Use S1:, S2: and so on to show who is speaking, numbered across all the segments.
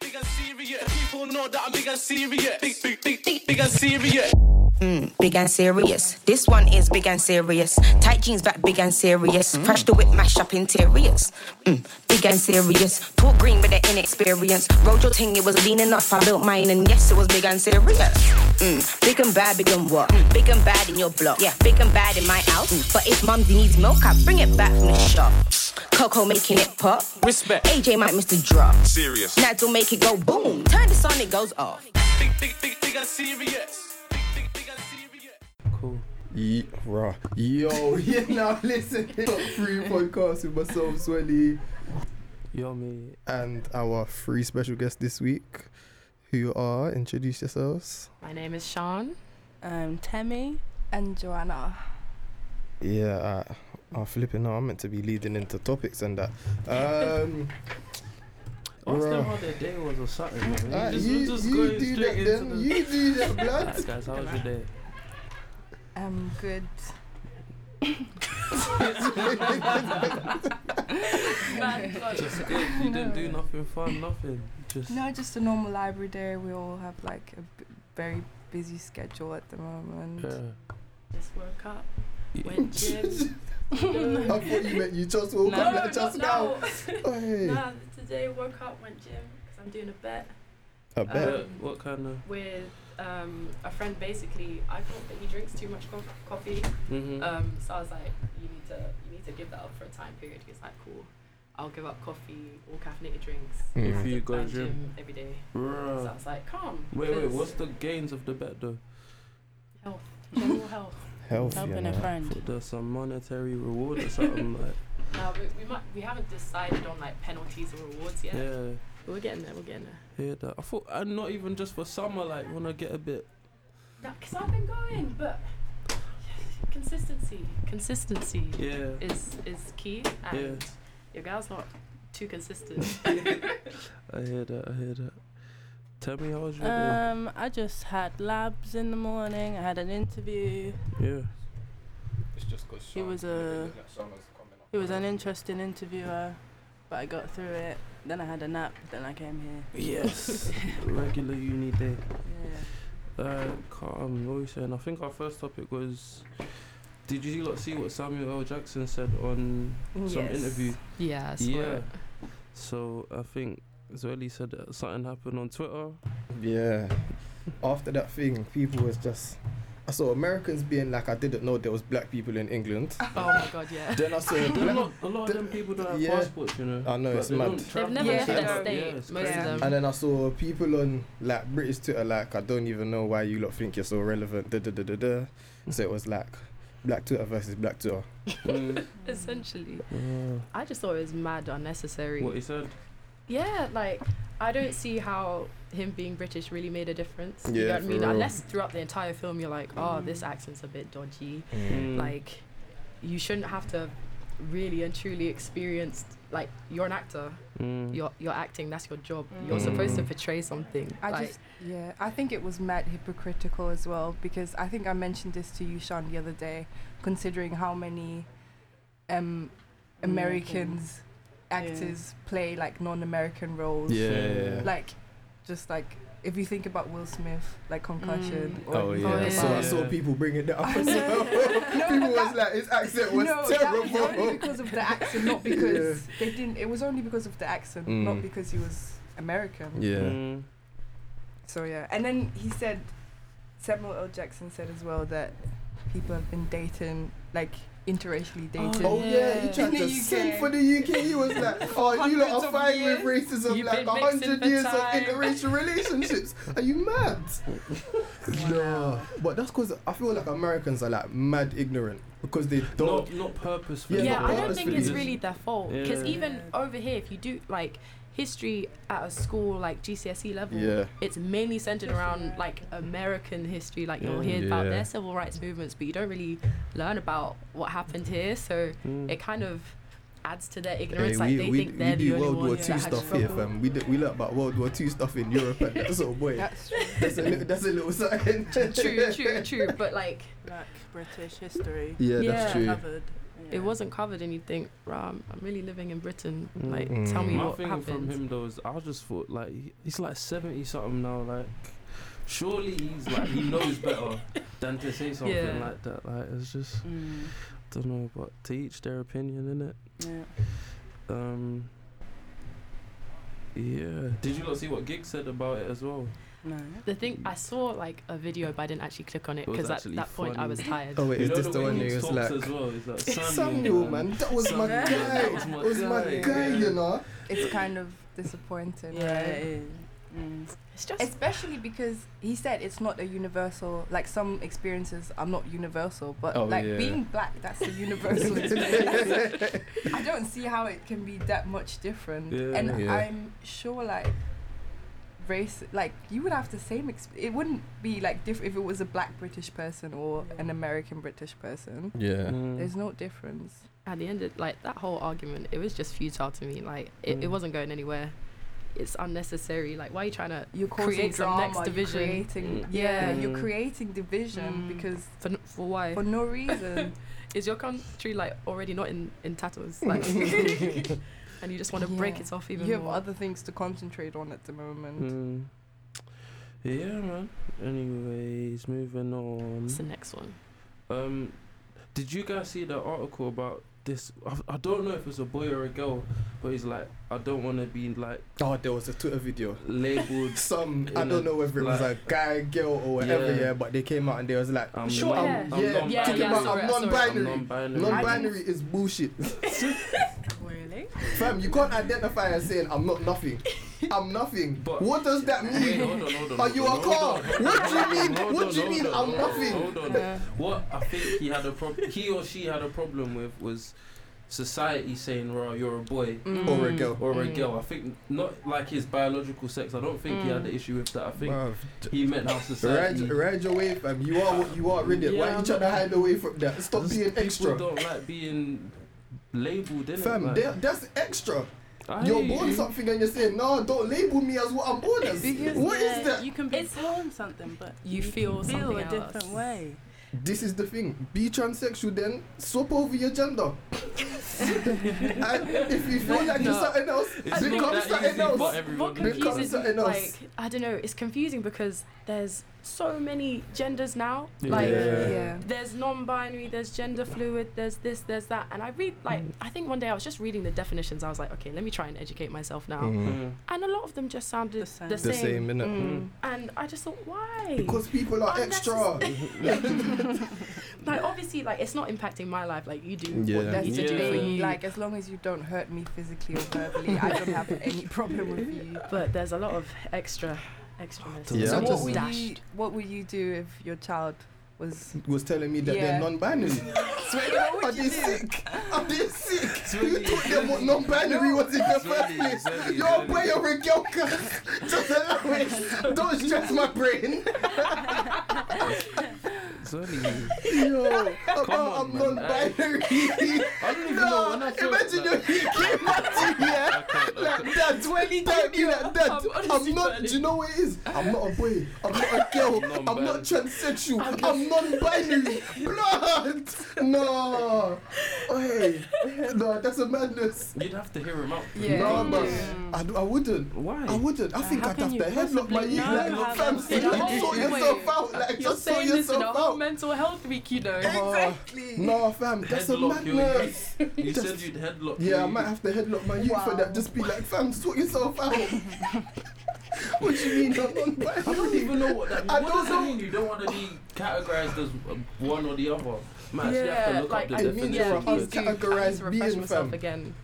S1: big and serious. People know that I'm big and serious. Big, big, big, big, big and serious.
S2: big and serious. This one is big and serious. Tight jeans back, big and serious. Crash the whip, mash up interiors. Mm, big and serious. Talk green with the inexperience. Road your thing, it was lean enough. I built mine, and yes, it was big and serious. Mm, big and bad, big and what? Mm, big and bad in your block. Yeah, big and bad in my house. Mm, But if mum needs milk, I bring it back from the shop. Coco making it pop.
S1: Respect.
S2: AJ might miss the drop.
S3: Serious.
S2: Nads will make it go boom. Turn this on, it goes off.
S1: Big, big, big, big and serious. Big, big, big and serious.
S4: Ye- rah. Yo, you're now listening to Top 3 Podcast with myself, Swelly,
S5: Yo, mate.
S4: and our three special guests this week, who are, introduce yourselves.
S6: My name is Sean.
S7: um, Temi and Joanna.
S4: Yeah, uh, I'm flipping now. I'm meant to be leading into topics and that. Um,
S5: Ask
S4: Bruh.
S5: them how their day was or something, man.
S4: ah,
S5: just,
S4: you,
S5: just
S4: you
S5: going
S4: do
S5: straight
S4: that
S5: into
S4: then.
S5: the-
S4: You do that, blood.
S5: Alright, guys, how was your day?
S7: Um, good.
S5: Just good. You didn't do nothing fun, nothing. Just
S7: No, just a normal library day. We all have like a b- very busy schedule at the moment.
S5: yeah.
S6: Just woke up,
S5: Yeah.
S6: went gym.
S4: I thought you meant you just woke up like just now. Oh, hey.
S6: No, no, today woke up, went gym because I'm doing a bet
S4: I
S5: Uh,
S4: bet.
S6: Um,
S5: what- what kind of?
S6: with um, a friend. Basically, I thought that he drinks too much co- coffee,
S5: Mm-hmm.
S6: um, so I was like, you need to you need to give that up for a time period. He's like, cool. I'll give up coffee or caffeinated drinks.
S4: Mm.
S6: and
S4: If
S5: you
S6: I
S5: go
S6: plan
S5: gym.
S6: every day. So I was like, calm.
S5: Oh. Wait, wait.
S6: because
S5: What's the gains of the bet though?
S6: health? General health.
S4: Health, you
S8: Helping
S4: know.
S8: a friend.
S5: Thought there's some monetary reward or something like.
S6: Now we, we might we haven't decided on like penalties or rewards yet.
S5: Yeah.
S6: But we're getting there. We're getting there.
S5: Hear that? I thought, and not even just for summer. Like, wanna get a bit.
S6: Because I've been going, but consistency, consistency
S5: Yeah.
S6: is is key, and
S5: Yeah.
S6: your girl's not too consistent.
S5: I hear that. I hear that. Tell me how was your
S8: Um, I just had labs in the morning. I had an interview.
S5: day? Yeah.
S8: He was a he was an interesting interviewer, but I got through it. Then I had a nap. Then I came here.
S5: Yes. Regular uni day.
S8: Yeah.
S5: Uh, calm, what were you saying? I think our first topic was. Did you lot see what Samuel L. Jackson said on some interview?
S6: Yeah,
S5: Yeah. So I think Zweli said that something happened on Twitter.
S4: Yeah. After that thing, people was just. I saw Americans being like, I didn't know there was black people in England.
S6: Oh my god, yeah.
S4: then I saw
S5: They're
S4: black.
S5: not- a lot of them people don't have
S4: yeah.
S5: passports, you know.
S4: I know,
S5: but
S4: it's
S5: they
S4: mad.
S5: don't
S4: They've
S5: travel.
S4: never left their
S5: Yeah,
S6: state,
S5: it's
S6: most of
S5: crazy.
S6: them.
S4: And then I saw people on like British Twitter like, I don't even know why you lot think you're so relevant. Da, da, da, da, da. So it was like black Twitter versus black Twitter.
S5: Mm.
S6: Essentially,
S5: Yeah.
S6: I just thought it was mad unnecessary.
S5: What he said?
S6: Yeah, like I don't see how him being British really made a difference.
S4: Yeah,
S6: you know what I
S4: for
S6: mean?
S4: real.
S6: Unless throughout the entire film you're like, oh, this accent's a bit dodgy.
S5: Mm.
S6: like you shouldn't have to really and truly experience like you're an actor
S5: Mm.
S6: you're you're acting that's your job you're supposed to portray something
S7: I
S6: like,
S7: just, yeah, I think it was mad hypocritical as well because I think I mentioned this to you, Sean, the other day, considering how many um, Americans, actors play like non American roles.
S4: Yeah.
S7: Like, just like, if you think about Will Smith, like Concussion. Or
S4: Oh
S7: if
S4: yeah.
S7: you
S6: Oh,
S4: I
S7: think
S4: saw- I
S6: yeah.
S4: saw people bringing that up
S7: I
S4: as
S7: know.
S4: well.
S7: No,
S4: people
S7: but
S4: was like, his accent was
S7: no,
S4: terrible.
S7: That was only because of the accent, not because they didn't. It was only because of the accent,
S4: Mm.
S7: not because he was American.
S4: yeah.
S5: Mm.
S7: So yeah, and then he said, Samuel L. Jackson said as well that people have been dating, like interracially dating.
S4: Oh yeah, he tried
S7: In the
S4: to
S7: UK.
S4: sing for the UK. He was like, "Oh, you lot
S7: hundreds
S4: are
S7: of
S4: fighting with racism
S6: You've
S4: like
S6: been
S4: a hundred
S6: mixing for
S4: years of
S6: time."
S4: interracial relationships. Are you mad?" No, but that's because I feel like Americans are like mad ignorant because they don't.
S5: Not, not purposefully.
S4: Yeah,
S6: yeah
S4: but
S6: i don't think
S4: purposefully
S6: it's
S4: just-
S6: really their fault because
S5: Yeah.
S6: even over here if you do like history at a school like gcse E level
S4: Yeah.
S6: it's mainly centered around like american history like you'll
S5: Yeah.
S6: hear about
S4: Yeah.
S6: their civil rights movements but you don't really learn about what happened here so
S5: Mm.
S6: it kind of adds to their
S4: Hey,
S6: ignorance like they think they're the only
S4: World War
S6: ones
S4: Two
S6: that had
S4: stuff here,
S6: struggled.
S4: fam. We, do, we learn about World War Two stuff in Europe, and that's all, boy.
S7: That's true.
S4: That's a little, that's a little something.
S6: true, true, true. But like,
S8: Like British history.
S4: Yeah, that's
S6: Yeah.
S4: true.
S8: Covered.
S6: It wasn't covered, and you think, "Rah, I'm I'm really living in Britain. Like,
S4: Mm.
S6: tell me
S5: My
S6: what
S5: thing
S6: happened.
S5: from him though is I just thought like he- he's like seventy something now. Like surely he's like he knows better than to say something
S6: Yeah.
S5: like that. Like it's just
S8: Mm,
S5: don't know, but to each their opinion,
S8: yeah.
S5: innit? Um. Yeah. Did you not see what Gig said about it as well?
S8: No.
S6: The thing I saw like a video, but I didn't actually click on it
S5: It was
S6: because at
S5: actually
S6: that point
S5: funny.
S6: I was tired.
S4: Oh wait,
S5: You
S4: is
S5: know
S4: this the
S5: way
S4: one
S5: he
S4: who was
S5: talks
S4: like?
S5: as well? He's like Samuel,
S4: Samuel, man, that was my
S8: Samuel,
S4: guy.
S8: that was
S5: my
S4: It was my
S5: guy,
S4: guy,
S5: yeah.
S4: you know.
S7: It's kind of disappointing,
S8: Yeah,
S7: right?
S8: it is. Mm.
S6: It's just
S7: Especially because he said it's not a universal. Like some experiences are not universal, but
S4: Oh,
S7: like
S4: yeah.
S7: being black, that's a universal experience. I don't see how it can be that much different.
S5: Yeah.
S7: And
S4: Yeah.
S7: I'm sure, like race, like you would have the same. Exp- it wouldn't be like different if it was a black British person or an American British person.
S4: Yeah.
S5: Mm.
S7: There's no difference.
S6: at the end, of, like that whole argument, it was just futile to me. Like it, it
S5: Mm.
S6: wasn't going anywhere. It's unnecessary. Like why are you trying to
S7: You're causing
S6: create some
S7: drama.
S6: next
S7: you're
S6: division.
S7: creating,
S6: Mm.
S7: yeah,
S5: Yeah.
S7: you're creating division
S8: Mm.
S7: because
S6: for, n- for why?
S7: for no reason.
S6: Is your country like already not in in tatters? Like, and you just want to break
S7: Yeah.
S6: it off even
S7: you have
S6: more.
S7: other things to concentrate on at the moment.
S5: Mm. Yeah, man. Anyways, moving on.
S6: What's the next one?
S5: Um, did you guys see the article about this? I, I don't know if it's a boy or a girl, but he's like, I don't want to be like
S4: Oh, there was a Twitter video.
S5: labeled.
S4: Some
S5: In
S4: I
S5: a-
S4: don't know whether it was
S5: like-
S4: a guy, girl, or whatever.
S5: Yeah.
S4: Yeah, but they came out and they was like,
S5: I'm
S4: sure, I'm,
S5: non- I'm non-binary.
S4: yeah, talking
S6: Yeah, yeah, I
S4: about
S6: saw it, I
S4: I'm
S6: saw it.
S5: I'm
S4: non-binary.
S5: non-binary.
S4: Non-binary is bullshit, Mm.
S8: Really?
S4: fam. You can't identify as saying I'm not nothing. I'm nothing.
S5: But-
S4: what does that
S5: Wait,
S4: mean?
S5: hold on, hold on,
S4: Are
S5: hold
S4: you
S5: on,
S4: a
S5: hold
S4: car?
S5: on.
S4: What do you mean?
S5: Hold
S4: What
S5: on,
S4: do you
S5: hold on,
S4: mean? I'm
S5: hold on,
S4: nothing.
S5: Hold on. What I think he had a problem. He or she had a problem with was society saying, "Well, you're a boy."
S4: Or a girl.
S5: Or a
S6: Mm.
S5: girl. I think not like his biological sex. I don't think he had
S6: Mm.
S5: the issue with that. I think
S4: Bruv,
S5: he meant how
S4: Ride,
S5: society.
S4: ride your wave, fam. You are what you are, really. Why
S5: Yeah,
S4: are you trying to hide away from that? Stop
S5: Just
S4: being
S5: People
S4: extra,
S5: don't like being labeled, innit?
S4: fam.
S5: like,
S4: that- That's extra.
S5: I
S4: You're
S5: hear
S4: born
S5: you.
S4: something and you're saying, no, don't label me as what I'm born as.
S8: Because
S4: What
S8: yeah,
S4: is that?
S8: You can be
S6: It's-
S8: born something, but
S6: you
S8: can
S6: feel
S8: feel a
S6: something else.
S8: different way.
S4: This is the thing. Be transsexual then, swap over your gender. and if you feel like you're
S6: No.
S4: something else,
S5: It's not
S4: become
S5: that
S4: something
S5: easy for
S4: else.
S5: everyone.
S6: What
S4: Here comes
S6: confuses
S4: something else.
S6: like I don't know. It's confusing because there's so many genders now.
S5: Yeah.
S6: Like
S4: Yeah.
S7: Yeah.
S6: there's non-binary, there's gender fluid, there's this, there's that, and I read like I think one day I was just reading the definitions. I was like, okay, let me try and educate myself now.
S5: Mm.
S6: And a lot of them just sounded
S8: The
S6: the
S8: same.
S6: same.
S8: The
S4: innit?
S5: Mm.
S6: And I just thought, why?
S4: Because people are extra.
S6: like obviously, like it's not impacting my life. Like you do
S4: Yeah.
S6: what you
S7: That's
S6: need
S7: the
S6: to do for
S7: thing.
S6: you.
S7: Like as long as you don't hurt me physically or verbally, I don't have any problem with you.
S6: but there's a lot of extra, extraness.
S5: Yeah.
S6: It's
S7: So
S4: I'm
S7: what
S6: all
S4: just
S7: would you
S6: dashed.
S7: what would you do if your child was
S4: Was telling me that
S7: Yeah.
S4: they're non-binary.
S7: what
S4: Are
S7: would
S4: they
S7: you do?
S4: sick? Are they sick?
S5: It's
S4: You
S5: really-
S4: taught them what non-binary was in the first
S5: really-
S4: place.
S5: it's really-
S4: You're a boy, you're a girl, cuz. Just allow it. Don't stress my brain.
S5: It's only-
S4: Yo, about
S5: on,
S4: I'm
S5: man.
S4: non-binary.
S5: I don't even know
S4: No,
S5: when I first.
S4: imagine you
S5: like,
S4: he came up to yeah. Like that, that, you like that.
S6: I'm
S4: I'm,
S6: honestly
S4: not.
S6: burning.
S4: Do you know what it is? I'm not a boy. I'm not a girl. I'm
S5: Non-binary.
S4: not transsexual. I'm non-binary. Blood. No. Hey. No, that's a madness.
S5: You'd have to hear him out.
S7: Yeah.
S4: No,
S7: you
S4: but
S7: do.
S4: I, I wouldn't.
S5: Why?
S4: I wouldn't. I think
S8: how
S4: I'd
S8: can
S4: have
S8: you
S4: to headlock my youth.
S8: possibly know how
S4: Like, fam,
S8: that's
S4: like,
S6: possible?
S4: sort yourself out. Like,
S6: You're
S4: just sort
S6: saying this in a
S4: yourself
S6: whole
S4: out.
S6: mental health week, you know.
S4: Oh, No, fam, that's a
S5: Headlock your
S4: madness.
S5: youth. You said you'd headlock.
S4: Yeah, I
S5: your
S4: might
S5: youth.
S4: have to headlock my youth for that. Just be like, fam, sort yourself out. what do you mean? I'm
S5: I don't
S4: non-binary.
S5: even know what that means.
S4: I
S5: What does
S4: don't
S5: that mean? You don't want to be categorized as um, one or the other. Man, you have to
S6: Yeah,
S5: look
S6: like,
S5: up
S6: I
S5: the
S6: mean,
S5: definition.
S6: yeah,
S5: of
S6: I
S5: it.
S6: do. I need to
S4: categorized
S6: refresh
S4: being,
S6: myself
S4: fam.
S6: again.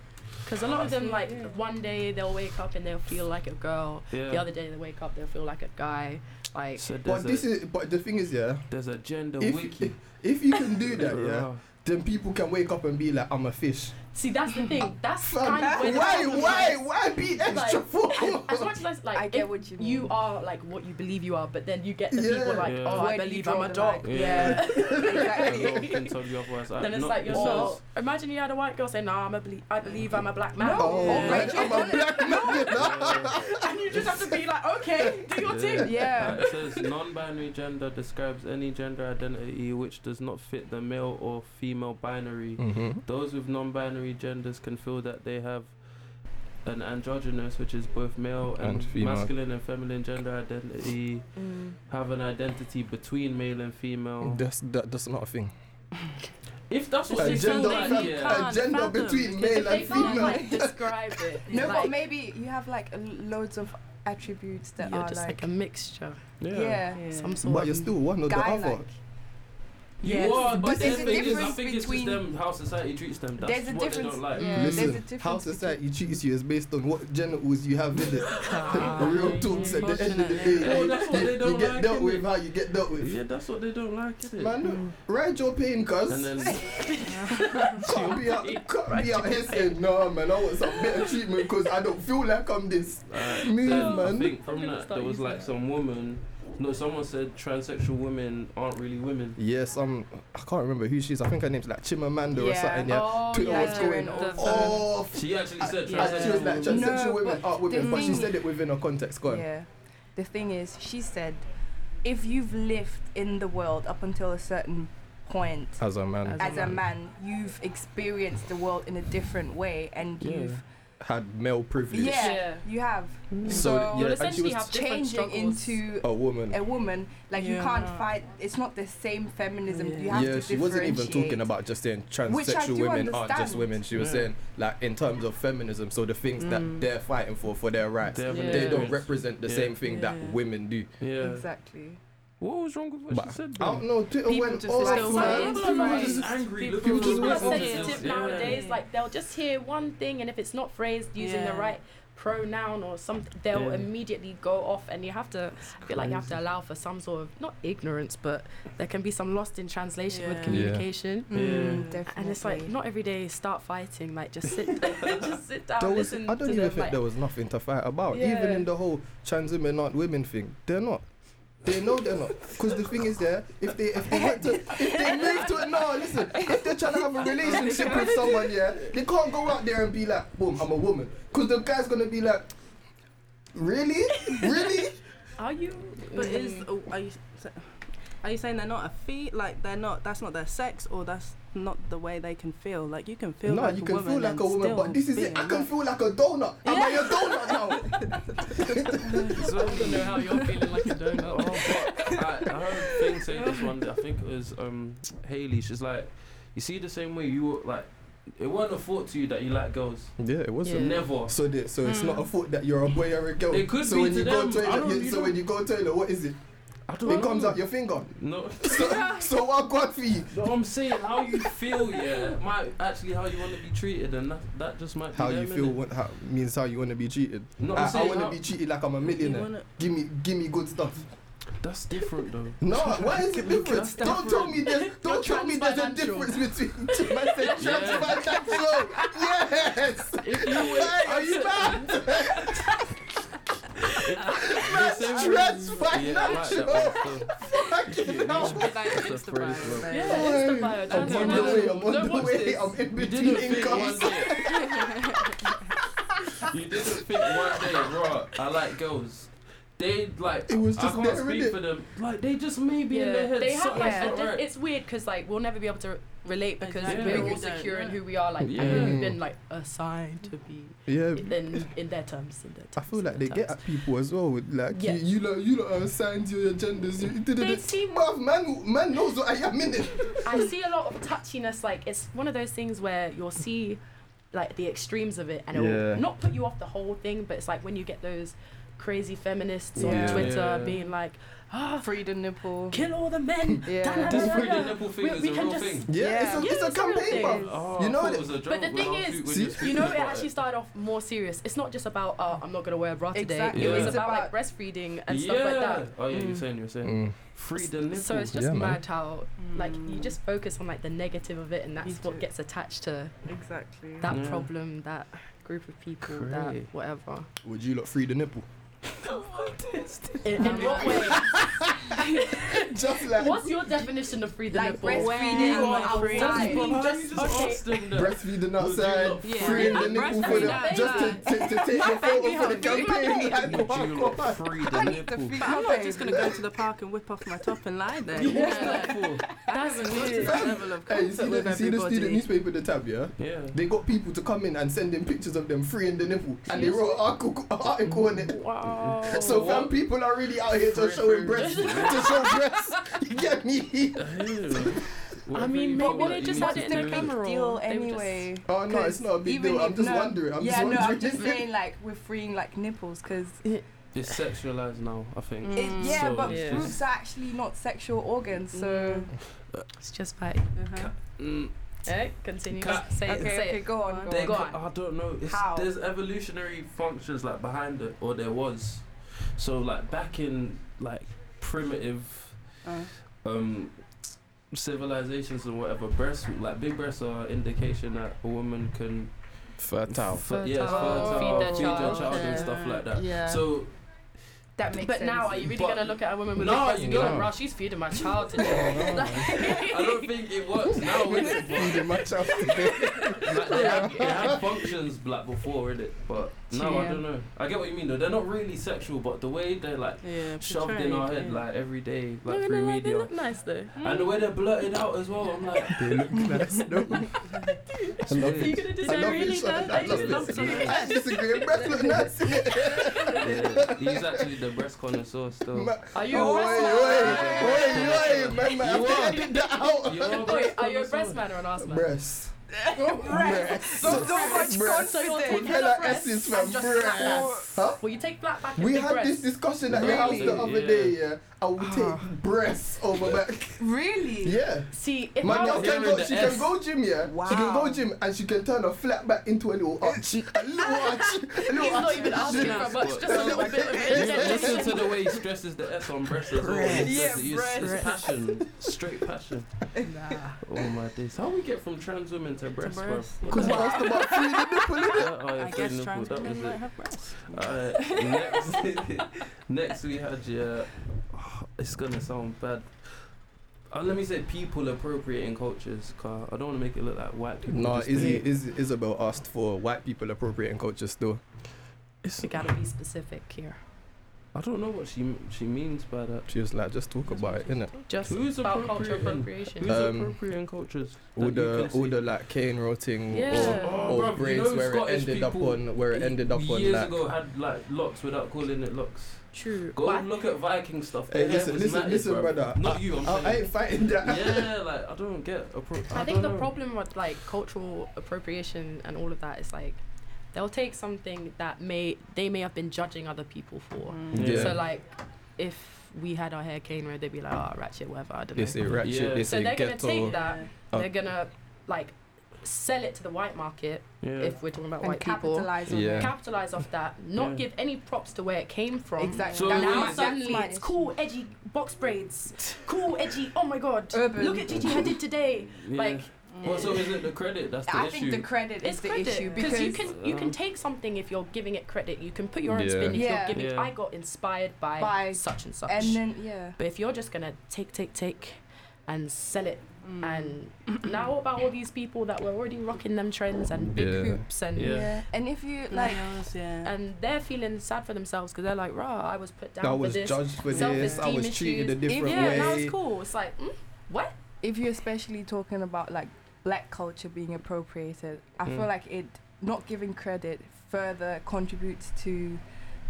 S6: Because a lot of them, like,
S8: Yeah.
S6: one day they'll wake up and they'll feel like a girl.
S5: Yeah.
S6: The other day they wake up, they'll feel like a guy. Like,
S5: So
S4: But
S5: there's
S4: this
S5: a,
S4: is. But the thing is, yeah.
S5: there's a gender
S4: If, if
S5: wiki.
S4: if you can do that, yeah,
S5: Bruh.
S4: then people can wake up and be like, I'm a fish.
S6: see, that's the thing. That's
S4: Fam,
S6: kind of where the
S4: why,
S6: problem
S4: why,
S6: lies.
S4: why be extra
S6: Like,
S4: for?
S6: As much as like,
S7: I get
S6: if
S7: what you mean.
S6: you are like what you believe you are, but then you get the
S4: Yeah.
S6: people like,
S5: Yeah.
S6: oh,
S7: Where
S6: I
S7: do you
S6: believe
S7: draw
S6: I'm a
S7: the
S6: dog.
S5: line? A
S6: Yeah.
S5: lot of
S7: exactly.
S5: people tell you otherwise. I-
S6: then it's
S5: not-
S6: like you're
S5: not
S6: so.
S5: us.
S6: Imagine you had a white girl saying, "No, I'm a belie- I believe I'm a black man."
S7: No.
S4: Oh,
S5: Yeah.
S4: right, I'm a black man. you know?
S6: And you just have to to be like, okay, do your thing.
S7: Yeah.
S5: Like, it says non-binary gender describes any gender identity which does not fit the male or female binary.
S4: Mm-hmm.
S5: Those with non-binary genders can feel that they have an androgynous, which is both male and,
S4: And female.
S5: masculine and feminine gender identity,
S7: Mm.
S5: have an identity between male and female.
S4: That's that, that's not a thing.
S5: If that's what
S6: A
S5: they
S6: gender
S5: feel like,
S6: fam-
S5: yeah.
S6: can't fathom.
S4: male
S6: If they can't like describe it,
S7: No,
S6: like,
S7: but maybe you have like l- loads of attributes that
S6: you're
S7: are
S6: just
S7: like,
S6: like a mixture,
S5: yeah.
S7: yeah,
S8: Yeah.
S6: some sort
S4: But
S6: of
S4: you're still one or the
S7: guy
S4: other.
S7: like.
S5: You
S7: Yes,
S5: are, but
S7: but
S5: there's the
S7: there's a
S5: thing is, I
S7: difference
S5: think it's just
S7: between-
S5: them how society treats them. That's
S7: There's a
S5: what
S7: difference-
S5: they don't like.
S7: Yeah, there's a
S4: Listen, how
S7: difference
S4: society treats you is based on what genitals you have in it. Real talks at the end of the
S8: Unfortunately.
S4: day.
S5: Oh, that's what they
S4: You
S5: don't
S4: get
S5: like,
S4: dealt
S5: innit?
S4: with how you get dealt with.
S5: Yeah, that's what they don't like, is it?
S4: Man, look, ride your pain, cuz.
S5: and then
S4: Can't be out, can't be out here saying, no, man, I want some better treatment because I don't feel like I'm this.
S5: uh,
S4: Move,
S5: then I
S4: man.
S5: think from
S6: gonna
S5: that
S6: start
S5: there was
S6: using
S5: like
S6: that.
S5: some woman. No, someone said transsexual women aren't really women.
S4: Yes, um, I can't remember who she is. I think her name's like Chimamanda or
S7: Yeah.
S4: something. Yeah.
S6: Oh,
S4: Twitter
S7: yeah.
S4: was going
S7: That's-
S4: off.
S5: She actually said
S4: Like, she was like,
S5: transsexual women.
S7: trans-
S4: transsexual
S7: No,
S4: women
S7: but
S4: are women,
S7: the
S4: but she
S7: thing-
S4: said it within a context. Go on.
S7: Yeah. The thing is, she said, if you've lived in the world up until a certain point
S6: Uh,
S4: As a man,
S8: As
S7: as a man, you've experienced the world in a different way and
S5: Yeah.
S7: you've
S4: had male privilege.
S7: yeah,
S6: Yeah.
S7: you have.
S6: Mm.
S4: So,
S7: So,
S4: yeah,
S6: You'll
S4: and she
S6: essentially
S4: was
S6: have different
S7: changing
S6: struggles.
S7: into
S4: a woman.
S7: a woman, like you
S8: Yeah.
S7: can't fight it's not the same feminism. You have
S4: yeah,
S7: to
S4: she wasn't even talking
S7: differentiate.
S4: about just saying
S7: Which I do
S4: transsexual women aren't just
S7: understand.
S4: women. She was
S5: Yeah.
S4: saying like in terms of feminism, so the things that
S8: Mm.
S4: they're fighting for for their rights,
S5: They have an
S6: Yeah.
S4: they don't
S5: experience.
S4: represent the
S5: Yeah.
S4: same thing
S8: Yeah.
S4: that women do.
S5: Yeah.
S7: Exactly.
S5: What was wrong with what
S4: But
S5: she said?
S4: I
S5: Then?
S4: don't know. Twitter
S8: People
S4: went
S8: just
S4: off,
S8: still
S4: man.
S8: want-
S4: People were
S7: Right.
S4: just-
S5: angry.
S4: People
S5: at the
S4: just
S6: People are
S4: People
S5: responses.
S6: sensitive
S5: Yeah.
S6: nowadays.
S8: Yeah.
S6: Like they'll just hear one thing, and if it's not phrased using the
S8: Yeah.
S6: right pronoun or something, they'll
S5: Yeah.
S6: immediately go off. And you have to I feel like you have to allow for some sort of not ignorance, but there can be some lost in translation
S8: Yeah.
S6: with
S8: Yeah.
S6: communication.
S7: Mm,
S5: Yeah.
S7: definitely.
S6: And it's like not every day start fighting. Like just sit, just sit down.
S4: There was, I
S6: listen
S4: don't
S6: to
S4: even
S6: them,
S4: think
S6: like,
S4: there was nothing to fight about. Even
S6: Yeah.
S4: in the whole trans women aren't women thing, they're not. They know they're not. Because the thing is, there if they if they went to if they move to no listen if they're trying to have a relationship with someone, yeah, they can't go out there and be like, boom, I'm a woman. Because the guy's gonna be like, really, really.
S6: Are you?
S8: But is
S6: Mm-hmm.
S8: oh, are you s- are you saying they're not a feat? Like they're not? That's not their sex, or that's not the way they can feel. Like you can feel.
S4: no,
S8: like
S4: you can
S8: a woman
S4: feel like
S8: and
S4: a woman,
S8: still
S4: but this is it.
S8: being
S4: I can
S8: that.
S4: feel like a donut. Am I a donut now?
S5: So I don't know how you're feeling like a donut. Oh, but I, I heard Thing say this one. I think it was um, Haley. She's like, you see the same way you were like. It wasn't a thought to you that you like girls.
S4: Yeah, it
S6: wasn't. Yeah.
S5: Never.
S4: So the, so it's not a thought that you're a boy or a girl.
S5: It could
S4: so
S5: be
S4: when
S5: to
S4: you go
S5: them.
S4: toilet,
S5: I don't-
S4: you-
S5: you
S4: so
S5: don't-
S4: when you go toilet, what is it?
S5: I don't
S4: It
S5: know.
S4: comes out your finger.
S5: No.
S4: So, so what God for you?
S5: So I'm saying how you feel, yeah, might actually how you want to be treated, and that, that just might be
S4: How
S5: them,
S4: you feel
S5: innit?
S4: what, how, means how you want to be treated.
S5: No, I'm
S4: I, I
S5: saying
S4: want to
S5: how-
S4: be treated like I'm a
S8: You
S4: millionaire.
S8: wanna-
S4: Give me, give me good stuff.
S5: That's different though.
S4: No, why is it different?
S5: That's
S4: Don't tell me there's, don't tell me there's a
S6: Transfinancial.
S4: difference between man said transfinancial. Yes.
S5: If you
S4: Hey, are you mad?
S5: Yeah, I like that one still.
S4: Fucking hell.
S8: Like
S5: That's the phrase,
S8: Instagram,
S5: bro.
S8: like-
S6: Yeah,
S4: Why?
S6: it's the bio.
S4: I'm on the
S5: no,
S4: way. I'm on
S5: don't
S4: the
S5: watch
S4: way.
S5: this.
S4: I'm in
S5: You
S4: between
S5: didn't think one
S4: incomes.
S5: day. you didn't think one day, bro. I like girls. They like.
S4: It was
S5: I
S4: just
S5: can't
S4: there,
S5: speak
S4: innit?
S5: for them. Like they just may be in their
S6: Yeah,
S5: head.
S6: they have like
S5: something's
S6: a
S5: not
S6: di-
S5: right.
S6: it's weird because like we'll never be able to r- relate because
S8: Exactly.
S5: Yeah.
S6: we're
S5: We
S6: all
S8: don't,
S6: secure in
S8: yeah.
S6: who we are. Like I
S5: Yeah.
S6: think we've been like assigned to be
S4: Yeah.
S6: in in their terms. In their terms
S4: I feel
S6: in
S4: like they
S6: their
S4: get
S6: terms.
S4: at people as well. With like
S6: Yeah.
S4: you, you lot, you lot are assigned your genders. You,
S6: They seem-
S4: Bruv, man, man knows what I am in it.
S6: I see a lot of touchiness. Like it's one of those things where you'll see like the extremes of it, and it'll
S4: Yeah.
S6: not put you off the whole thing. But it's like when you get those crazy feminists
S4: Yeah.
S6: on Twitter
S5: Yeah.
S6: being like, "Ah,
S7: free the nipple.
S6: kill all the men."
S7: Yeah.
S6: da, da,
S5: This
S6: da,
S5: free
S6: da,
S5: the
S6: da."
S5: nipple thing
S6: We-
S5: is
S6: we
S5: a
S6: can
S5: real
S6: just-
S5: thing.
S4: Yeah,
S7: Yeah.
S4: it's a,
S6: Yeah,
S4: it's a
S6: it's real
S4: campaign,
S6: thing.
S4: bruv.
S5: Oh,
S4: You
S5: I
S4: know
S5: thought
S4: that-
S5: it was a joke
S6: But the
S5: when
S6: thing
S5: I was-
S6: is,
S5: we
S4: See-
S5: just
S6: You know,
S5: speaking
S6: it
S5: about
S6: actually started off more serious. It's not just about uh, I'm not gonna wear a bra today.
S7: Exactly.
S6: It was
S5: Yeah.
S6: about like breastfeeding and stuff like that.
S5: Oh yeah, you're
S7: Mm.
S5: saying you're saying
S4: Mm.
S5: free the nipple.
S6: So it's just
S4: Yeah, man.
S6: mad how
S7: Mm.
S6: like you just focus on like the negative of it, and that's
S8: You
S6: what
S8: do.
S6: gets attached to
S8: Exactly.
S6: that
S5: Yeah.
S6: problem, that group of people, that
S5: Cray.
S6: whatever.
S4: Would you lot free the nipple?
S6: In, in what way?
S4: Just like
S6: What's your definition of free the
S7: Like
S6: nipple?
S7: breastfeeding
S6: When
S7: or
S6: outside.
S7: outside.
S5: But how
S6: Just-
S5: you just
S6: okay.
S5: asked them that?
S4: breastfeeding outside,
S5: Yeah.
S4: freeing the nipple for the
S6: Breastfeeding
S4: just to, to, to take your photo for the campaign.
S5: Would you
S4: Like, what,
S5: not
S4: what?
S5: free the nipple?
S8: But I'm not just gonna go to the park and whip off my top and lie there.
S5: What's that for?
S8: That's weird. That level of
S4: Hey, you
S8: contact
S4: see,
S8: with
S4: the, you see the student
S8: everybody.
S4: newspaper, the tab, yeah?
S5: Yeah.
S4: They got people to come in and send them pictures of them freeing the nipple, and they wrote an article, article on it.
S6: Wow.
S4: So, fam, people are really out here to
S5: Free-
S4: show
S5: free-
S4: breasts, to show breasts. You get me?
S6: I mean,
S5: Whatever
S6: maybe
S5: you
S6: they
S5: want,
S6: just
S5: you
S6: had
S5: need
S6: it
S5: to
S6: in
S5: do
S6: the camera.
S7: deal
S6: They were
S7: anyway.
S4: Oh no, it's not a big
S7: Even
S4: deal. I'm
S7: if-
S4: just
S7: no.
S4: wondering. I'm
S7: yeah,
S4: just
S7: no, I'm
S4: wondering.
S7: just saying like we're freeing like nipples because
S5: It's sexualized now, I think.
S8: Mm.
S7: It, yeah,
S5: So
S7: but
S5: it's
S7: boobs are actually not sexual organs, so
S6: Mm. It's just like,
S8: Uh-huh.
S5: Mm,
S6: eh? Continue.
S5: Cut.
S6: Say it.
S7: okay,
S6: say
S7: okay,
S6: it.
S7: go on, go
S5: they
S7: on.
S6: Go
S5: ca-
S6: on.
S5: I don't know. It's,
S7: How?
S5: There's evolutionary functions like behind it, or there was. So like back in like primitive
S8: Uh.
S5: um civilizations and whatever, breasts like big breasts are indication that a woman can
S4: Oh.
S3: Fertile.
S5: f- yeah, it's
S6: Fertile.
S7: Oh,
S5: fertile,
S6: Feed their child,
S5: and stuff like that.
S8: Yeah.
S5: So
S7: That makes
S6: But
S7: sense.
S6: now, are you really
S5: But-
S6: gonna look at a woman with
S5: No,
S6: a breast
S5: you
S6: and be like,
S5: don't.
S6: "Rah, she's feeding my child
S4: Oh,
S6: today"?
S5: I don't think it works now. innit?
S4: Feeding my child today.
S5: Like, they, had, they had functions like before, innit? But no, I
S8: Yeah.
S5: don't know. I get what you mean though. They're not really sexual, but the way they're like
S8: Yeah.
S5: shoved in our head like every day, like
S6: no, no,
S5: through
S6: no, they
S5: media,
S6: look nice though.
S5: and the way they're blurted out as well. I'm like,
S4: They look nice, no? I love
S6: You
S4: it.
S6: gonna
S4: I
S6: design
S4: love
S6: really
S4: it, Shannon.
S6: though?
S4: I
S6: I just
S4: love
S6: love
S4: it.
S6: to.
S4: I disagree. Breasts look nice.
S5: yeah, he's actually the breast connoisseur still.
S4: Ma-
S6: Are you a
S4: Oh,
S6: breast
S4: wait,
S6: man?
S4: wait, wait, wait, man, man, I did that out.
S5: You're a
S6: Wait,
S5: breast
S6: are you a breast
S5: connoisseur.
S6: man or an ass man?
S4: Breasts. Breasts.
S7: So, so much
S4: Breasts.
S6: So you'll
S7: confidence.
S6: take
S4: With hella
S6: flat back
S4: S's from
S6: and just flat back.
S4: breasts. Huh?
S6: Will you take flat back and
S4: We
S6: big
S4: had this
S6: breasts?
S4: discussion at your house the
S5: Really?
S4: other
S5: Yeah.
S4: day, yeah. I will take breasts over back.
S7: Really?
S4: Yeah.
S6: See, if
S4: My
S6: I
S4: girl
S6: was
S5: hearing
S4: can go,
S5: the
S4: she
S5: S.
S4: can go gym, yeah. She can
S7: Wow.
S4: go gym and she can turn her flat back into a little arch. A little arch. A little
S6: He's
S4: arch.
S6: not even asking for much, just a little bit of
S5: Listen
S6: interjection.
S5: to the way he stresses the S on breast as well.
S3: Breast.
S5: He
S7: Yeah,
S5: says it, it's- it's
S7: breast.
S5: passion, straight passion. Oh my days! How we get from trans women to breast? bruv?
S8: breast, yeah.
S4: Because we asked about free the nipple, innit?
S5: Yeah, oh, yeah,
S8: I
S5: free
S8: guess
S5: nipple,
S8: trans
S5: that was
S8: women
S5: it.
S8: might have breasts.
S5: Alright, next, next we had yeah, it's gonna sound bad. Uh, let me say people appropriating cultures. 'cause I don't want to make it look like white people.
S3: No,
S5: just
S3: Izzy,
S5: do-
S3: Izzy, Isabel asked for white people appropriating culture still.
S6: You gotta be specific here.
S5: I don't know what she m- she means by that.
S3: She was like, just talk about it, innit?
S6: Just
S5: Who's
S6: about cultural
S5: appropriating? Who's
S6: appropriation.
S3: Um,
S5: appropriating cultures?
S3: All
S5: that you
S3: the,
S5: can
S3: all
S5: see?
S3: the like cane rotting
S6: Yeah.
S3: or,
S5: Oh,
S3: or
S5: bruv, you
S3: braids
S5: know
S3: where
S5: Scottish
S3: it ended up
S5: people
S3: on, where it ended up on
S5: years
S3: like.
S5: ago had like locks without calling it locks.
S6: True.
S5: Go
S6: But I-
S5: and look at Viking stuff.
S4: Hey,
S5: Their hair
S4: listen,
S5: was
S4: listen,
S5: matted,
S4: listen,
S5: bruv.
S4: brother.
S5: Not you, I'm
S4: I, I
S5: saying.
S4: ain't fighting that.
S5: yeah, like I don't get. Appro-
S6: I
S5: don't
S6: think the
S5: know.
S6: problem with like cultural appropriation and all of that is like they'll take something that may they may have been judging other people
S7: Mm.
S6: for.
S3: Yeah.
S6: So like if we had our hair cane red, they'd be like, oh ratchet, whatever, I don't
S3: They
S6: know.
S3: say ratchet,
S5: Yeah.
S3: they
S6: So
S3: say
S6: they're gonna
S3: ghetto.
S6: take that,
S3: Oh.
S6: they're gonna like sell it to the white market
S5: Yeah.
S6: if we're talking about
S7: And
S6: white people.
S7: capitalize on
S3: Yeah.
S7: it.
S6: Capitalize off that, not
S5: Yeah.
S6: give any props to where it came from.
S7: Exactly.
S5: So
S7: That's
S5: we-
S7: my-
S6: Now
S7: that's
S6: suddenly
S7: my
S6: it's
S7: issue.
S6: cool, edgy box braids. Cool, edgy. Oh my god!
S7: Urban.
S6: Look at Gigi Hadid today.
S5: Yeah.
S6: Like
S5: Well, so is it the credit? That's the
S7: I
S5: issue.
S7: think the credit
S6: it's
S7: is the
S6: credit
S7: issue
S6: because
S7: because
S6: you can you can take something if you're giving it credit. You can put your own spin if
S3: Yeah.
S7: Yeah.
S6: you're giving.
S5: Yeah.
S6: I got inspired by,
S7: By-
S6: such and such.
S7: and then yeah.
S6: but if you're just gonna take take take, and sell it. And now what about all these people that were already rocking them trends and big
S3: Yeah.
S6: hoops and
S5: Yeah.
S7: And if you like
S8: Like, yeah.
S6: and they're feling sad for themselves because they're like, rah, I was put down
S3: I
S6: for
S3: was
S6: this.
S3: judged for this, I
S6: self-esteem
S3: was treated a
S6: issues.
S3: different
S6: yeah,
S3: way.
S6: now it's cool. It's like, mm, what?
S7: if you're especially talking about like black culture being appropriated, I feel
S5: Mm.
S7: like it not giving credit further contributes to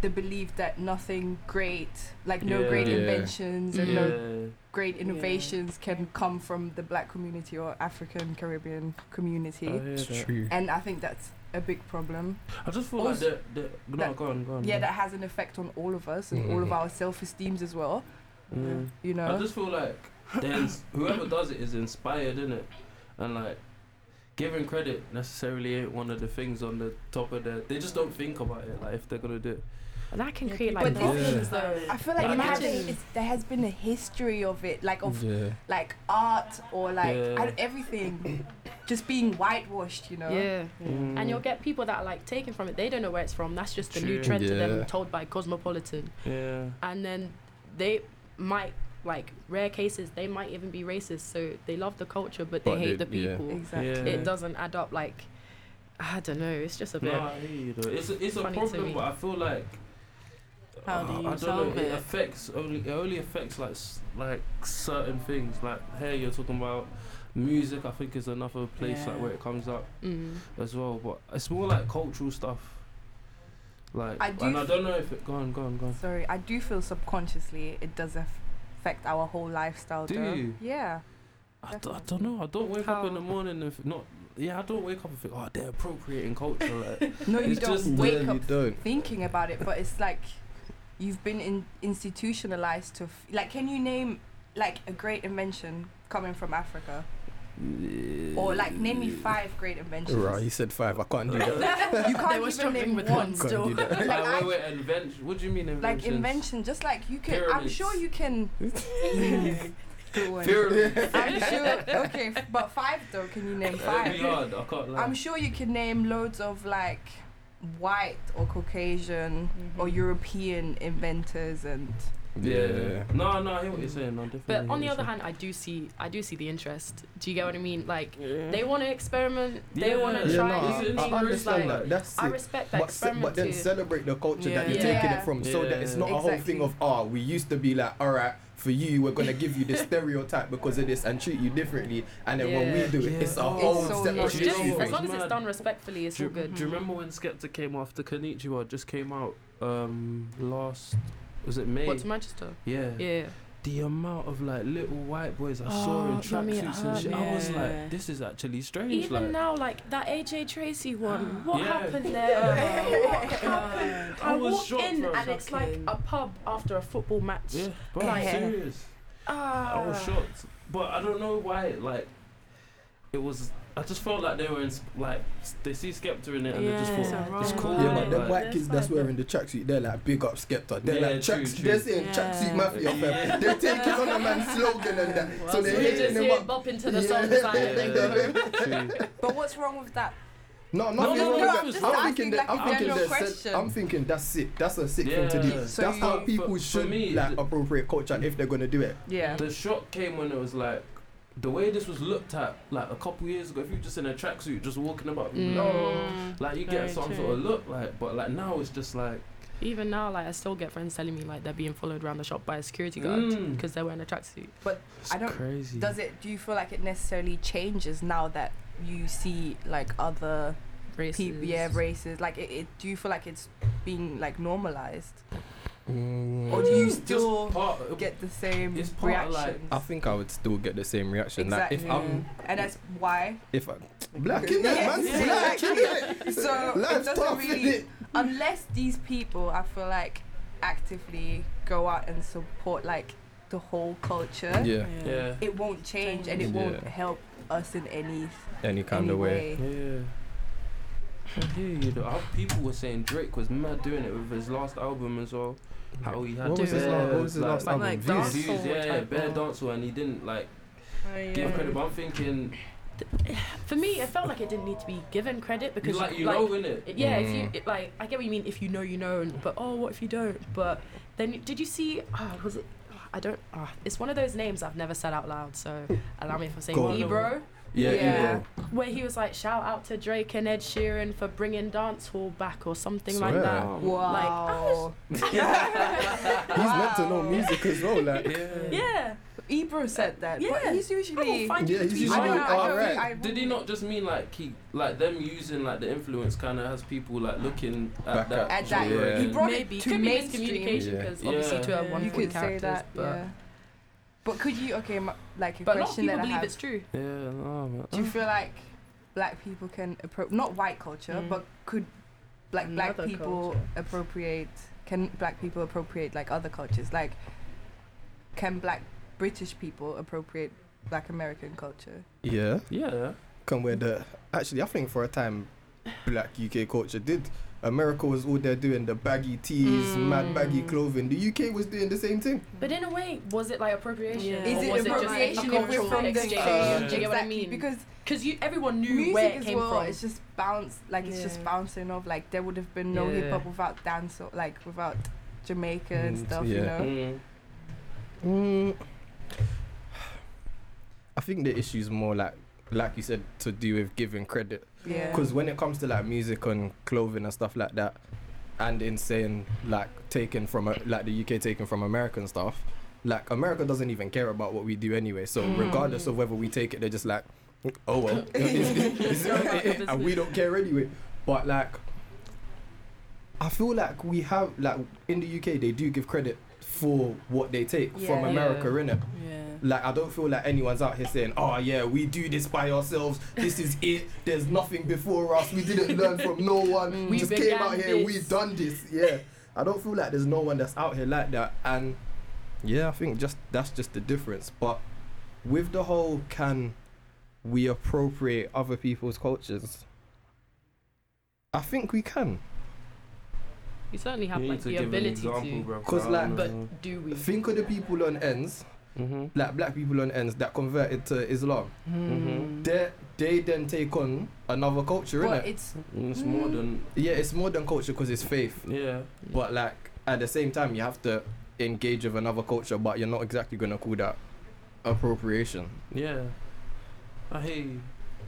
S7: the belief that nothing great, like no
S5: Yeah.
S7: great
S3: Yeah.
S7: inventions and no
S5: Yeah.
S7: great innovations can come from the black community or African Caribbean community.
S5: I hear that.
S3: True.
S7: and I think that's a big problem.
S5: I just feel like
S7: Also-
S5: the, the no,
S7: that-
S5: go on, go on.
S7: Yeah, that has an effect on all of us and all of
S3: Mhm.
S7: our self esteems as well.
S5: Mm.
S7: You
S5: I
S7: know,
S5: just feel like there's whoever does it is inspired in it, and like giving credit necessarily ain't one of the things on the top of their. They just don't think about it. Like if they're gonna do it.
S6: And that can create like
S7: But this
S6: problems
S7: is-
S6: though.
S7: I feel like
S5: Like,
S7: imagine
S6: imagine-
S7: it's, there has been a history of it, like of
S3: Yeah.
S7: like art or like
S5: Mm. Yeah.
S7: I don't- everything just being whitewashed, you know.
S6: And you'll get people that are like taken from it. They don't know where it's from. That's just the new
S5: True.
S6: trend to
S3: Yeah.
S6: them, told by Cosmopolitan.
S5: yeah.
S6: And then they might like rare cases they might even be racist so they love the culture but they
S5: But
S6: hate
S5: they-
S6: the
S5: yeah.
S6: people
S7: Exactly.
S5: Yeah.
S6: it doesn't add up like i don't know it's just a bit
S5: No, I hear you though. It's a, it's a
S6: Funny to
S5: problem,
S6: me.
S5: but I feel like
S2: How do
S5: Uh,
S2: you
S5: I don't
S2: solve
S5: know,
S2: it?
S5: affects only it only affects like s- like certain things. Like here you're talking about music. I think is another place like
S2: Yeah.
S5: where it comes up
S6: mm.
S5: as well. But it's more like cultural stuff. Like
S7: I
S5: and
S7: do
S5: I don't know if it. Go on, go on, go on.
S7: Sorry, I do feel subconsciously it does aff- affect our whole lifestyle.
S5: Do
S7: though.
S5: you?
S7: Yeah.
S5: I, d- I don't know. I don't wake up in the morning and f- not. Yeah, I don't wake up and think, oh, they're appropriating culture. Like,
S7: No, you
S5: It's
S7: don't
S5: just-
S7: wake
S4: No,
S7: up
S4: you don't.
S7: thinking about it, but it's like you've been in, institutionalized to f- like. Can you name like a great invention coming from Africa, or like name me five great inventions?
S4: Right, he said five. I can't do that.
S7: You
S6: They
S7: can't
S6: were
S7: even
S6: struggling
S7: name
S6: with
S7: one.
S6: one.
S4: Can't do that.
S5: Like,
S7: Like, I-
S5: wait, wait, invention. What do you mean
S7: Like
S5: invention?
S7: invention, just like you can. I'm
S5: Pyramids.
S7: sure you can. Good one.
S5: Pyramid.
S7: I'm sure. Okay, f- but five though. Can you name
S5: That'd be
S7: five?
S5: hard. I can't lie.
S7: I'm sure you can name loads of like white or Caucasian or
S2: Mhm.
S7: European inventors and
S5: Yeah. No, no, I hear what you're saying. No, definitely.
S6: But on the
S5: hear
S6: other
S5: what
S6: hand, I do see I do see the interest. Do you get what I mean? Like
S5: you're saying.
S6: they want to experiment, they want to
S5: Yeah,
S6: try
S5: no,
S6: new
S5: I-
S6: things.
S5: I
S6: like,
S5: understand
S4: that. That's
S6: I
S4: it.
S6: respect that
S4: But, se-
S6: experiment
S4: but then
S6: too.
S4: celebrate the culture
S2: Yeah.
S4: that you're taking
S7: Yeah.
S4: it from so that it's not a whole
S7: Exactly.
S4: thing of, oh, we used to be like, all right, for you, we're going to give you this stereotype because of this and treat you differently. And then when
S6: Yeah.
S4: we do it,
S5: Yeah.
S4: it's a
S5: Oh,
S4: whole
S7: it's so
S4: separate
S6: it's
S7: much.
S6: just,
S4: issue.
S5: Yeah.
S6: as long as
S5: Mad.
S6: it's done respectfully, it's
S5: Do
S6: all
S5: you,
S6: good.
S5: do you remember when Skepta came after Kanichiwa just came out um last was it May?
S6: What to Manchester?
S5: yeah.
S6: Yeah.
S5: The amount of like little white boys I saw in
S6: Oh, no, I mean, it
S5: tracksuits and
S6: hurt
S5: shit. I was
S2: me.
S5: like, this is actually strange.
S6: Even
S5: like
S6: now, like that AJ Tracy one, what
S5: Yeah.
S6: happened there? what happened? I,
S5: I was
S6: walked
S5: shocked,
S6: in
S5: bro.
S6: and it's like a pub after a football match.
S5: Yeah, but I'm
S6: Like-
S5: serious. I was
S6: Ah.
S5: shocked, but I don't know why. Like, it was. I just felt like they were in, like s- they see Skepta in it and they just
S2: Yeah,
S5: thought
S2: it's
S5: it's
S2: a
S5: cool.
S2: wrong
S4: Yeah, but the
S5: like,
S4: white kids that's
S6: fine.
S4: wearing the tracksuit, they're like big up Skepta. They're
S5: Yeah,
S4: like
S5: true,
S4: tracks,
S5: true.
S4: they're saying
S2: Yeah.
S4: tracksuit mafia, fam. They're taking on a man's slogan and that. so
S6: So
S4: they're
S6: they
S4: hitting
S6: just
S4: them
S6: hear
S4: up.
S6: bop into the
S4: Yeah.
S6: song.
S5: yeah,
S6: like-
S5: true.
S7: But what's wrong with that?
S4: No,
S5: No,
S4: nothing
S5: no,
S4: wrong
S5: no,
S4: with
S5: I'm
S4: that.
S5: just
S4: I'm thinking
S7: asking,
S4: that.
S7: like, a
S4: I'm thinking
S7: general
S4: that's.
S7: question.
S4: I'm thinking that's sick. That's a sick thing to
S5: Yeah.
S4: do.
S7: So
S4: that's
S7: you-
S4: how
S7: For-
S4: people
S5: for
S4: should
S5: me,
S4: like
S5: the-
S4: appropriate culture if they're gonna do it.
S7: Yeah.
S5: The shock came when it was like the way this was looked at like a couple years ago. If you just in a tracksuit just walking about,
S6: Mm.
S7: Oh.
S5: no, like you
S2: Very
S5: get some
S2: true.
S5: sort of look like, but like now it's just like
S6: Even now, like I still get friends telling me like they're being followed around the shop by a security guard
S5: mm,
S6: because they're wearing a tracksuit.
S5: it's
S7: I don't-
S5: crazy.
S7: Does it? Do you feel like it necessarily changes now that you see like other people? Yeah, races. Like it, it. Do you feel like it's being like normalized,
S4: Mm,
S7: or do you
S5: Oh, Just
S7: still
S5: part-
S7: get the same
S5: It's part of, like-
S7: reaction?
S4: I think I would still get the same reaction. Like if
S7: Exactly.
S4: I'm
S7: and that's why.
S4: if I'm black in it, man,
S7: Yeah.
S4: black in it.
S7: So it
S4: Life's
S7: doesn't
S4: tough in
S7: really,
S4: it.
S7: unless these people, I feel like, actively go out and support like the whole culture.
S4: Yeah,
S5: yeah,
S7: It won't change and it won't
S4: Yeah.
S7: help us in any
S4: any kind
S7: any
S4: of way.
S5: Yeah. I hear you though. How people were saying Drake was mad doing it with his last album as well. How he had
S4: What was his
S5: bare,
S4: last? What was his
S5: like-
S4: last album?
S2: like
S4: Views.
S2: dance-
S5: Views,
S2: Dancehall
S5: yeah, yeah,
S2: type
S5: bare
S2: of-
S5: dancehall, and he didn't like give
S2: yeah.
S5: credit. But I'm thinking,
S6: For me, it felt like it didn't need to be given credit because
S5: because like you know, innit?
S6: it- yeah, if you
S4: Mm.
S6: it, like, I get what you mean. If you know, you know, and, but oh, what if you don't? But then, did you see? Oh, was it? oh, I don't. ah, it's one of those names I've never said out loud. So allow me for saying
S4: Go on.
S6: Ebro,
S5: Yeah,
S7: Yeah.
S5: Ebro.
S6: where he was like, shout out to Drake and Ed Sheeran for bringing dancehall back or something
S4: Swear.
S6: like that.
S7: Wow.
S4: He's meant to know music as well. Like
S5: Yeah.
S6: Yeah,
S7: Ebro said that,
S6: Yeah.
S7: but he's
S6: I will
S7: usually.
S6: find
S4: Yeah,
S6: you
S4: he's
S6: the tweet.
S4: usually
S7: I don't know. I don't,
S4: alright.
S7: I
S5: Did he not just mean like he like them using like the influence kind of has people like looking at
S4: Back
S5: that?
S4: up.
S7: At that,
S5: genre
S4: Yeah.
S7: he
S5: and-
S7: brought
S6: Maybe
S7: it
S6: it
S7: to
S6: could be
S7: mainstream.
S6: miscommunication
S4: Yeah.
S6: because
S5: Yeah.
S6: obviously two
S2: You
S6: have one
S7: You
S2: Different
S6: point
S7: could say
S6: characters,
S7: that,
S6: but
S7: yeah. But could you? Okay, my, like a
S6: but a lot of
S7: question
S6: people
S7: that I
S6: believe
S7: have.
S6: it's true.
S5: Yeah, no, man.
S7: Do you feel like black people can appropriate not white culture,
S6: Mm.
S7: but could like black
S6: Another
S7: people
S6: culture.
S7: appropriate? Can black people appropriate like other cultures? Like, can black British people appropriate black American culture?
S4: yeah,
S5: yeah.
S4: can wear the. Actually, I think for a time, black UK culture did. America was all there doing the baggy tees, mad baggy clothing. The UK was doing the same thing.
S6: But in a way, was it like appropriation?
S2: Yeah.
S6: Or
S7: Is
S6: was
S7: it
S6: just
S7: appropriation if we're
S6: cultural
S7: from the
S6: exchange?
S7: exchange?
S5: Yeah.
S6: Do you get what I mean?
S7: Because
S6: Because you, everyone knew
S7: music
S6: where it
S7: as
S6: came
S7: well,
S6: from.
S7: it's just bounce like it's just
S6: Yeah.
S7: bouncing off. Like there would have been no hip
S6: Yeah.
S7: hop without dance or like without Jamaica and
S4: Mm,
S7: stuff,
S4: yeah.
S7: you know.
S5: Mm.
S4: Mm, think the issue's more like, like you said, to do with giving credit.
S7: Yeah.
S4: Because when it comes to like music and clothing and stuff like that, and in saying like taken from a- like the UK taken from American stuff, like America doesn't even care about what we do anyway. So
S6: Mm.
S4: regardless of whether we take it, they're just like, oh well, it's- it's- it's- and we don't care anyway. But like, I feel like we have like in the UK they do give credit for what they take from
S7: Yeah.
S4: America in innit?
S8: Yeah.
S4: Like I don't feel like anyone's out here saying, "Oh yeah, we do this by ourselves. This is it. There's nothing before us. We didn't learn from no one.
S6: We
S4: just came
S6: began
S4: out here. We
S6: this."
S4: done this." Yeah. I don't feel like there's no one that's out here like that. And yeah, I think just that's just the difference. But with the whole, can we appropriate other people's cultures? I think we can.
S6: We certainly have
S5: You
S6: like
S5: need to
S6: the
S5: give an
S6: ability
S5: example,
S6: to.
S5: bro.
S4: 'Cause, like,
S6: But do we?
S4: Think of the people on ends,
S5: Mhm.
S4: like black people on ends that converted to Islam.
S5: Mhm.
S4: they they then take on another culture,
S7: But
S4: innit?
S7: it's
S5: Mm, It's more than
S4: Yeah, it's more than culture because it's faith.
S5: yeah.
S4: But like at the same time, you have to engage with another culture, but you're not exactly gonna call that appropriation.
S5: Yeah. I hear you.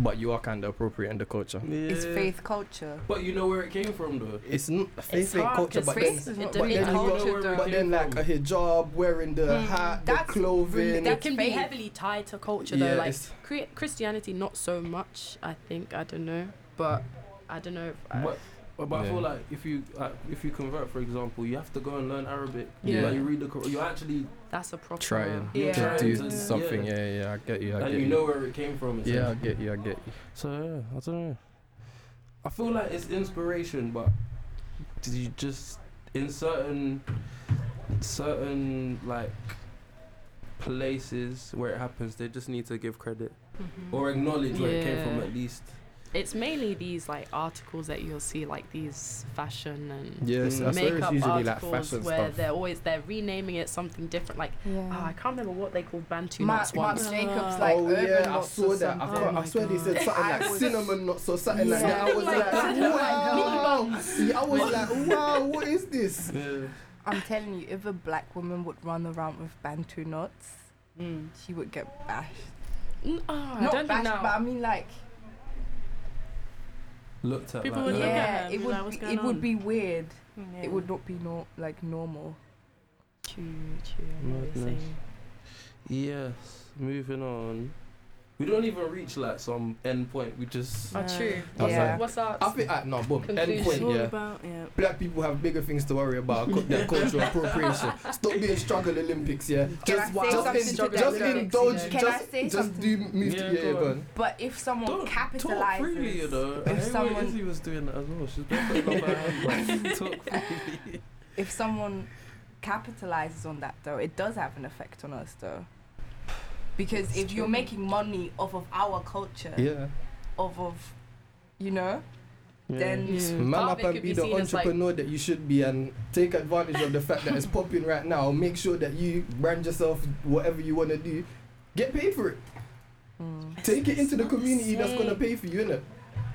S4: But you are kind of appropriating the culture.
S5: Yeah.
S7: it's faith culture.
S5: But you know where it came from though.
S4: It's not faith ain't
S6: hard
S4: culture,
S6: 'cause
S4: but
S6: faith
S4: then,
S7: Race is
S6: It's- it
S7: not
S6: depends
S7: really
S4: on how you
S7: culture
S5: work
S7: though.
S5: with
S4: but then like a hijab, wearing the
S6: Hmm,
S7: Mm,
S4: hat, the
S7: that's
S4: clothing.
S7: really-
S6: That
S7: that's
S6: can be
S7: faith.
S6: heavily tied to culture though.
S4: Yeah,
S6: Like uh,
S4: it's-
S6: cre- Christianity, not so much. I think I don't know, but I don't know. If I,
S5: But, but I
S4: Yeah.
S5: feel like if you like, if you convert, for example, you have to go and learn Arabic.
S6: Yeah.
S5: Like you read the Quran, you actually
S6: that's a problem.
S4: Trying
S7: Yeah.
S4: to
S5: Yeah.
S4: do something. Yeah, yeah, I get you. I
S5: and
S4: get
S5: you
S4: you.
S5: know where it came from.
S4: yeah, I
S5: essentially.
S4: get you. I get you.
S5: So yeah, I don't know. I feel like it's inspiration, but did you just in certain certain like places where it happens, they just need to give credit or acknowledge where it came from
S6: Yeah.
S5: at least.
S6: Mm-hmm. It's mainly these like articles that you'll see, like these fashion and
S4: Yeah,
S5: Mm.
S4: I swear it's
S6: makeup
S4: usually like
S6: articles
S4: fashion
S6: where
S4: stuff.
S6: they're always they're renaming it something different. Like oh, I
S7: Yeah.
S6: can't remember what they called Bantu
S7: Mm. Ma-
S6: knots
S7: Ma-
S6: once.
S7: Jacobs,
S8: Oh,
S7: like
S4: oh
S7: urban
S4: yeah, I
S7: knots
S4: saw
S7: or
S4: that. I,
S7: something.
S4: thought,
S8: Oh
S4: I
S8: my
S4: swear they said
S7: God.
S4: something
S7: I
S4: like
S7: was-
S4: cinnamon nuts or something like
S7: Yeah.
S4: that. I was
S7: Like
S4: like,
S7: that.
S4: wow. Yeah, I was like, wow, what is this?
S5: Yeah.
S7: I'm telling you, if a black woman would run around with bantu knots,
S8: Mm.
S7: she would get bashed.
S6: N- oh, I
S7: Not
S6: don't
S7: bashed,
S6: know.
S7: but I mean like,
S5: Looked at
S8: People
S5: like
S8: would
S5: that.
S8: look at
S7: yeah,
S8: her and
S7: it
S8: be
S7: would
S8: like, "What's
S7: be-
S8: going
S7: it would
S8: on?"
S7: be weird.
S8: Yeah.
S7: It would not be no like normal.
S6: Chew, chew, I know what you're
S5: Madness.
S6: saying.
S5: Yes. Moving on. We don't even reach like some end point. We just
S6: Oh, true.
S4: That's
S7: Yeah.
S6: What's
S4: I
S6: up?
S4: think, uh, no, boom, end
S6: Conclusion.
S8: It's all
S4: point, yeah.
S8: about yeah.
S4: Black people have bigger things to worry about cu- than cultural appropriation. Stop being struggle Olympics, yeah.
S7: Can
S4: Just,
S7: I say
S4: just,
S7: something
S4: in-
S7: to the
S4: just
S7: Olympics,
S4: indulge,
S7: you know? Can I
S4: just,
S7: say
S4: just do move
S5: Yeah,
S4: to yeah,
S5: go
S4: yeah, go
S5: on.
S4: on.
S7: But if someone
S5: talk freely, you
S7: capitalizes,
S5: know. I
S7: if
S5: hear what
S7: someone-
S5: Izzy was doing that as well. She's definitely not behind, like, talk freely.
S7: if someone capitalizes on that though, it does have an effect on us though. Because if you're making money off of our culture,
S4: Yeah.
S7: off of, you know, then
S4: Man
S6: Part of
S4: up
S6: it
S4: and
S6: could
S4: be
S6: be
S4: the
S6: seen as, like-
S4: entrepreneur that you should be and take advantage of the fact that it's popping right now. Make sure that you brand yourself whatever you want to do. Get paid for it. Take it into the community that's going to pay for you, innit?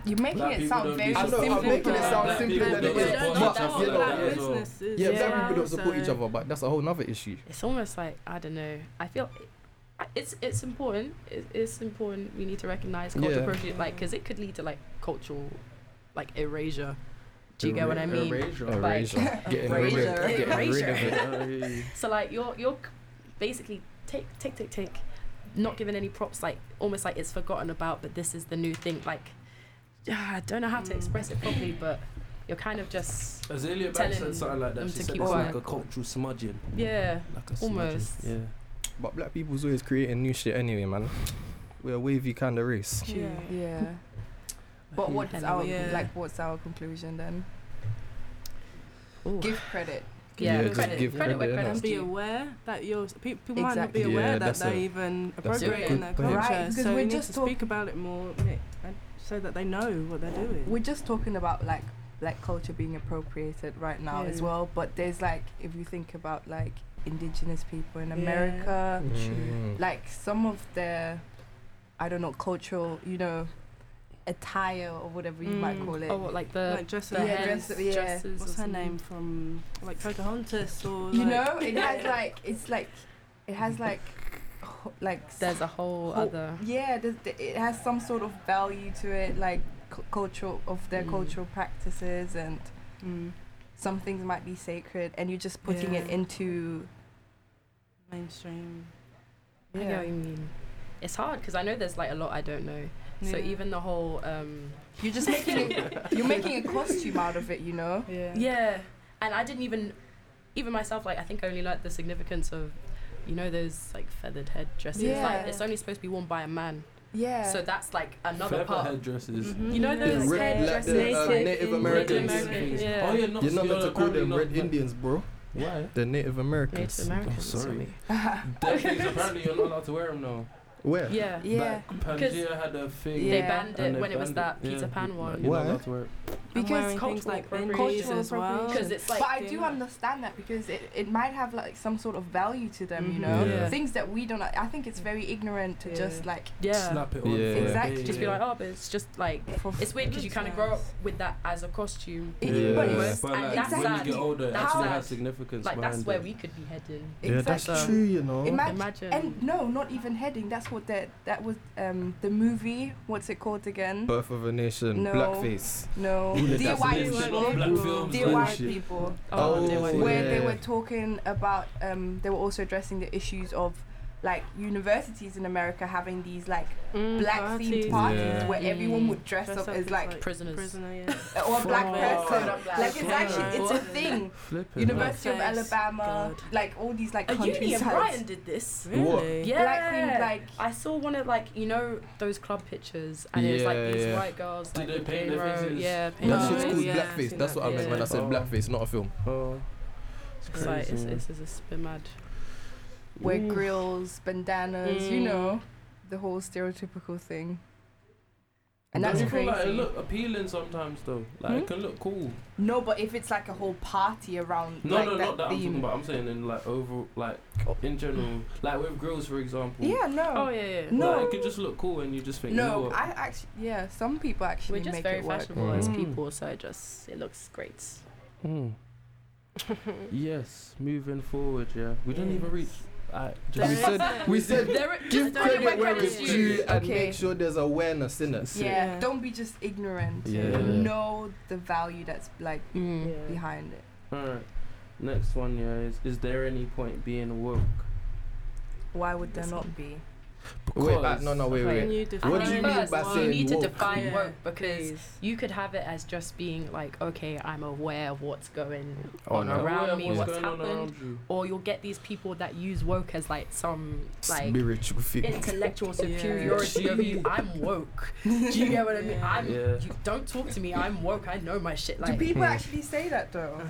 S7: you're making
S5: Black
S7: it
S5: people don't
S7: sound very
S5: do
S4: I know,
S7: simple.
S4: I'm making it
S7: but-
S4: sound
S5: Black
S4: simpler
S5: people
S4: than it
S5: don't
S4: is.
S5: support
S4: But,
S5: us like
S4: you know,
S5: that.
S4: yeah,
S5: as well.
S4: yeah, black
S6: Yeah,
S4: people don't support each other, but that's a whole other issue.
S6: It's almost like I don't know. I feel it's it's important. It, it's important. We need to recognize cultural
S4: Yeah.
S6: appropriate, like, because it could lead to like cultural, like erasure. Do you get what I mean?
S4: Erasure. Getting rid of
S7: Erasure.
S4: it. Getting rid of it.
S5: Erasure.
S6: So like you're you're c- basically take take take take, not giving any props. Like almost like it's forgotten about, but this is the new thing. Like ah, I don't know how to express it properly,
S8: Mm.
S6: but you're kind of just
S5: Azalea Banks
S6: Telling
S5: said something like
S6: them
S5: that. She
S6: to
S5: said
S6: keep
S5: it's
S6: quiet.
S5: like a cultural smudging.
S6: yeah.
S5: Like a
S6: Almost.
S5: Smudging.
S4: But black people's always creating new shit anyway, man. We're a wavy kind of race.
S8: Yeah.
S7: Yeah. But what's
S6: Hello.
S7: our
S8: Yeah.
S7: like? What's our conclusion then?
S6: Ooh.
S7: Give credit.
S6: Yeah,
S4: Yeah,
S6: credit,
S4: just give
S6: credit, where
S4: credit,
S6: credit's
S8: And be
S6: due.
S8: aware that you're pe- people might not
S7: Exactly.
S8: be aware
S4: Yeah,
S8: that
S4: that's
S8: they're
S4: a-
S8: even
S4: a
S8: appropriating their
S4: good
S8: culture.
S4: point.
S7: Right, because
S8: so
S7: we're
S8: we need
S7: just
S8: to speak about it more, Nick, and- so that they know what they're doing.
S7: We're just talking about like black culture being appropriated right now as
S8: Yeah.
S7: well. But there's like if you think about like indigenous people in
S8: Yeah.
S7: America,
S4: Mm.
S7: like some of their, I don't know, cultural, you know, attire or whatever you might
S8: Mm.
S7: call it.
S6: Oh, what, like the
S8: like dressing
S6: the
S7: yeah,
S8: up.
S6: heads,
S7: dress- yeah.
S6: dresses.
S8: What's
S6: or
S8: her
S6: something.
S8: name from like Pocahontas or
S7: you
S8: like,
S7: know, it has like it's like it has like ho- like s-
S6: There's a whole
S7: Whole-
S6: other.
S7: yeah there's, th- it has some sort of value to it like c- cultural of their
S8: Hmm.
S6: Mm.
S7: cultural practices and
S8: Mm.
S7: some things might be sacred and you're just putting it
S8: Yeah.
S7: into
S8: Mainstream.
S6: I know what you mean. It's hard because I know there's like a lot I don't know. So
S8: Yeah.
S6: even the whole. Um,
S7: you're just making it, you're making a costume out of it you know
S8: Yeah.
S6: Yeah, and I didn't even, even myself. Like I think I only like the significance of, you know, those like feathered head dresses.
S7: Yeah.
S6: Like it's only supposed to be worn by a man.
S7: yeah
S6: So that's like another part. Mm-hmm.
S5: headdresses.
S6: You know
S8: Yeah.
S6: those
S3: Red-
S6: head
S3: like the,
S6: dresses.
S3: uh,
S8: Naked
S3: Native
S8: Indian
S3: Americans.
S6: Americans, yeah.
S5: Oh, you're not,
S3: You're not meant to call
S5: apparently
S3: them
S5: not-
S3: Red Indians, bro.
S5: Why?
S3: They're Native
S4: Oh,
S3: Americans.
S6: Native Americans.
S5: sorry.
S6: sorry.
S5: Dead things, apparently you're not allowed to wear them now.
S3: Where?
S6: Yeah.
S7: yeah
S5: Like, Pangea had a thing.
S6: They
S7: Yeah.
S6: banned
S5: and
S6: it
S5: they
S6: when it was
S5: banned
S6: that
S5: Yeah.
S6: Peter Pan
S5: Like,
S6: one.
S5: you're not
S3: Why?
S5: allowed to wear it.
S8: I'm
S7: because
S8: wearing things
S6: cultural
S8: like
S6: appropriation.
S8: Benjis as well.
S6: Because it's like
S7: but I do understand that because it, it might have like some sort of value to them, you
S6: Mhm.
S7: know.
S5: Yeah.
S7: Things that we don't. I think it's very ignorant to
S8: Yeah.
S7: just like
S6: yeah.
S5: Slap it on.
S3: Yeah.
S5: for a
S7: Exactly.
S5: day,
S6: Just be
S5: yeah.
S6: like, oh, but it's just like
S7: for
S6: it's weird because you kind of grow up with that as a costume.
S7: It-
S3: Yeah.
S7: But
S6: Almost.
S7: it's,
S5: But
S6: and
S5: like,
S6: that's
S5: when
S6: sad.
S5: you get older, it
S6: How
S5: actually
S6: sad.
S5: has significance
S6: Like that's
S5: behind
S6: where
S5: it.
S6: we could be heading.
S3: Yeah, that's
S7: exactly.
S3: true, you know.
S7: Imagine-
S6: Imagine.
S7: And no, not even heading. That's what that that was. Um, the movie. What's it called again?
S3: Birth of a Nation,
S7: No.
S3: blackface.
S7: no,
S5: Ooh,
S7: dear
S5: that's
S7: white
S5: bullshit.
S7: people.
S5: Black films,
S7: Dear
S5: like-
S7: white
S3: shit.
S7: people.
S3: Oh,
S6: dear white
S3: yeah.
S7: Where they were talking about. Um, they were also addressing the issues of like universities in America having these like black themed parties
S3: Yeah.
S7: where everyone would dress,
S8: Mm, Dress
S7: up, as like
S6: prisoners.
S8: prisoner, yeah.
S7: or a black
S8: Fuck.
S7: person.
S6: Fuck.
S7: Like it's
S8: Fuck.
S7: actually it's a
S6: Fuck.
S7: thing.
S5: Flipping.
S7: University of
S8: Blackface.
S7: Alabama,
S8: God.
S7: like all these like
S6: A
S7: country
S6: uni in
S7: sites.
S6: Brighton did this.
S8: Really?
S6: Yeah.
S7: Black queen, like
S6: I saw one of like you know those club pictures, and it was
S3: Yeah,
S6: like these
S3: yeah.
S6: white girls.
S5: Did
S6: like,
S5: they
S6: with
S5: paint their
S6: Cairo,
S5: faces?
S6: Yeah,
S8: No,
S6: paint
S3: That
S6: their
S3: shit's
S8: it's-
S3: called
S6: faces.
S8: yeah, I've
S3: blackface.
S8: seen
S3: That's
S8: that,
S3: what I meant when I said
S5: yeah.
S3: blackface, not a film.
S5: Oh, it's
S6: It's like it's,
S5: crazy.
S6: it's, it's a spit mad.
S7: wear
S5: Ooh.
S7: grills, bandanas, you
S8: Mm.
S7: know, the whole stereotypical thing. And
S5: Don't
S7: that's
S5: you feel Like,
S7: crazy.
S5: it look appealing sometimes though. Like
S7: Hmm?
S5: it can look cool.
S7: no, but if it's like a whole party around
S5: No,
S7: like
S5: no,
S7: that
S5: not that I'm talking
S7: theme. Oh.
S5: about. I'm saying in like overall, like in general, like with grills, for example.
S7: Yeah, no.
S6: Oh yeah, yeah.
S7: No.
S5: Like, it could just look cool, and you just think. you know
S7: no,
S5: what?
S7: I actually yeah, some people actually
S6: We're just
S7: make
S6: very
S7: it work.
S6: fashionable
S3: Mm.
S6: as
S5: Mm.
S6: people, so it just it looks great.
S5: Mm. yes, moving forward. Yeah, we didn't even reach. I
S6: There
S5: just
S3: We
S6: is-
S3: said, we said,
S6: There,
S3: give
S6: just don't give
S3: credit where
S6: credit
S3: it's
S6: is
S3: due
S6: due.
S3: and
S7: Okay.
S3: make sure there's awareness in it.
S7: Yeah,
S8: Yeah.
S7: don't be just ignorant.
S3: Yeah.
S7: Know the value that's like
S6: Mm.
S7: behind it.
S5: All right, next one. Yeah, is is there any point being woke?
S7: Why would there not be?
S3: Wait, uh, no, no, wait,
S8: Can
S3: wait.
S8: you
S6: I
S8: define
S3: What do you
S6: think
S3: mean
S6: first,
S3: by
S6: you
S3: saying
S6: need to
S3: woke?
S6: define
S8: Yeah.
S6: woke because
S8: Please.
S6: you could have it as just being like, okay, I'm aware of what's going
S3: Oh,
S6: on
S3: no.
S5: Aware
S6: around
S5: of
S6: me,
S5: what's
S6: what's
S5: going on
S6: happened,
S5: around you.
S6: or you'll get these people that use woke as like some like
S3: Spiritual thing.
S6: intellectual
S8: Yeah.
S6: superiority over you. I'm woke. Do you get what I mean?
S8: Yeah.
S6: I'm.
S5: Yeah.
S6: You don't talk to me. I'm woke. I know my shit. Like
S7: Do people
S3: Hmm.
S7: actually say that though?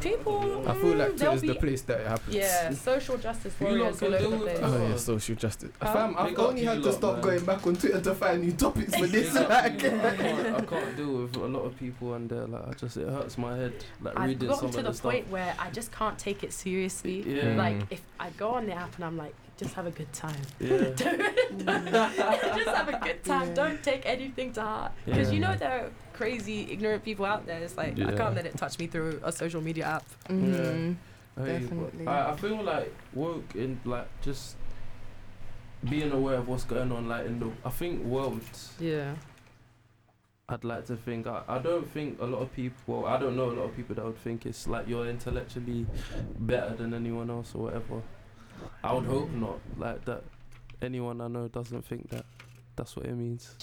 S6: people.
S3: I feel like
S6: mm,
S3: Twitter's
S6: they'll
S3: the
S6: be-
S3: place that it happens.
S6: Yeah, social justice
S5: You lot
S6: warriors
S5: can
S6: all
S5: deal
S6: over the
S5: with
S6: place.
S5: that.
S3: Oh yeah, social justice.
S6: Huh?
S3: Fam, I've
S5: Big up
S3: only
S5: you
S3: had to
S5: lot,
S3: stop
S5: man.
S3: going back on Twitter to find new topics for this.
S5: I, can't, I can't deal with a lot of people and they're like I just it hurts my head
S3: Oh,
S5: like
S6: I've
S5: reading
S6: gotten
S5: some
S6: to
S5: of
S6: the
S5: the stuff.
S6: point where I just can't take it seriously.
S5: Yeah.
S6: Like if I go on the app and I'm like, just have a good time.
S5: Yeah.
S6: just have a good time.
S8: Yeah.
S6: Don't take anything to heart. Because you
S5: Yeah.
S6: know there are crazy, ignorant people out there. It's like, I
S5: Yeah.
S6: can't let it touch me through a social media app.
S7: Mhm.
S5: Hey, but
S7: Definitely.
S5: I, I feel like woke in like just being aware of what's going on like in the I think world
S6: Yeah.
S5: I'd like to think I, I don't think a lot of people well I don't know a lot of people that would think it's like you're intellectually better than anyone else or whatever. I would hope not. Like that anyone I know doesn't think that that's what it means.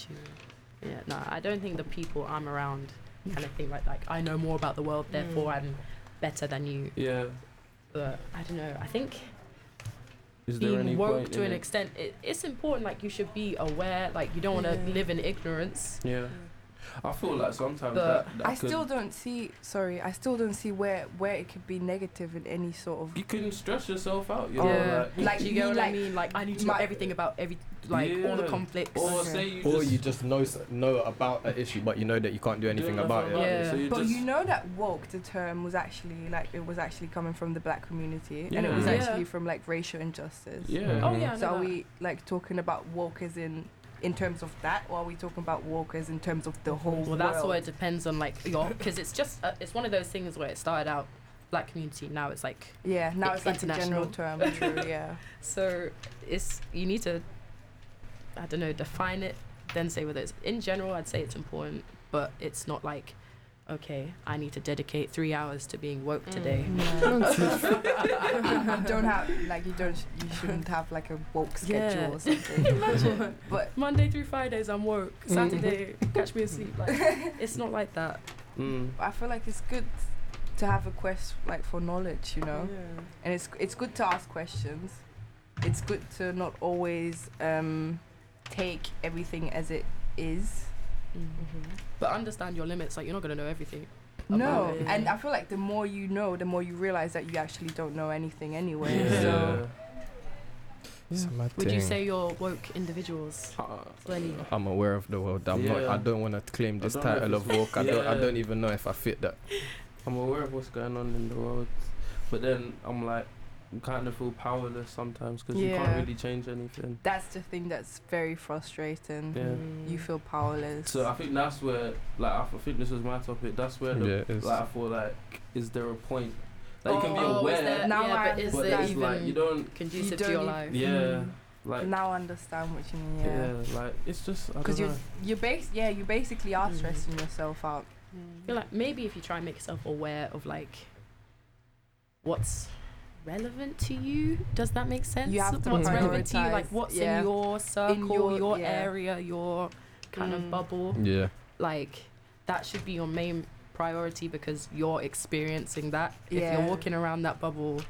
S6: Yeah, no, I don't think the people I'm around kind of think like, like I know more about the world, therefore I'm better than you.
S5: Yeah.
S6: But I don't know. I think
S5: Is there any
S6: being woke
S5: point
S6: to
S5: in
S6: an
S5: it?
S6: extent, it, it's important. Like you should be aware. Like you don't want to
S8: Yeah.
S6: live in ignorance.
S5: Yeah. I feel like sometimes
S6: But
S5: that, that
S7: I
S5: could-
S7: still don't see. Sorry, I still don't see where where it could be negative in any sort of.
S5: you can stress yourself out, you know,
S6: Oh, Yeah.
S5: like,
S7: Like
S6: Do you
S7: me,
S6: get what I
S7: like,
S6: mean? Like I need to know
S7: my-
S6: everything about every, like all the
S5: Yeah.
S6: conflicts.
S5: or
S7: Okay.
S5: say you
S3: Or
S5: just
S3: you just know s- know about an issue, but you know that you can't do anything
S5: Doing
S3: about
S5: nothing
S3: it.
S6: Yeah.
S5: So you
S7: But
S5: just,
S7: you know that woke, the term was actually like it was actually coming from the black community, and it
S5: Yeah.
S7: was
S5: Yeah.
S7: actually from like racial injustice.
S5: yeah.
S6: oh yeah. I know
S7: So are
S6: that.
S7: we like talking about woke as in in terms of that, or are we talking about woke as in terms of the whole
S6: Well, that's
S7: world?
S6: where it depends on like your because it's just uh, it's one of those things where it started out black community. Now it's like
S7: Yeah, now it's like a
S6: International.
S7: general term. True, yeah.
S6: so it's you need to I don't know, define it, then say whether it's in general I'd say it's important, but it's not like okay, I need to dedicate three hours to being woke today.
S7: you don't have like you don't you shouldn't have like a woke
S6: Yeah.
S7: schedule or something.
S6: Imagine
S7: But
S6: Monday through Fridays I'm woke. Saturday catch me asleep. Like it's not like that.
S5: Mm.
S7: I feel like it's good to have a quest like for knowledge, you know. and it's it's good to ask questions. It's good to not always um, take everything as it is.
S6: But understand your limits, like you're not gonna know everything.
S7: No,
S6: it.
S7: and I feel like the more you know, the more you realize that you actually don't know anything anyway.
S5: Yeah.
S7: So
S3: It's a mad
S6: Would you
S3: thing.
S6: say you're woke individuals?
S5: Ah.
S6: Lenny?
S3: Uh, I'm aware of the world. I'm not.
S5: Yeah.
S3: I don't want to claim this
S5: don't know if
S3: title of
S5: it's-
S3: woke. I don't. I
S5: Yeah.
S3: don't even know if I fit that.
S5: I'm aware of what's going on in the world, but then I'm like, kind of feel powerless sometimes because you
S7: Yeah.
S5: can't really change anything.
S7: that's the thing that's very frustrating.
S5: Yeah.
S7: You feel powerless.
S5: So I think that's where, like, I f- think this was my topic. That's where, the,
S3: Yeah, it's-
S5: like, I feel like, is there a point? Like, you can be
S7: Oh, is
S5: aware,
S7: there- Now
S6: yeah,
S7: I
S6: but is
S5: but
S7: it
S6: there
S5: it's
S6: even
S5: like you don't.
S6: conducive
S7: You
S6: to
S7: don't
S6: your
S7: e-
S6: life?
S5: Yeah,
S7: Mm.
S5: like
S7: now I understand what you mean.
S5: yeah.
S7: Yeah.
S5: like it's just I
S7: Because
S5: don't
S7: you're
S5: know.
S7: you're bas- yeah you basically are
S6: Mm.
S7: stressing yourself out.
S6: feel like maybe if you try and make yourself aware of like what's relevant to you, does that make sense?
S7: You have to
S6: what's relevant to you, like
S7: prioritize,
S6: what's
S7: yeah.
S6: in your circle, your,
S7: your- yeah.
S6: area, your kind of
S8: Mm.
S6: bubble.
S3: Yeah.
S6: Like that should be your main priority because you're experiencing that. If
S7: Yeah.
S6: you're walking around that bubble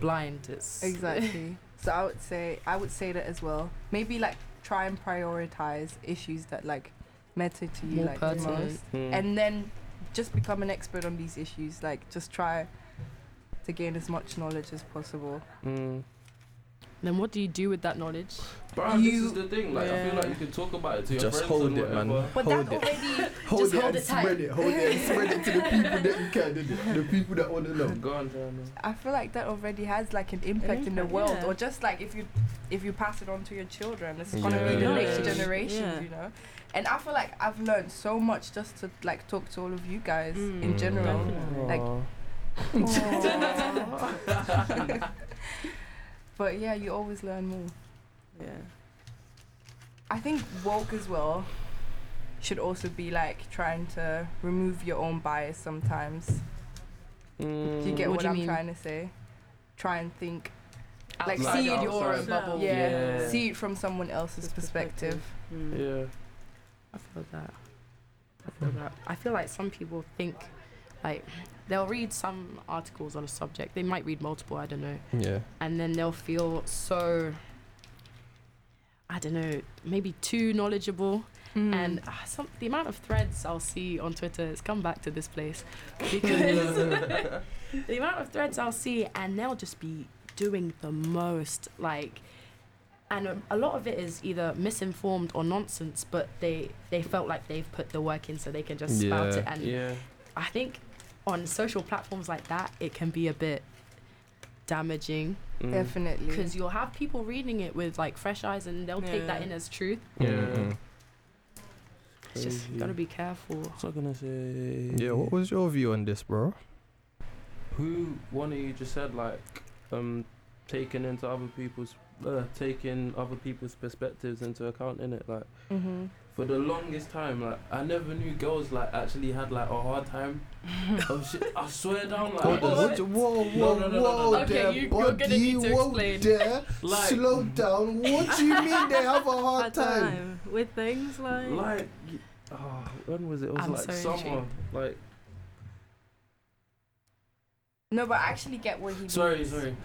S6: blind, it's
S5: Mm.
S7: Exactly. so I would say I would say that as well. Maybe like try and prioritize issues that like matter to you
S6: more
S7: like the
S6: pertinent.
S7: most,
S3: Hmm,
S5: Mm.
S7: and then just become an expert on these issues. Like just try to gain as much knowledge as possible.
S3: hmm.
S5: Mm.
S6: Then what do you do with that knowledge?
S5: Bro, this is
S7: You-
S5: the thing. Like, I feel like you can talk about it to your
S3: Just
S5: friends
S3: hold
S5: and
S3: it, man.
S5: whatever.
S7: But
S3: Hold
S7: that
S3: it.
S7: already
S3: Hold
S6: Just
S3: it.
S6: hold
S3: and
S6: it tight.
S3: Spread it. Hold it. and Spread it to the people that you can. The, the people that want to know.
S5: Go on, Diana.
S7: I feel like that already has like an impact in the
S8: impact,
S7: world,
S8: yeah.
S7: or just like if you if you pass it on to your children, it's gonna
S3: Yeah.
S7: be the next
S8: Knowledge,
S7: generation,
S8: yeah.
S7: you know. And I feel like I've learned so much just to like talk to all of you guys
S8: Mm.
S7: in
S3: Mm.
S7: general. Like-
S5: Aw.
S7: but yeah, you always learn more.
S8: Yeah.
S7: I think woke as well should also be like trying to remove your own bias sometimes.
S3: hmm.
S7: Do you
S5: Mm.
S7: get
S6: What
S7: what,
S6: do you
S7: I'm
S6: mean?
S7: trying to say? Try and think, like
S5: Outside
S7: see it,
S5: your
S6: outside.
S5: own
S7: yeah,
S8: bubble.
S5: Yeah.
S7: see it from someone else's
S8: This
S7: perspective.
S8: perspective. Mm.
S5: yeah.
S6: I feel that. I feel that. I feel like some people think, like, they'll read some articles on a subject. They might read multiple, I don't know.
S3: Yeah.
S6: And then they'll feel so, I don't know, maybe too knowledgeable. And uh, some, the amount of threads I'll see on Twitter, it's come back to this place. Because the amount of threads I'll see, and they'll just be doing the most. Like, and a, a lot of it is either misinformed or nonsense, but they they felt like they've put the work in, so they can just spout
S3: Yeah.
S6: it. And
S5: yeah.
S6: I think on social platforms like that, it can be a bit damaging
S3: Hmm.
S5: Mm.
S7: Definitely.
S6: because you'll have people reading it with like fresh eyes, and they'll take that
S8: Yeah.
S6: in as truth.
S5: Yeah.
S3: Mm,
S6: It's just
S5: Crazy.
S6: gotta be careful.
S5: What's I gonna say?
S3: mm. Yeah. What was your view on this, bro?
S5: Who one of you just said like um taking into other people's uh, taking other people's perspectives into account in it like
S7: mm-hmm.
S5: for the longest time like I never knew girls like actually had like a hard time of shit I swear down like,
S3: Hold
S5: I
S3: on,
S5: was-
S3: hold on, whoa,
S5: No,
S3: whoa,
S5: no, no, no,
S3: whoa,
S5: no. Okay,
S3: there,
S6: you- you're gonna
S3: buddy,
S6: need to
S3: whoa
S6: explain.
S3: there.
S5: Like-
S3: Slow down. What do you mean they have a hard time?
S8: with things like.
S5: like y- oh, when was it? It was
S6: I'm
S5: like
S6: so
S5: summer. Like
S7: No, but I actually get what he
S5: sorry,
S7: means.
S5: sorry.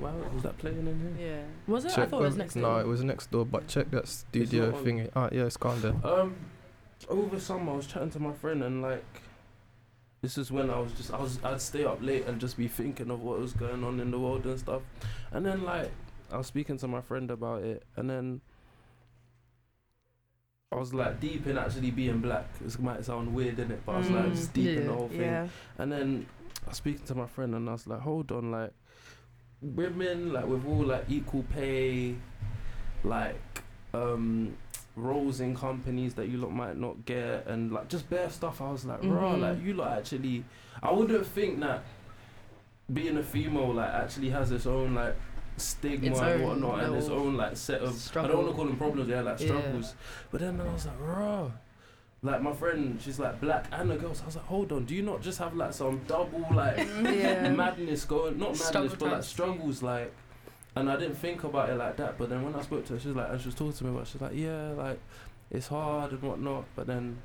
S5: Wow, was that playing in here?
S8: yeah.
S6: Was it? I
S3: Check-
S6: thought it was next.
S3: No,
S6: door.
S3: it was next door. But check that studio
S5: on.
S3: thingy. Ah, yeah, it's gone there.
S5: Um, over summer I was chatting to my friend and like, this is when I was just I was I'd stay up late and just be thinking of what was going on in the world and stuff, and then like I was speaking to my friend about it and then. I was like deep in actually being black. It might sound weird, innit? But I was like
S7: Mm,
S5: just deep in the
S6: yeah,
S5: whole thing.
S7: Yeah.
S5: And then I was speaking to my friend and I was like, hold on, like women, like with all like equal pay, like um roles in companies that you lot might not get and like just bare stuff. I was like, raw,
S6: Mhm.
S5: like you lot actually. I wouldn't think that being a female like actually has its own like stigma
S6: Its
S5: and
S6: own
S5: whatnot and its
S6: little
S5: own like set of I don't
S6: struggle.
S5: want to call them problems. Yeah, like
S6: Yeah.
S5: struggles. But then I was like, raw. Like my friend, she's like black and a girl. So I was like, hold on, do you not just have like some double like
S7: yeah.
S5: madness going, not madness,
S6: Struggle
S5: but like
S6: types.
S5: struggles, like. And I didn't think about it like that, but then when I spoke to her, she was like, and she was talking to me about, it, she was like, yeah, like, it's hard and whatnot. But then,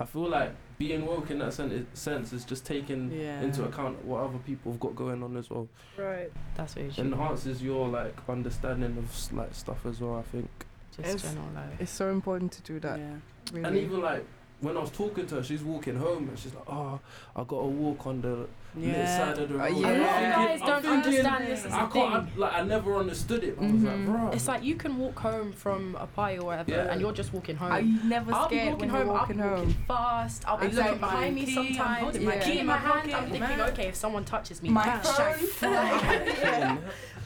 S5: I feel like being woke in that sen- sense is just taking
S8: Yeah.
S5: into account what other people have got going on as well.
S6: Right. That's what you should
S5: Enhances your like understanding of s- like stuff as well. I think.
S6: Just
S7: It's-
S6: general like.
S7: It's so important to do that.
S8: Yeah.
S5: And
S7: Really.
S5: even like when I was talking to her, she's walking home and she's like, oh, I got to walk on the lit
S8: Yeah.
S5: side of the
S7: Uh,
S5: road.
S7: yeah.
S6: A
S5: I'm
S6: lot of
S5: thinking-
S6: guys
S5: I'm
S6: don't
S5: thinking,
S6: understand this as
S5: I
S6: a
S5: can't.
S6: thing. Mm-hmm.
S5: I, like I never understood it. But I was like,
S7: Mhm.
S5: bro.
S6: It's like you can walk home from a party or whatever,
S5: Yeah.
S6: and you're just walking home.
S7: Are you never
S6: I'll be
S7: scared
S6: walking
S7: when you're
S6: home, I'll be
S7: walking
S6: walking
S7: home?
S6: fast, I'll be
S8: I'm
S6: looking
S8: like,
S6: behind
S8: my
S6: me
S8: key, I'm
S6: sometimes,
S8: holding
S7: my
S6: key
S7: key
S6: in
S7: in
S6: my
S8: my
S6: hand,
S8: pocket,
S6: I'm thinking,
S8: man.
S6: okay, if someone touches me,
S7: My
S6: ah,
S7: phone.
S6: shit. But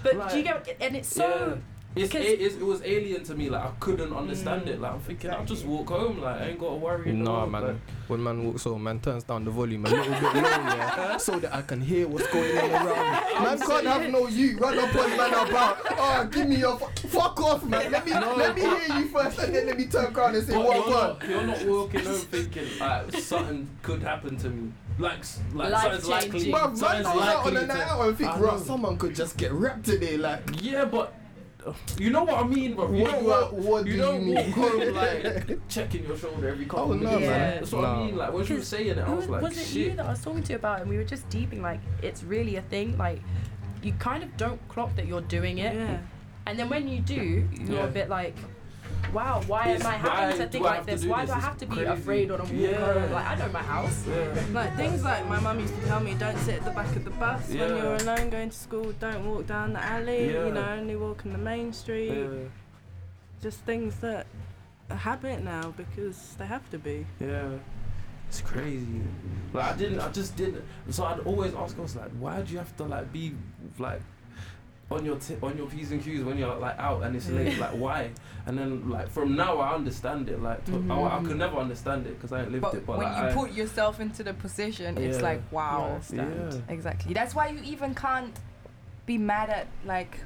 S6: do you
S5: Like-
S6: get, and it's so,
S5: yeah. it's,
S6: because-
S5: it, it's, it was alien to me. Like I couldn't understand
S6: Mm.
S5: it. Like I'm thinking, I'll just walk home. Like I ain't got to worry. in the
S4: Nah,
S5: world,
S4: man.
S5: like-
S4: When man walks home, man turns down the volume a little bit low, yeah, so that I can hear what's going on around me.
S3: Man
S5: Oh,
S3: can't have no you. Run up on man about. Oh, give me your fu- fuck off, man. Let me let me hear you first, and then let me turn around and say
S5: But
S3: what
S5: you're,
S3: word.
S5: not, you're not walking home thinking like something could happen to me. Like s- like
S6: Life
S5: something's likely.
S6: changing.
S3: Bruv,
S5: something's
S3: man goes out on
S5: likely
S3: a night
S5: to-
S3: out and think,
S5: I
S3: "Bruh,
S5: know.
S3: someone could just get wrapped today. Like,
S5: Yeah, but uh, you know what I mean, bro. You
S3: What-
S5: don't
S3: what-
S5: walk,
S3: what
S5: you
S3: do
S5: don't
S3: you
S5: walk
S3: mean?
S5: home like checking your shoulder every couple
S3: Oh, no,
S5: minutes.
S6: man.
S5: like, That's what I
S4: No.
S5: mean. Like when she was
S6: Because
S5: saying it, I
S6: Who-
S5: was like,
S6: it
S5: shit.
S6: you that I was talking to you about it? And we were just deeping, like, it's really a thing. Like, you kind of don't clock that you're doing it.
S8: Yeah.
S6: And then when you do, you're
S5: Yeah.
S6: a bit like, wow, why
S5: It's-
S6: am I having
S5: why
S6: to think
S5: do I
S6: like
S5: have to
S6: this?
S5: do
S6: Why
S5: this?
S6: do I
S5: It's
S6: have to be
S5: crazy.
S6: afraid on a walk
S5: Yeah.
S6: home? Like, I know my house.
S5: Yeah.
S8: Like things like my mum used to tell me, don't sit at the back of the bus when
S5: Yeah.
S8: you're alone going to school. Don't walk down the alley.
S5: Yeah.
S8: You know, only walk in the main street.
S5: Yeah.
S8: Just things that are habit now because they have to be.
S5: Yeah. It's crazy. Like I didn't I just didn't so I'd always ask I was like, why do you have to like be like on your t- on your p's and q's when you're like out and it's late like why and then like from now I understand it like to, I,
S8: Mm-hmm.
S5: I could never understand it because I ain't lived
S7: But
S5: it but
S7: when
S5: like,
S7: you
S5: I,
S7: put yourself into the position, it's
S5: Yeah.
S7: like wow.
S5: yeah
S7: Exactly. That's why you even can't be mad at like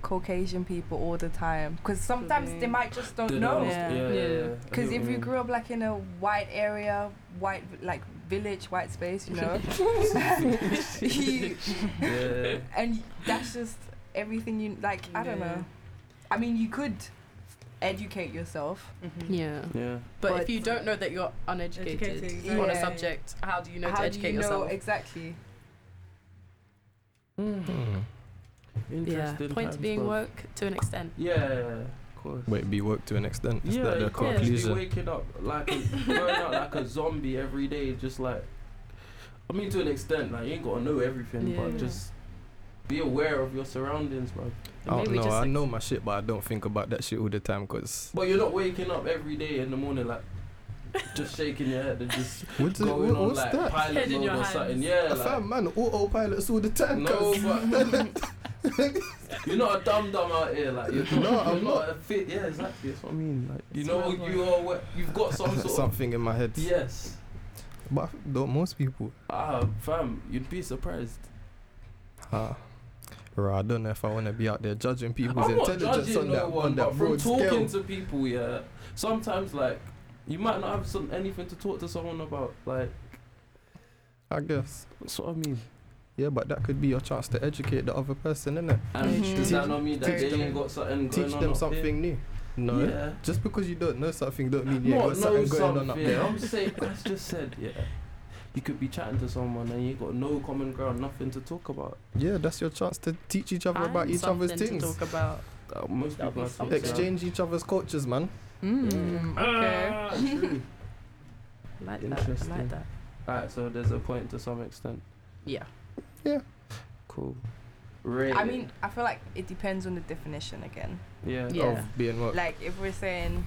S7: Caucasian people all the time because sometimes they
S8: Mhm.
S7: might just don't
S5: Didn't
S7: know.
S8: Yeah.
S5: understand- yeah, yeah, yeah.
S7: Because
S5: I get
S7: if
S5: what
S7: you
S5: mean.
S7: grew up like in a white area, white like village, white space, you know, you,
S5: yeah
S7: and that's just everything you like. I don't
S8: Yeah.
S7: know. I mean, you could educate yourself.
S6: Yeah.
S5: yeah
S6: But,
S7: But-
S6: if you don't know that you're uneducated
S8: Educated,
S6: on a
S7: yeah.
S6: subject, how do you know
S7: How
S6: to
S7: do
S6: educate
S7: you know
S6: yourself?
S7: exactly?
S8: Mm.
S6: yeah.
S5: interesting
S6: Point
S5: times,
S6: to being
S5: bruv.
S6: woke to an extent.
S5: yeah yeah, yeah, of course
S4: Wait, be worked to an extent. Is
S5: yeah,
S4: that
S5: you
S4: the
S5: can't just be
S4: conclusion?
S5: waking up like a, going out like a zombie every day, just like. I mean, to an extent, like you ain't gotta know everything,
S6: Yeah.
S5: but just be aware of your surroundings, bro.
S4: I don't
S6: Maybe
S4: know.
S6: just,
S4: I
S6: like-
S4: know my shit, but I don't think about that shit all the time because.
S5: But you're not waking up every day in the morning like just shaking your head and just
S4: What's, it,
S5: going
S4: what,
S5: on
S4: what's
S5: like
S4: that?
S5: pilot
S6: Head in
S5: mode
S6: your
S5: or
S6: hands.
S5: something. Yeah,
S3: I
S5: like,
S3: found man autopilots all the time.
S5: no,
S3: 'cause
S5: but you're not a dum dum out here, like you're
S3: No,
S5: not,
S3: I'm
S5: you're not a fit. Yeah, exactly. That's what I mean. Like you
S6: It's
S5: know,
S6: real
S5: you are what- you've got some sort of
S4: Something in my head.
S5: yes.
S4: But don't most people.
S5: Ah, fam, you'd be surprised.
S4: Ah. Bro, I don't know if I want to be out there judging people's
S5: I'm not
S4: intelligence on
S5: judging no
S4: that,
S5: one,
S4: on that
S5: but from
S4: broad
S5: talking
S4: scale.
S5: to people, yeah, sometimes like you might not have some anything to talk to someone about. Like
S4: I guess.
S5: that's what I mean.
S4: Yeah, but that could be your chance to educate the other person, innit?
S5: And
S7: Mhm.
S5: does that not mean that
S4: Teach
S5: they
S4: them-
S5: ain't got something going
S4: Teach
S5: on
S4: them
S5: up
S4: something new.
S5: Here?
S4: No.
S5: Yeah.
S4: Just because you don't know something don't mean you
S5: Not
S4: ain't got
S5: know
S4: something going on up
S5: something.
S4: there.
S5: I'm saying that's just said. Yeah. You could be chatting to someone and you ain't got no common ground, nothing to talk about.
S4: Yeah, that's your chance to teach each other
S6: Find
S4: about each other's
S6: something
S4: things.
S6: to talk about.
S5: Uh, most
S6: That'd
S5: people
S6: be
S5: are talking about-
S4: Exchange each other's cultures, man.
S7: Mm, okay.
S5: Ah, true.
S6: I like that. I
S5: Interesting.
S6: like that.
S5: Alright, so there's a point to some extent.
S6: Yeah.
S5: Cool. Really?
S7: I mean, I feel like it depends on the definition again.
S5: yeah.
S6: Yeah.
S4: Of being what?
S7: Like if we're saying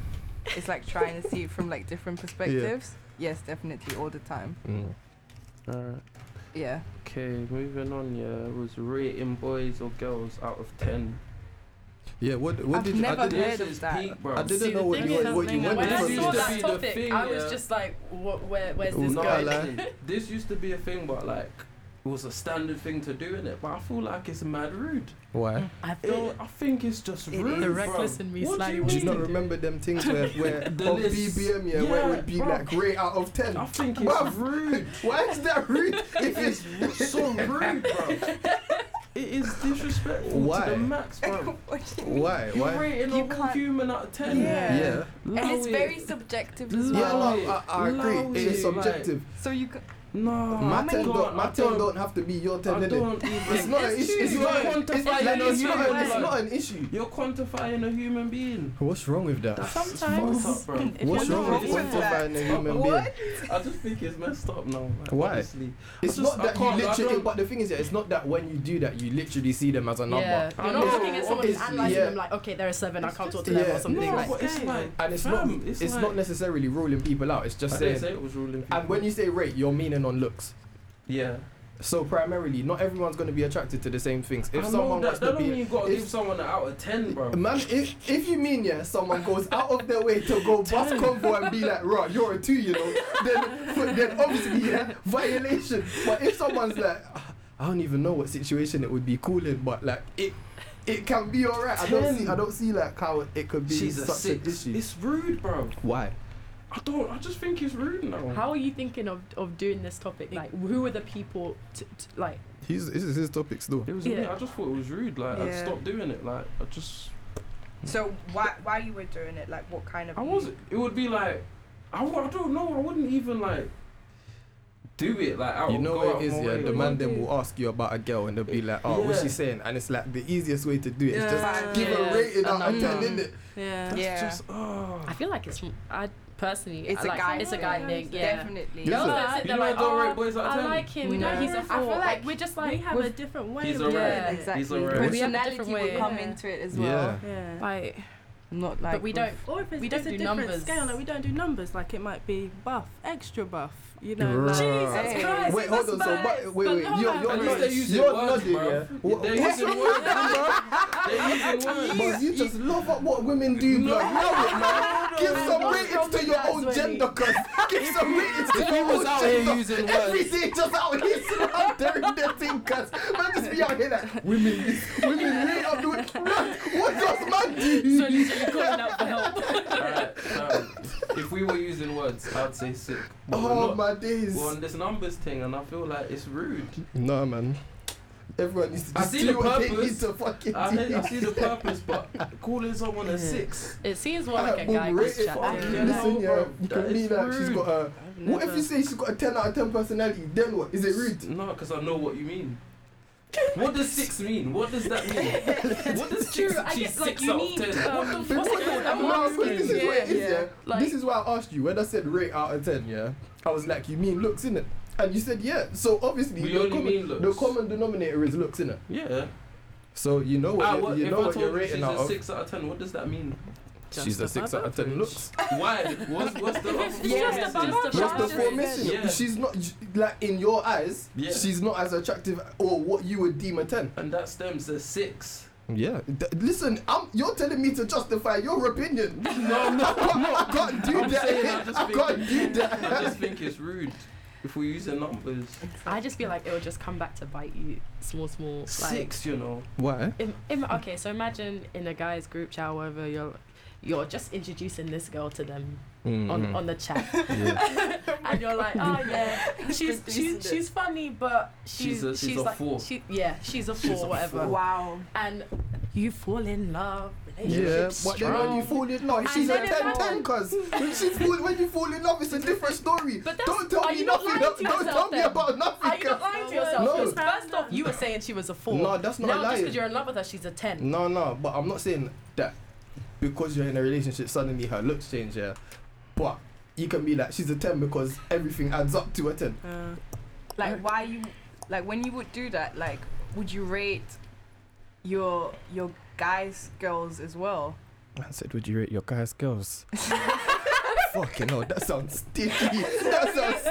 S7: it's like trying to see it from like different perspectives. Yes, definitely all the time.
S4: Mm.
S5: Oh, Alright.
S7: Yeah.
S5: Okay, moving on. Yeah, it was rating boys or girls out of ten.
S4: Yeah, what what
S9: I've
S4: did you, I,
S9: never
S4: did,
S9: heard
S5: This
S9: of
S5: is
S9: that.
S5: peak, bro.
S4: I didn't know what
S10: thing
S4: you
S10: is,
S4: what
S10: something
S4: you went
S6: When
S5: This
S6: I
S4: for.
S5: used
S6: saw
S5: to
S6: that
S5: be the
S6: topic,
S5: thing,
S6: I
S5: yeah.
S6: was just like, what, where, where's
S4: Ooh,
S6: this
S5: No,
S4: I
S6: going?
S4: like-
S5: like, this used to be a thing, but like it was a standard thing to do in it. But I feel like it's mad rude.
S4: Why?
S6: I
S5: It,
S6: feel
S5: I think it's just
S11: It
S5: rude,
S11: is.
S6: the
S5: bro.
S6: reckless in me
S5: What do
S6: slightly
S5: you
S4: Do
S6: wants
S4: you
S6: to
S4: not
S6: do.
S4: remember them things where where
S5: The
S4: on
S5: list.
S4: BBM yeah, where it would be
S5: Yeah,
S4: like
S5: bro.
S4: rate out of ten?
S5: I think
S4: Bruv.
S5: it's rude.
S4: Why is that rude? if it's
S5: It's so rude, bro. It is disrespectful
S4: Why?
S5: to the max, bro.
S4: why
S5: You're
S4: why?
S5: rating
S9: You
S5: a whole
S9: can't-
S5: human out of ten.
S9: Yeah.
S4: Yeah.
S5: Allow
S9: and it's
S5: it.
S9: very subjective as
S5: Love
S4: Yeah,
S9: well.
S4: no, I, I agree.
S5: Love
S4: It is
S5: it, like-
S4: subjective.
S9: So you c-
S5: No,
S4: my
S5: I
S4: ten
S5: can't,
S4: don't, my
S5: I
S4: ten
S5: don't-
S4: don't have to be your ten,
S5: I
S4: innit?
S5: don't
S4: It's
S5: even.
S4: not.
S9: It's
S4: It's,
S9: true.
S4: it's,
S9: You
S4: not.
S5: can't
S4: It's, it's,
S5: quantify
S4: like,
S5: it
S4: it's,
S5: in
S4: not
S5: human
S4: an, it's
S5: life.
S4: not an issue.
S5: You're quantifying a human being.
S4: What's wrong with that?
S10: Sometimes,
S5: fucked up, bro.
S10: if you're
S4: What's
S10: not
S4: wrong with
S10: really-
S9: with that?
S4: quantifying a human
S5: What?
S4: being?
S5: I just think it's messed up now. Like,
S4: Why?
S5: Honestly.
S4: It's
S5: I just-
S4: not
S5: I
S4: that you
S5: can't- I
S4: literally.
S5: don't-
S4: But the thing is, yeah, it's not that when you do that, you literally see them as a number.
S6: Yeah,
S5: I
S6: you're
S5: know.
S6: not looking at someone who's
S4: It's-
S6: analysing
S4: yeah.
S6: them like, okay, there are seven, I
S10: It's
S6: can't talk
S10: just-
S6: to them
S4: Yeah.
S6: or something.
S5: No,
S6: like,
S5: but it's like,
S4: And it's
S5: fam,
S4: not. It's, not
S5: like-
S4: necessarily ruling people out. It's just
S5: I didn't
S4: saying.
S5: say it was ruling people.
S4: And when you say rate, you're meaning on looks.
S5: yeah,
S4: So primarily, not everyone's going to be attracted to the same things. If
S5: I know
S4: someone
S5: that,
S4: wants
S5: that
S4: to
S5: don't mean
S4: be,
S5: you gotta
S4: if-
S5: give someone an out of ten, bro.
S4: man, if if you mean yeah, someone goes out of their way to go bus convo and be like, right, you're a two, you know, then then obviously yeah, violation. But if someone's like, "Ah, I don't even know what situation it would be cool in, but like it. It can be alright. I don't
S5: Ten.
S4: see. I don't see like how it could be
S5: She's a
S4: such an
S5: six.
S4: issue.
S5: It's rude, bro.
S4: Why?
S5: I don't. I just think it's rude now.
S6: How are you thinking of, of doing this topic? Like, who are the people, to, to, like,
S4: He's this is his topics though.
S5: It was
S6: Yeah.
S5: weird. I just thought it was rude. Like I
S7: Yeah.
S5: stopped doing it. Like I just.
S7: So why why you were doing it? Like what kind of?
S5: I was. It would be like. I, w- I don't know. I wouldn't even like. Do it like out.
S4: You know
S5: go
S4: what
S5: out
S4: it is,
S5: my
S4: yeah.
S5: way.
S4: The man then will ask you about a girl and they'll be like, "Oh, what's
S5: Yeah.
S4: she saying?" And it's like the easiest way to do it is
S7: Yeah.
S4: just give
S10: Yeah.
S4: a rating out of
S10: Another
S4: ten,
S10: one.
S4: innit?
S10: Yeah.
S5: That's
S7: Yeah.
S5: just. Oh.
S6: I feel like it's, I personally,
S7: It's
S6: I
S7: a
S6: like,
S7: guy
S6: It's a
S7: thing.
S6: guy thing, yeah.
S7: Definitely.
S4: Yeah.
S6: Girls
S4: it?
S6: that sit
S5: You
S6: there
S5: know
S6: like,
S5: I don't rate
S6: oh,
S5: boys out of
S6: I
S5: ten."
S6: like him. You know,
S9: No.
S6: he's a
S9: I
S6: four.
S7: feel like
S6: we're just like,
S9: we have
S6: we're
S9: a
S6: different way
S5: He's
S6: of
S5: alright.
S6: doing it.
S7: Exactly.
S5: He's alright.
S6: But we have a
S9: personality
S6: different
S9: would
S6: way.
S9: come
S7: Yeah.
S9: into it as
S4: Yeah.
S9: well.
S10: Yeah. Like, not like.
S6: But we
S10: with-
S6: don't,
S10: Or if it's,
S6: We
S10: we don't
S6: don't
S10: it's
S6: do
S10: a different
S6: numbers.
S10: scale, like we don't do numbers. Like it might be buff, extra buff. You know. Like,
S4: Right.
S7: Hey.
S6: Christ,
S4: Wait, hold on. So,
S6: that's
S4: but, wait, wait.
S6: bad.
S4: You're,
S6: But
S4: you're,
S5: At
S6: no,
S5: least
S4: not,
S5: they're using
S4: you're
S5: words,
S4: nodding,
S5: bro.
S4: yeah. What,
S5: They're
S4: what's
S5: using
S4: wrong
S5: words,
S4: with you,
S5: They're using words.
S4: bro? But you just love up what women do,
S5: No.
S4: bro. Love it, man. Give
S6: no,
S4: some
S6: no,
S4: ratings
S6: don't
S4: to
S6: do
S4: your
S6: that,
S4: own
S6: Zweli.
S4: gender, cuz. Give some ratings to
S12: If
S4: your
S12: you was
S4: own
S12: out here
S4: gender.
S12: using
S4: Every
S12: words.
S4: day, just out here slandering their thing, cuz. Man, just be out here like, women, women rate up the women. What does man do?
S6: so literally calling out for help.
S5: Alright, so if we were using words, I'd say sick. But we're
S4: Oh,
S5: not.
S4: my days.
S5: We're on this numbers thing, and I feel like it's rude.
S4: Nah, man. Everyone needs to
S5: I
S4: just
S5: see
S4: do
S5: the
S4: what they
S5: purpose.
S4: need to fucking
S5: I,
S4: do.
S5: hate- I see the purpose, but calling someone a six.
S6: It seems more
S4: I
S6: like a
S4: have
S6: guy
S4: been
S6: group
S4: rated
S6: chat.
S4: for
S5: fucking
S6: Yeah.
S5: Yeah. listen.
S4: Listen, yeah, you
S5: That
S4: can be
S5: is
S4: like she's
S5: rude.
S4: got a.
S10: I've
S4: What if
S10: never-
S4: you say she's got a 10 out of 10 personality? Then what? Is it rude?
S5: No, because I know what you mean. What does six mean? What does that mean? what does
S6: True,
S5: six,
S6: I
S5: she's
S6: guess like
S5: six
S6: you
S5: out of
S6: need.
S5: ten?
S6: um,
S4: Because-
S6: what's it called?
S4: no,
S6: I'm
S4: because this is
S6: asking.
S4: what it is,
S10: yeah.
S4: yeah.
S6: Like-
S4: this is why I asked you when I said rate out of 10, yeah. I was like, you mean looks, innit? And you said, yeah. So obviously,
S5: We
S4: the
S5: only
S4: common,
S5: mean
S4: the
S5: looks.
S4: common denominator is looks, innit?
S5: yeah.
S4: So you know what,
S5: Ah,
S4: you-
S5: what-
S4: you
S5: if
S4: know
S5: I
S4: what
S5: told
S4: you're
S5: you
S4: rating
S5: she's
S4: out
S5: a
S4: of.
S5: six out of ten, what does that mean?
S4: She's a 6 out of 10 looks.
S5: Why? What's, what's the other
S6: It's
S5: one?
S6: just about
S4: That's the
S6: Just a
S4: formation.
S5: Yeah.
S4: She's not, like, in your eyes,
S5: Yeah.
S4: she's not as attractive or what you would deem a 10.
S5: And that stems to six.
S4: Yeah. D- listen, I'm, you're telling me to justify your opinion.
S5: No, no,
S4: I can't, I can't do
S5: I'm saying I
S4: that.
S5: just
S4: I,
S5: think-
S4: can't do
S5: I
S4: that.
S5: just think it's rude if we use the numbers.
S6: I just feel like it'll just come back to bite you, small, small. Like,
S5: Six, you know.
S4: Why?
S6: Im- im- okay, so imagine in a guy's group chat, or whatever you're, you're just introducing this girl to them
S4: Mm-hmm.
S6: on, on the chat, and you're like, oh yeah, she's
S7: Introducing
S6: she's, she's funny, but she's
S5: She's a- she's a
S6: like
S5: four.
S6: She, yeah, she's a four,
S5: a
S6: whatever.
S5: four.
S7: Wow.
S6: And you fall in love,
S4: Yeah,
S6: relationships
S4: but then when you fall in love,
S6: And
S4: she's a
S6: then
S4: 10 10
S6: imagine-
S4: cuz. When, she fall, when you fall in love, it's a different story.
S6: But that's-
S4: Don't tell
S6: are
S4: me
S6: you not
S4: nothing.
S6: lying to
S4: Don't
S6: yourself
S4: tell me
S6: then?
S4: about
S6: Are
S4: nothing.
S6: you
S4: cuz.
S6: not lying to yourself?
S4: No.
S6: Because first off, you were saying she was a four.
S4: No, that's not
S6: now just
S4: lying.
S6: because you're in love with her, she's a ten.
S4: No, no, but I'm not saying that because you're in a relationship, suddenly her looks change, yeah. But you can be like, she's a 10 because everything adds up to a 10.
S10: Uh,
S7: Like why you like when you would do that? Like would you rate your your guys girls as well?
S4: Man said, would you rate your guys girls? Fucking hell, that sounds sticky. That sounds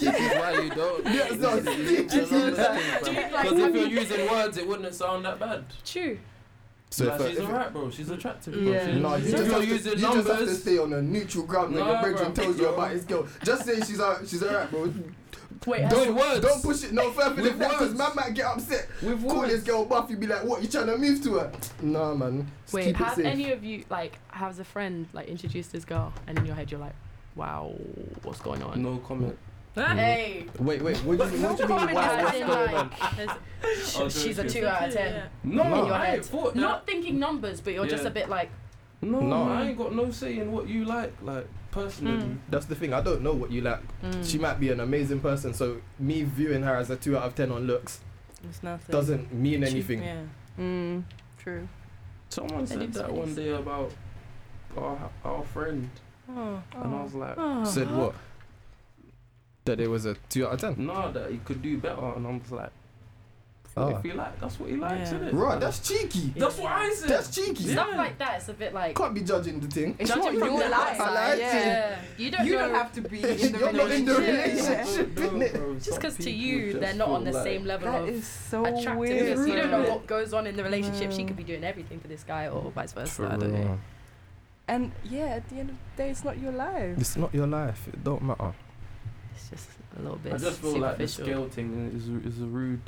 S4: sticky.
S5: Why you don't?
S4: Yeah, it's not
S5: This is- this is
S4: sticky,
S5: the numbers thing,
S6: Do you
S5: fam.
S6: like-
S5: Because if you're using words, it wouldn't sound that bad.
S6: True.
S4: So
S5: Like,
S4: if, a-
S5: she's
S4: if
S5: alright, bro. She's attractive. Bro.
S13: Yeah.
S5: She's,
S4: No, you,
S5: if
S4: just
S5: you're
S4: have, to,
S5: using
S4: you
S5: numbers.
S4: just have to stay on a neutral ground when
S5: Nah,
S4: your brethren
S5: bro.
S4: tells you about his girl. Just say she's alright, she's alright, bro.
S6: Wait,
S5: Don't-
S6: has-
S5: With words.
S4: Don't push it no further
S5: With
S4: than that, because
S5: words.
S4: man might get upset.
S5: With
S4: Call
S5: words.
S4: this girl buff, you be like, what, you trying to move to her? Nah, man. Just
S6: wait,
S4: keep it
S6: has
S4: safe.
S6: any of you like has a friend like introduced this girl, and in your head you're like, wow, what's going on?
S5: No comment.
S6: Hey,
S4: Wait, wait, what do you, what do you mean?
S6: comment
S4: Why,
S6: has
S4: what's
S6: in,
S4: going on?
S6: like, there's-
S5: Oh,
S6: sh- she's a
S5: joking.
S6: two out of ten.
S8: Yeah.
S5: No,
S4: No.
S5: I ain't thought that.
S6: Not thinking numbers, but you're just
S5: Yeah.
S6: a bit like,
S5: no,
S4: No.
S5: I ain't got no say in what you like, like personally.
S13: Mm.
S4: That's the thing, I don't know what you like.
S6: mm.
S4: She might be an amazing person, so me viewing her as a 2 out of 10 on looks
S8: It's nothing.
S4: doesn't mean anything.
S8: Yeah.
S7: Mm, true.
S5: Someone said
S6: is
S5: that
S6: what it
S5: one
S6: is.
S5: day about our our friend,
S8: Oh.
S5: and I was like,
S4: Said
S8: Uh-huh.
S4: what? That it was a 2 out of 10.
S5: nah, that he could do better, and I was like,
S4: Ah.
S5: if he like, that's what he likes,
S8: Yeah.
S5: isn't it?
S4: Right, that's cheeky.
S5: That's what I said.
S4: That's cheeky.
S5: Yeah.
S6: stuff like that. It's a bit like,
S4: Can't be judging the thing.
S6: It's not
S13: Judging from
S6: your
S13: the
S6: life.
S13: outside, yeah.
S6: yeah, you don't
S13: You
S6: know.
S13: don't have to be in the
S4: You're not in the
S13: relationship.
S4: relationship.
S6: just because to you they're not on the same level
S7: That
S6: of
S7: is so weird.
S6: attractiveness.
S5: weird.
S6: You don't know
S5: Yeah.
S6: what goes on in the relationship. She
S7: No.
S6: could be doing everything for this guy, or vice versa. I don't
S8: eh?
S6: know.
S7: And yeah, at the end of the day, it's not your life.
S4: It's not your life. It don't matter.
S6: It's just a little bit
S5: I just feel like the
S6: superficial.
S5: scale thing is is rude.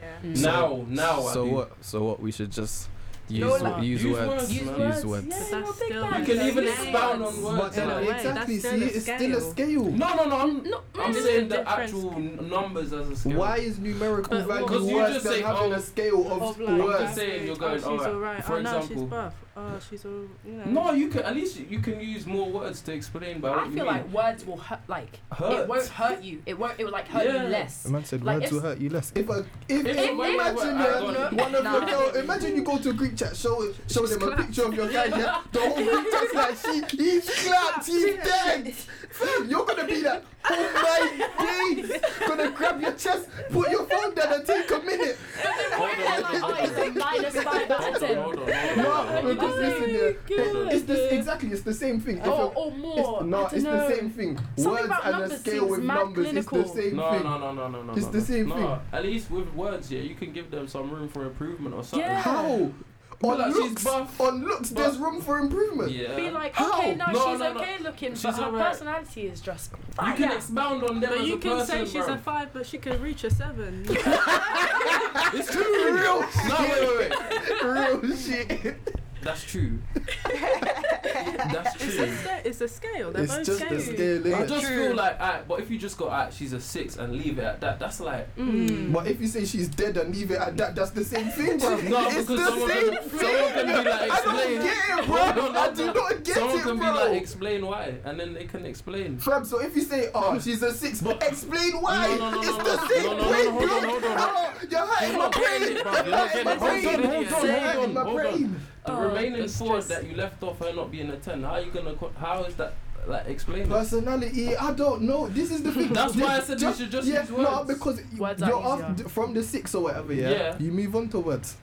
S13: Yeah.
S6: Mm.
S5: Now, now, I
S4: So
S5: do.
S4: what? So what? We should just use
S6: No, like,
S4: use,
S5: use
S4: words.
S5: words,
S4: Use
S5: man.
S4: words.
S8: But that's still
S5: You
S8: like
S5: can
S8: a
S5: even
S8: scale.
S5: expound on
S8: But
S5: words.
S8: in a
S5: like-
S8: way, that's still a scale.
S4: scale.
S5: No, no, no. I'm,
S6: No,
S5: I'm
S6: mm.
S5: saying
S8: the
S5: the
S8: difference.
S5: actual n- numbers as a scale.
S4: Why is numerical
S8: But what-
S4: value
S5: 'Cause you
S4: worse
S5: just
S4: than
S5: say,
S4: having
S5: oh,
S4: a scale of,
S8: Of like,
S5: You're
S4: words?
S5: that's- saying you're
S8: oh,
S5: going,
S8: she's
S5: alright,
S8: alright.
S5: for
S8: oh, no,
S5: example.
S8: she's buff. Oh, she's all, you know.
S5: No, you can at least you, you can use more words to explain about what
S6: I
S5: you
S6: feel
S5: mean.
S6: like words will hurt. Like
S5: Hurt.
S6: it won't hurt you. It won't. It will like hurt
S5: Yeah.
S6: you less.
S4: man said
S6: Like, words will
S4: hurt you less.
S3: If a
S4: If,
S5: If
S4: if-
S5: my
S4: imagine
S5: wife- I
S4: uh,
S5: don't-
S4: one of your
S6: Nah.
S4: girl, imagine you go to a Greek chat, show show them a picture of your guy, yeah, the whole Greek chat's like she he's clapped, he's dead. Fam, you're gonna be like, oh my days, gonna grab your chest, put your phone down and take a minute.
S5: Hold on,
S6: They're like,
S5: hold
S6: oh,
S5: on,
S6: it's a minus five out of
S5: hold on,
S6: ten.
S5: hold on, hold on, hold
S4: No,
S5: on.
S4: because listen, yeah, it- it's this exactly, it's the same thing. If a-
S6: Or, or more.
S4: It's,
S6: Oh, I
S4: no,
S6: don't
S4: it's
S6: know.
S4: the same thing.
S6: Something
S4: Words
S6: about
S4: and a
S6: numbers
S4: scale
S6: seems
S4: with
S6: mad
S4: numbers it's
S6: clinical.
S4: the same
S5: No,
S4: thing.
S5: no, no, no, no, no.
S4: It's
S5: no,
S4: the
S5: no.
S4: same
S5: no,
S4: thing.
S5: At least with words, yeah, you can give them some room for improvement or something.
S6: Yeah.
S4: How?
S5: Be
S4: On
S5: like, she's
S4: looks,
S5: buff.
S4: on looks, there's room for improvement.
S5: Yeah.
S6: Be like,
S4: How?
S6: okay, no,
S5: No,
S6: she's
S5: no, no.
S6: okay looking,
S5: She's
S6: but her
S5: alright.
S6: personality is just.
S5: you can expound on them
S8: But
S5: as
S8: you
S5: a
S8: can
S5: person,
S8: say she's
S5: bro.
S8: a five, but she can reach a seven.
S5: It's true. Real no, wait, wait, wait.
S4: Real shit.
S5: That's true. That's
S8: It's a,
S5: true.
S8: sta- it's a scale. They're both
S4: It's just
S8: scales.
S4: the scale.
S5: I
S4: innit?
S5: just feel like, alright, but if you just go, alright, she's a six and leave it at that, that's like,
S8: Mm.
S4: But if you say she's dead and leave it at that, that's the same thing, bro.
S5: no,
S4: it's
S5: because
S4: the
S5: someone
S4: same
S5: can,
S4: thing.
S5: someone can be like,
S4: I don't
S5: explain.
S4: get it, bro.
S5: No, no, no,
S4: I do
S5: no.
S4: not get
S5: someone
S4: it,
S5: can
S4: bro.
S5: be like, explain why, and then they can explain.
S4: Fam, so if you say, oh, she's a six,
S5: But-
S4: explain why.
S5: No, no, no,
S4: it's
S5: no,
S4: the
S5: no.
S4: same
S5: No, no, no,
S4: way,
S5: no, hold on,
S4: bro.
S5: hold on.
S4: Oh, you're hurting
S5: You're
S4: my
S5: not getting
S4: brain.
S5: it, bro. You're not getting it. Hold on, hold on,
S4: You're
S5: hold
S4: hurting
S5: on,
S4: my
S5: hold on.
S4: brain.
S5: The
S6: Oh,
S5: remaining
S6: it's
S5: four
S6: just-
S5: that you left off her not being a ten, how are you gonna, co- how is that, like, explain it?
S4: Personality, I don't know. This is the thing.
S5: That's why I
S4: This-
S5: said we should just
S4: yeah,
S5: use
S4: No,
S5: words.
S4: because you-
S6: Words are
S4: you're off
S6: easier.
S4: d- from the six or whatever, yeah?
S5: Yeah.
S4: You move on to words.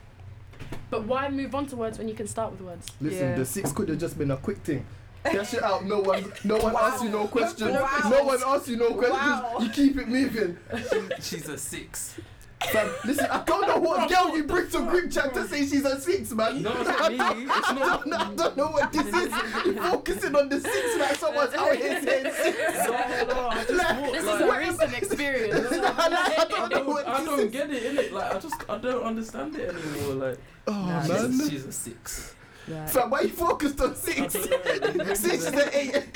S6: But why move on to words when you can start with words?
S4: Listen,
S13: Yeah.
S4: the six could have just been a quick thing. That shit out. No one, no one asks you no questions.
S13: Wow.
S4: No one asks you no questions.
S13: Wow.
S4: You keep it moving.
S5: She's a six.
S4: Fam, listen, I don't know what girl you bring to group chat to say she's a six, man.
S5: No, it's not me. It's not.
S4: No, I don't know what this is. You're focusing on the six like someone's out here saying six.
S5: No, no, I just
S4: Like,
S5: thought,
S6: This
S5: like,
S6: is a recent experience.
S4: I
S5: I
S4: don't know
S5: don't,
S4: what
S5: I
S4: this
S5: don't
S4: is.
S5: get it, innit? Like, I just, I don't understand it anymore. Like,
S4: Oh,
S5: she's, a-
S4: man.
S5: she's a six.
S4: Fam, why you focused on
S5: I
S4: six?
S5: don't know.
S4: Six is the eight.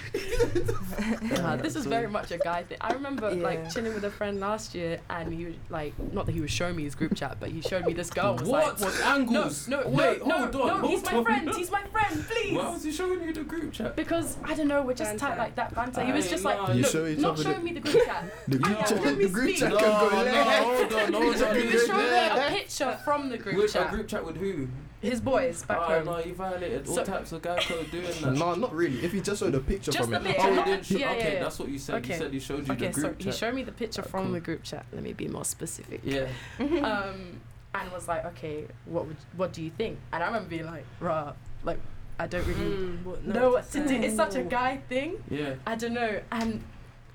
S6: Uh, this is very much a guy thing. I remember
S7: Yeah.
S6: like chilling with a friend last year, and he was like, not that he was showing me his group chat, but he showed me this girl. and Was
S5: What?
S6: Like,
S5: What angles?
S6: no, no,
S5: Wait,
S6: no,
S5: hold
S6: no,
S5: on.
S6: no, he's
S5: hold
S6: my
S5: on.
S6: friend. He's my friend. Please.
S5: Why was he showing you the group chat?
S6: Because I don't know, we're just
S13: Banter.
S6: tight like that banter. He was
S5: Aye,
S6: just
S5: nah,
S6: like,
S5: You
S6: look,
S4: show each
S6: not
S4: other
S6: showing
S4: the-
S6: me the group chat.
S4: The group
S5: Yeah,
S4: chat,
S5: let
S6: me
S4: the group
S6: speak.
S4: chat can go left.
S5: hold on, hold on.
S6: He
S5: you
S6: was showing me
S5: did.
S6: a picture from the group
S5: With a
S6: chat.
S5: group chat with who?
S6: His boys back
S5: Ah,
S6: home.
S5: no, you violated all
S6: So-
S5: types of guy code doing that.
S4: No, not really. If you just showed a picture
S6: Just
S4: from
S6: the
S4: it.
S6: picture.
S5: Oh, you
S6: Yeah,
S5: didn't. Show,
S6: yeah,
S5: okay,
S6: yeah.
S5: that's what you said. You
S6: Okay,
S5: said you showed you
S6: Okay,
S5: the
S6: so
S5: group
S6: he
S5: chat.
S6: showed me the picture
S5: Alright,
S6: from
S5: cool.
S6: the group chat. Let me be more specific.
S5: yeah.
S6: um, and was like, okay, what would what do you think? And I remember being like, rah, like I don't really
S8: Mm, what,
S6: know what to do. It's such a guy thing.
S5: Yeah.
S6: I don't know. And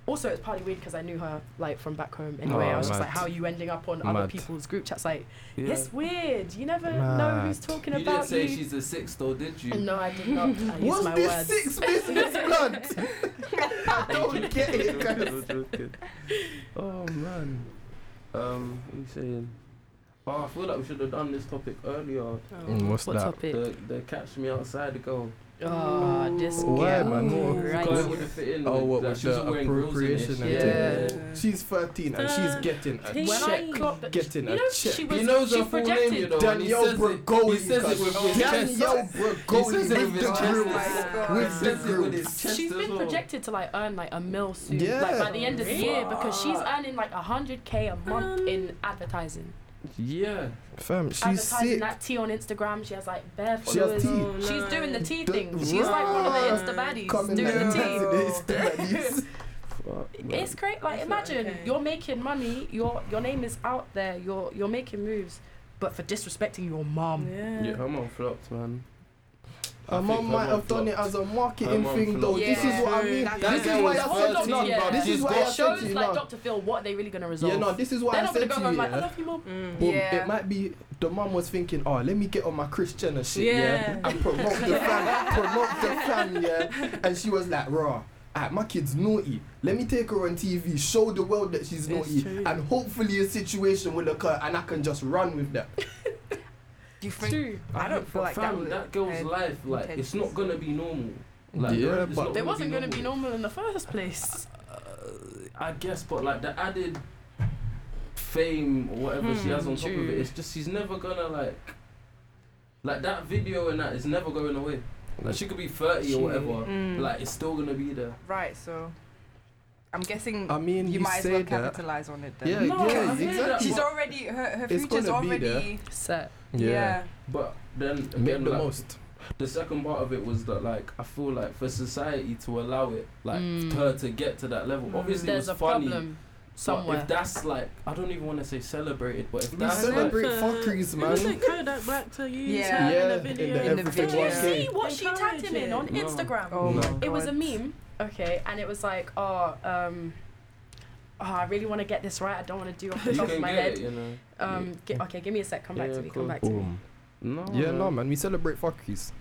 S6: Also, it's partly weird because I knew her like from back home anyway.
S5: Oh,
S6: I was just
S5: mad.
S6: like, how are you ending up on other
S5: Mad.
S6: people's group chats? Like,
S5: Yeah.
S6: it's weird. You never know who's
S5: Mad.
S6: talking
S5: You didn't
S6: about
S5: say
S6: you.
S5: she's a six though, did you?
S6: no, I did not. I used
S4: What's
S6: my
S4: this
S6: words.
S4: six business blunt? I don't get it, guys.
S5: Oh man. Um, what are you saying? Oh, I feel like we should have done this topic earlier.
S4: Mm, what's
S6: what
S4: that?
S6: topic?
S5: The, the catch me outside the girl.
S6: Oh, this
S4: Why,
S6: girl.
S4: man?
S6: Ooh,
S5: Right.
S6: Right.
S5: Uh, would have fit in.
S4: Oh,
S5: with
S4: what
S5: that.
S4: was
S5: She was
S4: the
S5: wearing grills in it.
S4: appropriation and
S6: Yeah.
S4: thing? She's 13 and she's getting a
S6: Uh, When I
S4: check.
S6: clocked that,
S4: Getting
S6: you
S4: a
S6: know, she
S4: check.
S6: was,
S5: He knows
S6: she
S5: her full
S6: projected.
S5: name, you know. and he
S4: Daniel
S5: says it-
S4: Bragoli.
S5: He says it with his chest.
S4: Daniel Bragoli
S5: He says it with
S4: with the
S5: his
S6: Oh
S4: grill.
S5: chest. He
S4: With the
S5: says it with
S4: grill.
S5: his chest
S6: She's
S5: as
S6: been
S5: well.
S6: projected to like earn like a mil soon,
S4: Yeah. Um,
S6: like by the end of the year, because she's earning like hundred k a month in advertising.
S5: Yeah.
S4: Fam, she's
S6: advertising
S4: sick.
S6: that tea on Instagram. She has like bare
S4: She has
S6: followers.
S4: tea.
S6: She's doing the tea thing.
S4: The-
S6: She's like one of the Insta baddies
S4: Coming
S6: doing
S4: down
S6: the
S4: to this, that is.
S5: Fuck,
S6: tea.
S5: man.
S6: It's great. Like imagine you're making money. Your your name is out there. You're you're making moves, but for disrespecting your mom.
S5: Yeah, her mum flopped, man. I
S4: Her
S5: think
S4: mum
S5: her
S4: might have done it
S5: flopped.
S4: as a
S5: Her
S4: marketing
S5: mum
S4: thing, though.
S13: flopped.
S4: This is what I
S13: Yeah.
S4: mean.
S13: That
S4: This is
S5: girl
S4: why I
S5: was
S4: said to
S5: 13,
S4: you.
S6: yeah.
S4: This
S5: She's
S4: is why I
S6: It
S4: said
S6: shows
S4: to you.
S6: like
S4: now.
S6: Dr. Phil what they really gonna resolve.
S4: Yeah, no, this is why
S6: They're
S4: I
S6: not gonna
S4: said
S6: go
S4: to
S6: home
S4: you.
S6: like I
S4: yeah.
S6: love you, mom.
S5: Mm.
S4: Boom.
S13: Yeah.
S4: It might be the mum was thinking, oh, let me get on my Christian and shit, yeah,
S8: Yeah.
S4: and promote the fan, promote the fan, yeah. And she was like, raw. ah, my kid's naughty. Let me take her on TV, show the world that she's naughty,
S8: true.
S4: and hopefully a situation will occur and I can just run with that.
S13: Do you think? I don't feel
S5: But
S13: like that.
S5: fam,
S13: was
S5: that girl's
S13: her
S6: uh,
S5: life, like, it's not
S13: intentions.
S5: gonna be normal. Like,
S4: Yeah,
S5: it's
S4: but-
S5: not
S6: They wasn't gonna be normal in the first place.
S5: I guess, but like the added fame or whatever she
S6: Hmm.
S5: has on top of it, it's just she's never gonna like like that video and that is never going away. Like she could be thirty or whatever,
S13: Mm.
S5: like it's still gonna be there.
S13: Right. So, I'm guessing
S4: I mean,
S13: you,
S4: you
S13: might as
S4: say
S13: well
S4: that.
S13: capitalize on it. Then.
S4: Yeah,
S5: No,
S4: yeah,
S5: I hear that.
S4: exactly.
S13: She's already her her
S4: It's
S13: future's
S4: gonna be there.
S13: already.
S6: Set.
S13: Yeah.
S5: But then
S4: Make
S5: again,
S4: the
S5: like,
S4: most.
S5: the second part of it was that like I feel like for society to allow it, like
S13: Mm.
S5: for her to get to that level, obviously
S6: There's
S5: it
S6: a
S5: was funny.
S6: problem
S5: But
S6: somewhere.
S5: if that's like, I don't even want to say celebrated, but if
S4: We
S5: that's like,
S4: celebrate fuckeries, man.
S8: Wasn't Kodak Black to you?
S13: Yeah.
S4: Yeah,
S8: in the
S4: in
S8: video.
S4: the
S13: In the
S4: everything
S13: video.
S4: one
S13: Did you
S4: day.
S6: See what she tagged him in on
S5: No.
S6: Instagram.
S13: Oh
S5: No.
S13: my god.
S6: It was a meme, okay, and it was like, oh, um, oh, I really want to get this right. I don't want to do off the
S5: you
S6: top of
S5: can
S6: my
S5: get it,
S6: head.
S5: you know.
S6: Um, gi- okay, give me a sec. Come back
S5: Yeah,
S6: to me.
S5: cool.
S6: Come back to me.
S5: No,
S4: Yeah, no,
S5: man.
S4: man, we celebrate fuckeries.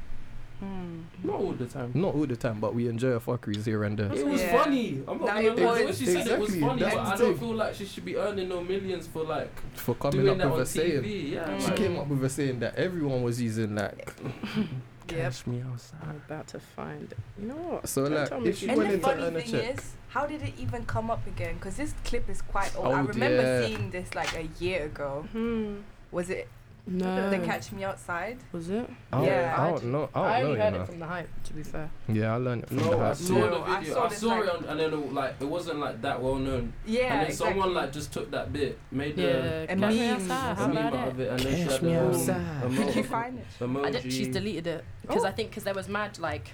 S6: Hmm.
S5: not all the time.
S4: Not all the time, but we enjoy our fuckeries here and there.
S5: It was
S13: Yeah.
S5: funny. I'm not
S13: That
S5: gonna
S13: it
S5: lie. The way
S13: was.
S5: she said it was
S4: Exactly,
S5: funny,
S4: that's
S5: but I
S4: the
S5: don't
S4: thing.
S5: feel like she should be earning no millions for like
S4: For coming
S5: doing
S4: up
S5: that on
S4: with a
S5: TV.
S4: saying.
S5: Yeah,
S13: Mm.
S4: She
S5: like,
S4: came up with a saying that everyone was using, like,
S13: Yep.
S5: catch me outside.
S6: I'm about to find. You know what?
S4: So
S6: Don't
S4: like,
S6: tell me
S4: if
S6: she
S4: she
S13: And
S4: went
S13: the
S4: into
S13: funny
S4: Anna
S13: thing
S4: check,
S13: is, how did it even come up again? Because this clip is quite old. I
S4: Old,
S13: remember
S4: Oh, yeah.
S13: seeing this like a year ago.
S8: Hmm.
S13: Was it
S6: No.
S13: the Catch Me Outside?
S6: Was it?
S4: I don't,
S13: Yeah.
S4: I don't know.
S6: I
S4: I don't
S6: only
S4: know. You
S6: heard it
S4: know.
S6: from the hype. To be fair.
S4: Yeah, I learned it from
S5: No,
S4: the
S5: I
S4: house.
S5: saw
S4: Yeah.
S5: the
S13: No, I
S5: video.
S13: saw
S5: I saw,
S13: this,
S5: it,
S13: like-
S5: on, and then it, like it wasn't like that well known.
S13: Yeah.
S5: and then
S13: exactly.
S5: someone like just took that bit, made
S6: Yeah.
S13: And
S6: Catch me
S13: memes.
S6: outside.
S5: the
S6: How
S5: meme
S6: about
S5: out
S6: it?
S5: of it, and then she
S4: Catch
S5: had
S4: me
S5: the whole
S4: outside.
S5: emo-
S13: Did you find it?
S6: I did, she's
S5: emoji.
S6: deleted it because I think because there was mad like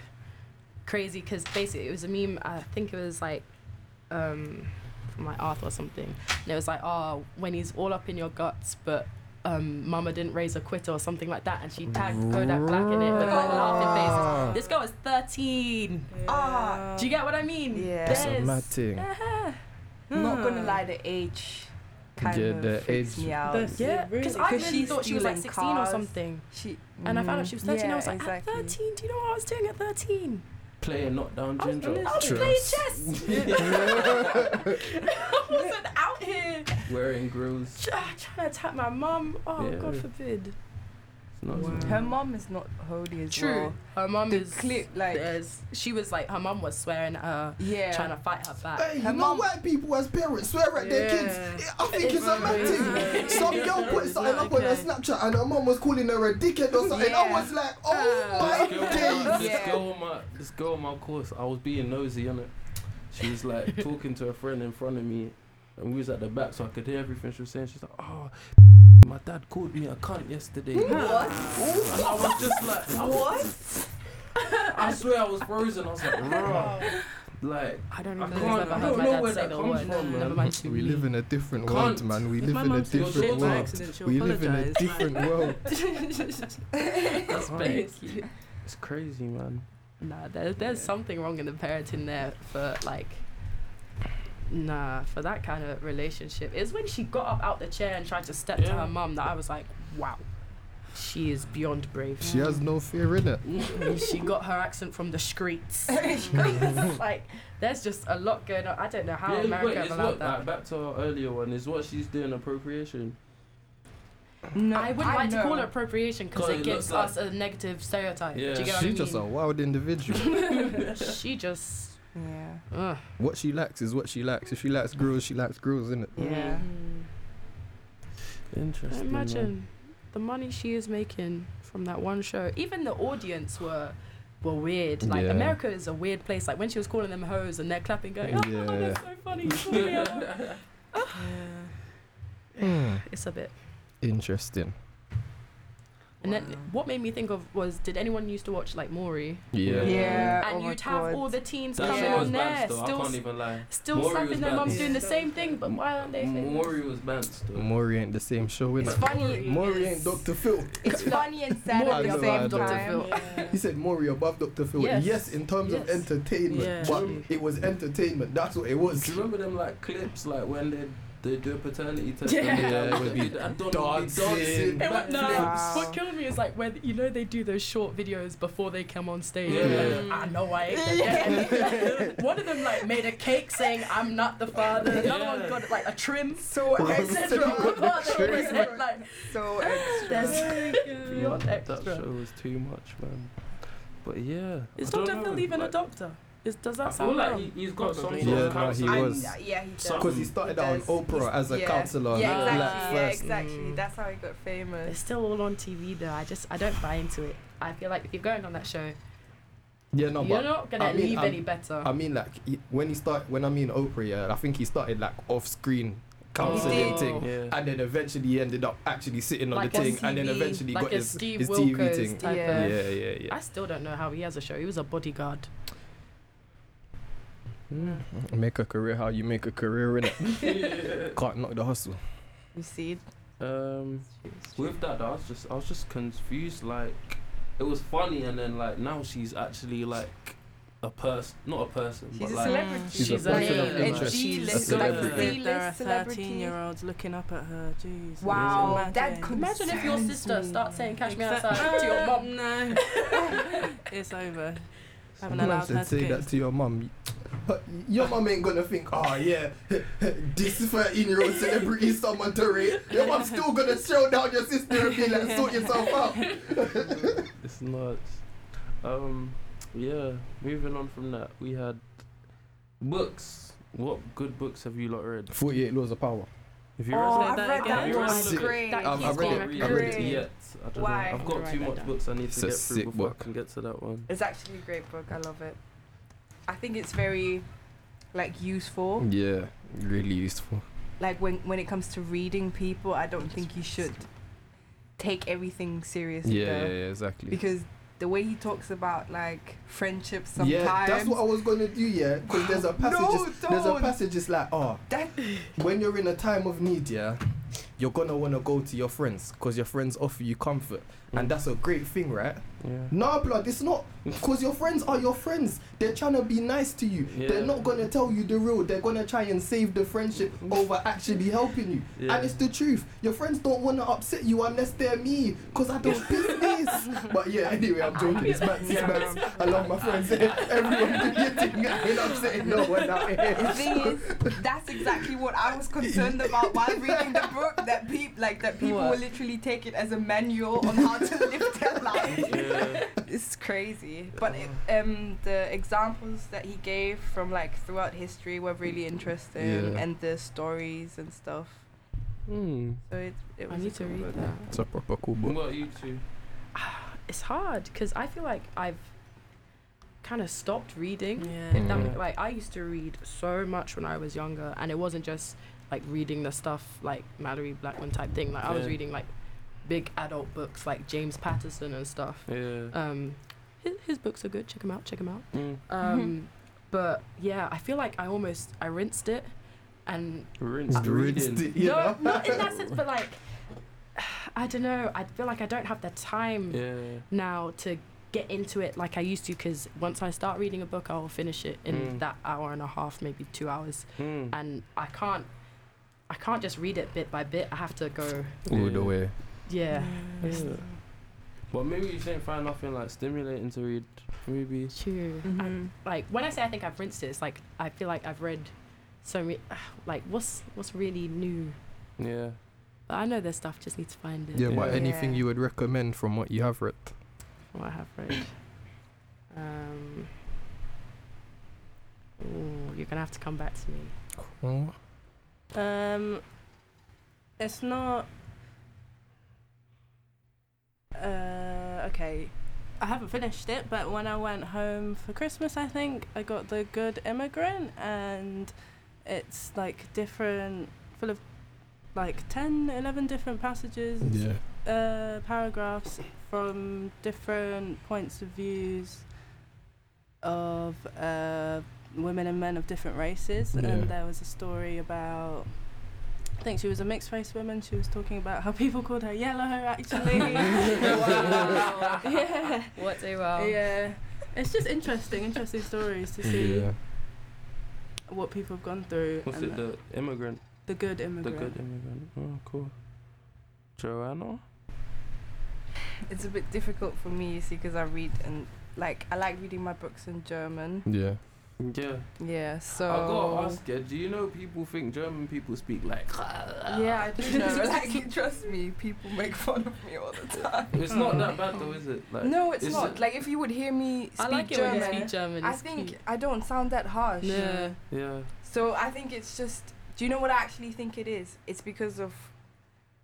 S6: crazy because basically it was a meme. I think it was like um, from like Arthur or something. And it was like, oh, when he's all up in your guts, but um, Mama didn't raise a quitter or something like that, and she tagged Kodak Black in it with like laughing faces. This girl is 13.
S13: Ah,
S6: Do you get what I mean?
S13: yeah.
S4: That's a
S6: There's-
S4: mad thing.
S13: Not
S6: Hmm.
S13: gonna lie, the age kind
S4: Yeah,
S13: of
S4: the
S13: freaks
S4: age-
S13: me out.
S8: That's
S6: Yeah,
S8: it, really.
S6: because I
S13: 'Cause
S6: really
S13: she's
S6: thought she was like
S13: stealing
S6: 16
S13: cars.
S6: or something,
S13: She mm-hmm.
S6: and I found out she was 13.
S13: Yeah,
S6: I was like,
S13: exactly.
S6: at 13, do you know what I was doing at 13?
S5: Playing knockdown
S6: I was,
S5: ginger.
S6: I was playing chess. I wasn't out here
S5: Wearing grills.
S6: tr- trying to attack my mum. Oh,
S5: Yeah.
S6: God forbid.
S5: It's not-
S13: Her mom is not holy as well.
S6: Her mum
S13: The
S6: is.
S13: clip, like-
S6: there's- she was like, her mum was swearing at her,
S13: Yeah.
S6: trying to fight her back.
S4: Hey,
S13: Her
S4: you know
S13: mom-
S4: white people as parents swear at their kids. I think it's a mad thing. Some girl put something up on her
S8: Okay.
S4: Snapchat and her mom was calling her a dickhead or something. I
S13: Yeah.
S4: was like, oh my
S5: This girl,
S4: days.
S5: this
S13: Yeah.
S5: girl on my this girl on my course, I was being nosy on it. She was like talking to a friend in front of me, and we was at the back, so I could hear everything she was saying. She's like, "Oh, my dad called me a cunt yesterday."
S13: What?
S5: And I was just like, I,
S13: What?
S5: I swear I was frozen. I was like, "Bruh." like
S6: I don't
S5: I
S6: even know
S5: can't-
S6: if I've
S5: I don't
S6: ever heard my
S5: know
S6: dad
S5: where
S6: say
S5: that
S6: the
S5: comes
S6: word.
S5: from, man.
S6: Never mind to
S4: Um, We
S6: me.
S4: live in a different
S5: Can't.
S4: world, man. We
S8: If
S4: live
S8: my
S4: in a
S8: mum says
S5: different
S8: shit
S4: different
S8: by
S5: world.
S4: world.
S8: accident, she'll
S4: We live in a
S8: apologise.
S4: different world.
S5: That's
S6: basically-
S5: It's crazy, man.
S6: Nah, there, there's something wrong in the parenting there for like nah, for that kind of relationship. It's when she got up out the chair and tried to step to
S5: Yeah.
S6: her mum that I was like, wow, she is beyond brave.
S4: She has no fear in it.
S6: she got her accent from the streets. It's like, there's just a lot going on. I don't know how
S5: yeah, wait,
S6: America
S5: it's not
S6: allowed that.
S5: that. Back to our earlier one, is what she's doing appropriation.
S7: No,
S6: I wouldn't like to
S7: know.
S6: call it appropriation because
S5: 'Cause
S6: it
S5: it
S6: gives
S5: looks
S6: us a negative stereotype.
S5: Yeah.
S6: Do you get
S4: She's
S6: what
S4: just a wild individual.
S6: I mean? she just.
S7: Yeah.
S6: Ugh.
S4: what she lacks is what she lacks. If she lacks girls, she lacks girls, innit?
S7: Yeah.
S5: Interesting.
S6: Imagine the money she is making from that one show. Even the audience were were weird. Like
S4: Yeah.
S6: America is a weird place. Like when she was calling them hoes and they're clapping, going, "Oh,
S4: Yeah.
S6: that's so funny." you call me a hoe." it's a bit.
S4: Hmm. Interesting.
S6: And then what made me think of was, did anyone used to watch like Maury?
S4: Yeah.
S5: Yeah.
S7: Yeah.
S6: and
S7: oh my
S6: you'd have
S7: God.
S6: all the teens
S5: That
S6: coming
S5: shit was
S6: on there,
S5: banned still. I
S6: still
S5: can't even lie.
S6: still
S5: Maury was
S6: slapping their
S5: banned.
S6: mums
S5: Yeah.
S6: doing the same thing. But why aren't they? famous?
S5: Maury was banned still.
S4: Maury ain't the same show,
S6: It's
S4: innit?
S6: funny.
S4: Maury ain't Dr. Phil.
S13: It's funny and sad
S4: More
S13: at the
S4: than
S13: same
S4: that, though.
S13: time.
S4: He said Maury above Dr. Phil.
S6: Yes.
S4: Yes, in terms
S6: Yes.
S4: of entertainment.
S8: Yeah.
S4: But it was entertainment. That's what it was.
S5: Do you remember them like clips like when they they do a paternity test?
S6: Yeah.
S5: and
S4: Yeah,
S5: they uh,
S4: it would be
S5: I don't
S4: dancing.
S5: dancing.
S6: It wa-
S5: back-
S6: no,
S7: Wow.
S6: what killed me is like when you know they do those short videos before they come on stage.
S5: Yeah.
S6: Like, I know I ain't the dad. one of them like made a cake saying I'm not the father. Another one
S5: Yeah.
S6: got like a trim.
S7: So
S6: Etc. Like,
S13: uh,
S7: so
S6: Oh
S7: extra.
S6: there's beyond
S5: That
S6: extra.
S5: show was too much, man. But yeah.
S6: Is
S5: I don't
S6: Doctor Phil
S5: know,
S6: even
S5: like,
S6: a doctor? Is, does
S5: I
S6: that
S5: feel
S6: sound
S5: like
S6: wrong?
S5: he, he's got some
S8: Probably.
S5: sort
S4: Yeah,
S5: of
S4: no,
S5: counsel.
S4: He
S13: I'm-
S4: was.
S13: uh, yeah, he does.
S4: Because he started out on
S13: does.
S4: Oprah as a
S13: yeah.
S4: counselor.
S13: Yeah,
S4: like,
S13: exactly.
S4: black
S13: yeah,
S4: first.
S13: exactly.
S6: Mm.
S13: That's how he got famous.
S6: It's still all on TV though. I just I don't buy into it. I feel like if you're going on that show,
S4: Yeah, no,
S6: you're
S4: but
S6: not gonna
S4: I mean,
S6: leave
S4: I'm-
S6: any better.
S4: I mean, like he- when he start, when I mean Oprah, yeah, I think he started like off-screen
S6: Oh.
S4: counseling thing,
S5: Yeah.
S4: and then eventually he ended up actually sitting on
S6: Like
S4: the
S6: on
S4: thing, and then
S13: TV,
S4: eventually
S6: like
S4: got
S6: a
S4: his,
S6: Steve
S4: his TV
S6: Wilkos
S4: thing.
S6: type
S13: Yeah.
S4: Yeah,
S6: of.
S4: yeah, yeah.
S6: I still don't know how he has a show. He was a bodyguard.
S4: Make a career how you make a career in it. Can't knock the hustle.
S13: You see,
S5: Um, with that, I was just, I was just confused. Like, it was funny, and then like now she's actually like a person, not a person,
S13: she's
S5: but
S13: a
S5: like
S13: celebrity.
S4: She's
S6: She's a person of
S13: a
S4: interest.
S13: G-list
S4: She's a
S13: like,
S4: celebrity.
S13: C-list
S8: There are
S13: celebrity.
S8: thirteen-year-olds looking up at her. Jeez.
S13: Wow,
S8: imagine.
S13: that could-
S6: Imagine if your
S7: Concerns
S6: sister
S7: me.
S6: starts saying "Catch me
S8: Exa-
S6: outside" to your
S8: Uh,
S6: mum.
S8: No, it's over. Haven't
S4: Man
S8: allowed
S4: said,
S8: her to
S4: say
S8: get
S4: that to your mum.
S3: Your mum ain't gonna think,
S4: "Ah,
S3: oh yeah, this 13 year old celebrity is someone to rate. Your mum's still gonna shout down your sister and be like, sort yourself out.
S5: it's nuts. Um, yeah. Moving on from that, we had books. What good books have you lot read?
S4: Forty-eight laws of power.
S5: Have you
S13: Oh,
S5: read?
S13: I've
S8: that
S13: read
S8: again?
S13: that
S5: You're
S13: one.
S5: sick.
S13: Great.
S6: That
S4: I've-
S6: keeps
S4: I've read
S6: getting
S4: it.
S5: I've
S4: I've
S5: read it
S13: Great.
S5: yet. I don't
S13: Why?
S5: Know. I've got
S6: Write
S5: too
S6: that
S5: much
S6: down.
S5: books I need
S4: It's
S5: to
S4: a
S5: get through
S4: sick
S5: before
S4: book.
S5: I can get to that one.
S13: It's actually a great book. I love it. I think it's very like useful.
S4: Yeah, really useful.
S7: Like when when it comes to reading people, I don't think you should take everything seriously.
S4: Yeah, yeah,
S7: though.
S4: yeah exactly.
S7: Because the way he talks about like friendship sometimes.
S3: Yeah, that's what I was gonna do, yeah. Because there's a passage.
S7: No,
S3: it's- there's a
S7: don't.
S3: passage. It's like, oh,
S7: That-
S3: when you're in a time of need,
S4: yeah, you're gonna wanna go to your friends because your friends offer you comfort, and that's a great thing, right?
S5: Yeah.
S4: Nah, blood, it's not. Because your friends are your friends. They're trying to be nice to you. They're
S5: Yeah.
S4: not going to tell you the real. They're going to try and save the friendship over actually helping you.
S5: Yeah.
S4: And it's the truth. Your friends don't want to upset you unless they're me. Because I don't business. but yeah, anyway, I'm joking. It's mad. It's
S3: um,
S4: mad. I love my friends. Everyone do your thing. I ain't upsetting no one out here.
S13: The thing is, that's exactly what I was concerned about while reading the book. That peop, like that people
S8: What?
S13: will literally take it as a manual on how to live their life.
S5: yeah.
S13: It's crazy. But it, um, the examples that he gave from like throughout history were really interesting,
S4: Yeah.
S13: and the stories and stuff.
S5: Hmm.
S13: So it, it
S6: I
S13: was.
S6: need to read that.
S4: It's a proper cool
S5: What about you two?
S6: It's hard because I feel like I've kind of stopped reading.
S8: Yeah.
S6: If that
S4: Mm.
S6: ma- like I used to read so much when I was younger, and it wasn't just like reading the stuff like Mallory Blackman type thing. Like I was
S5: Yeah.
S6: reading like big adult books like James Patterson and stuff.
S5: Yeah.
S6: Um, his, his books are good. Check him out. Check him out.
S5: Mm.
S6: Um, but yeah, I feel like I almost I rinsed it, and
S5: Rinsed reading.
S6: no, not in that sense, but like I don't know. I feel like I don't have the time
S5: Yeah.
S6: now to get into it like I used to because once I start reading a book, I'll finish it in
S5: Mm.
S6: that hour and a half, maybe two hours,
S5: Mm.
S6: and I can't. I can't just read it bit by bit. I have to go.
S5: All the
S4: way.
S6: Yeah.
S5: Yeah. But maybe you didn't find nothing like stimulating to read. Maybe.
S6: True.
S13: Mhm.
S6: like when I say I think I've rinsed it, it's like I feel like I've read so many. Like what's what's really new?
S5: Yeah.
S6: But I know there's stuff. Just need to find it.
S4: Yeah, but
S5: Yeah.
S4: anything
S13: Yeah.
S4: you would recommend from what you have read?
S6: What I have read. Um. Ooh, you're gonna have to come back to me.
S8: Um, it's not. Uh, okay. I haven't finished it, but when I went home for Christmas, I think I got The Good Immigrant, and it's like different, full of like 10, 11 different passages,
S4: Yeah.
S8: uh, paragraphs from different points of views of uh, women and men of different races.
S4: Yeah.
S8: And there was a story about, I think she was a mixed race woman. She was talking about how people called her yellow, actually.
S6: Wow.
S8: yeah.
S6: What do uh, well?
S8: Yeah. It's just interesting, interesting stories to see
S4: Yeah.
S8: what people have gone through.
S5: What's
S8: and
S5: it? The immigrant.
S8: the good
S5: The
S8: immigrant.
S5: good immigrant. Oh, cool. Joanna.
S7: It's a bit difficult for me, you see, because I read and like I like reading my books in German.
S4: Yeah.
S5: Yeah.
S7: Yeah, so
S5: I
S8: Oh.
S5: gotta ask you. Do you know people think German people speak like?
S7: yeah, I do Uh, know. like, trust me, people make fun of me all the time.
S5: It's not that bad though, is it? Like.
S7: No, it's
S5: is
S7: not.
S5: it-
S7: Like if you would hear me speak
S6: I like it
S7: German,
S6: when you speak German.
S7: I
S6: it's
S7: think
S6: cute.
S7: I don't sound that harsh.
S6: No.
S5: Yeah.
S7: So I think it's just. Do you know what I actually think it is? It's because of.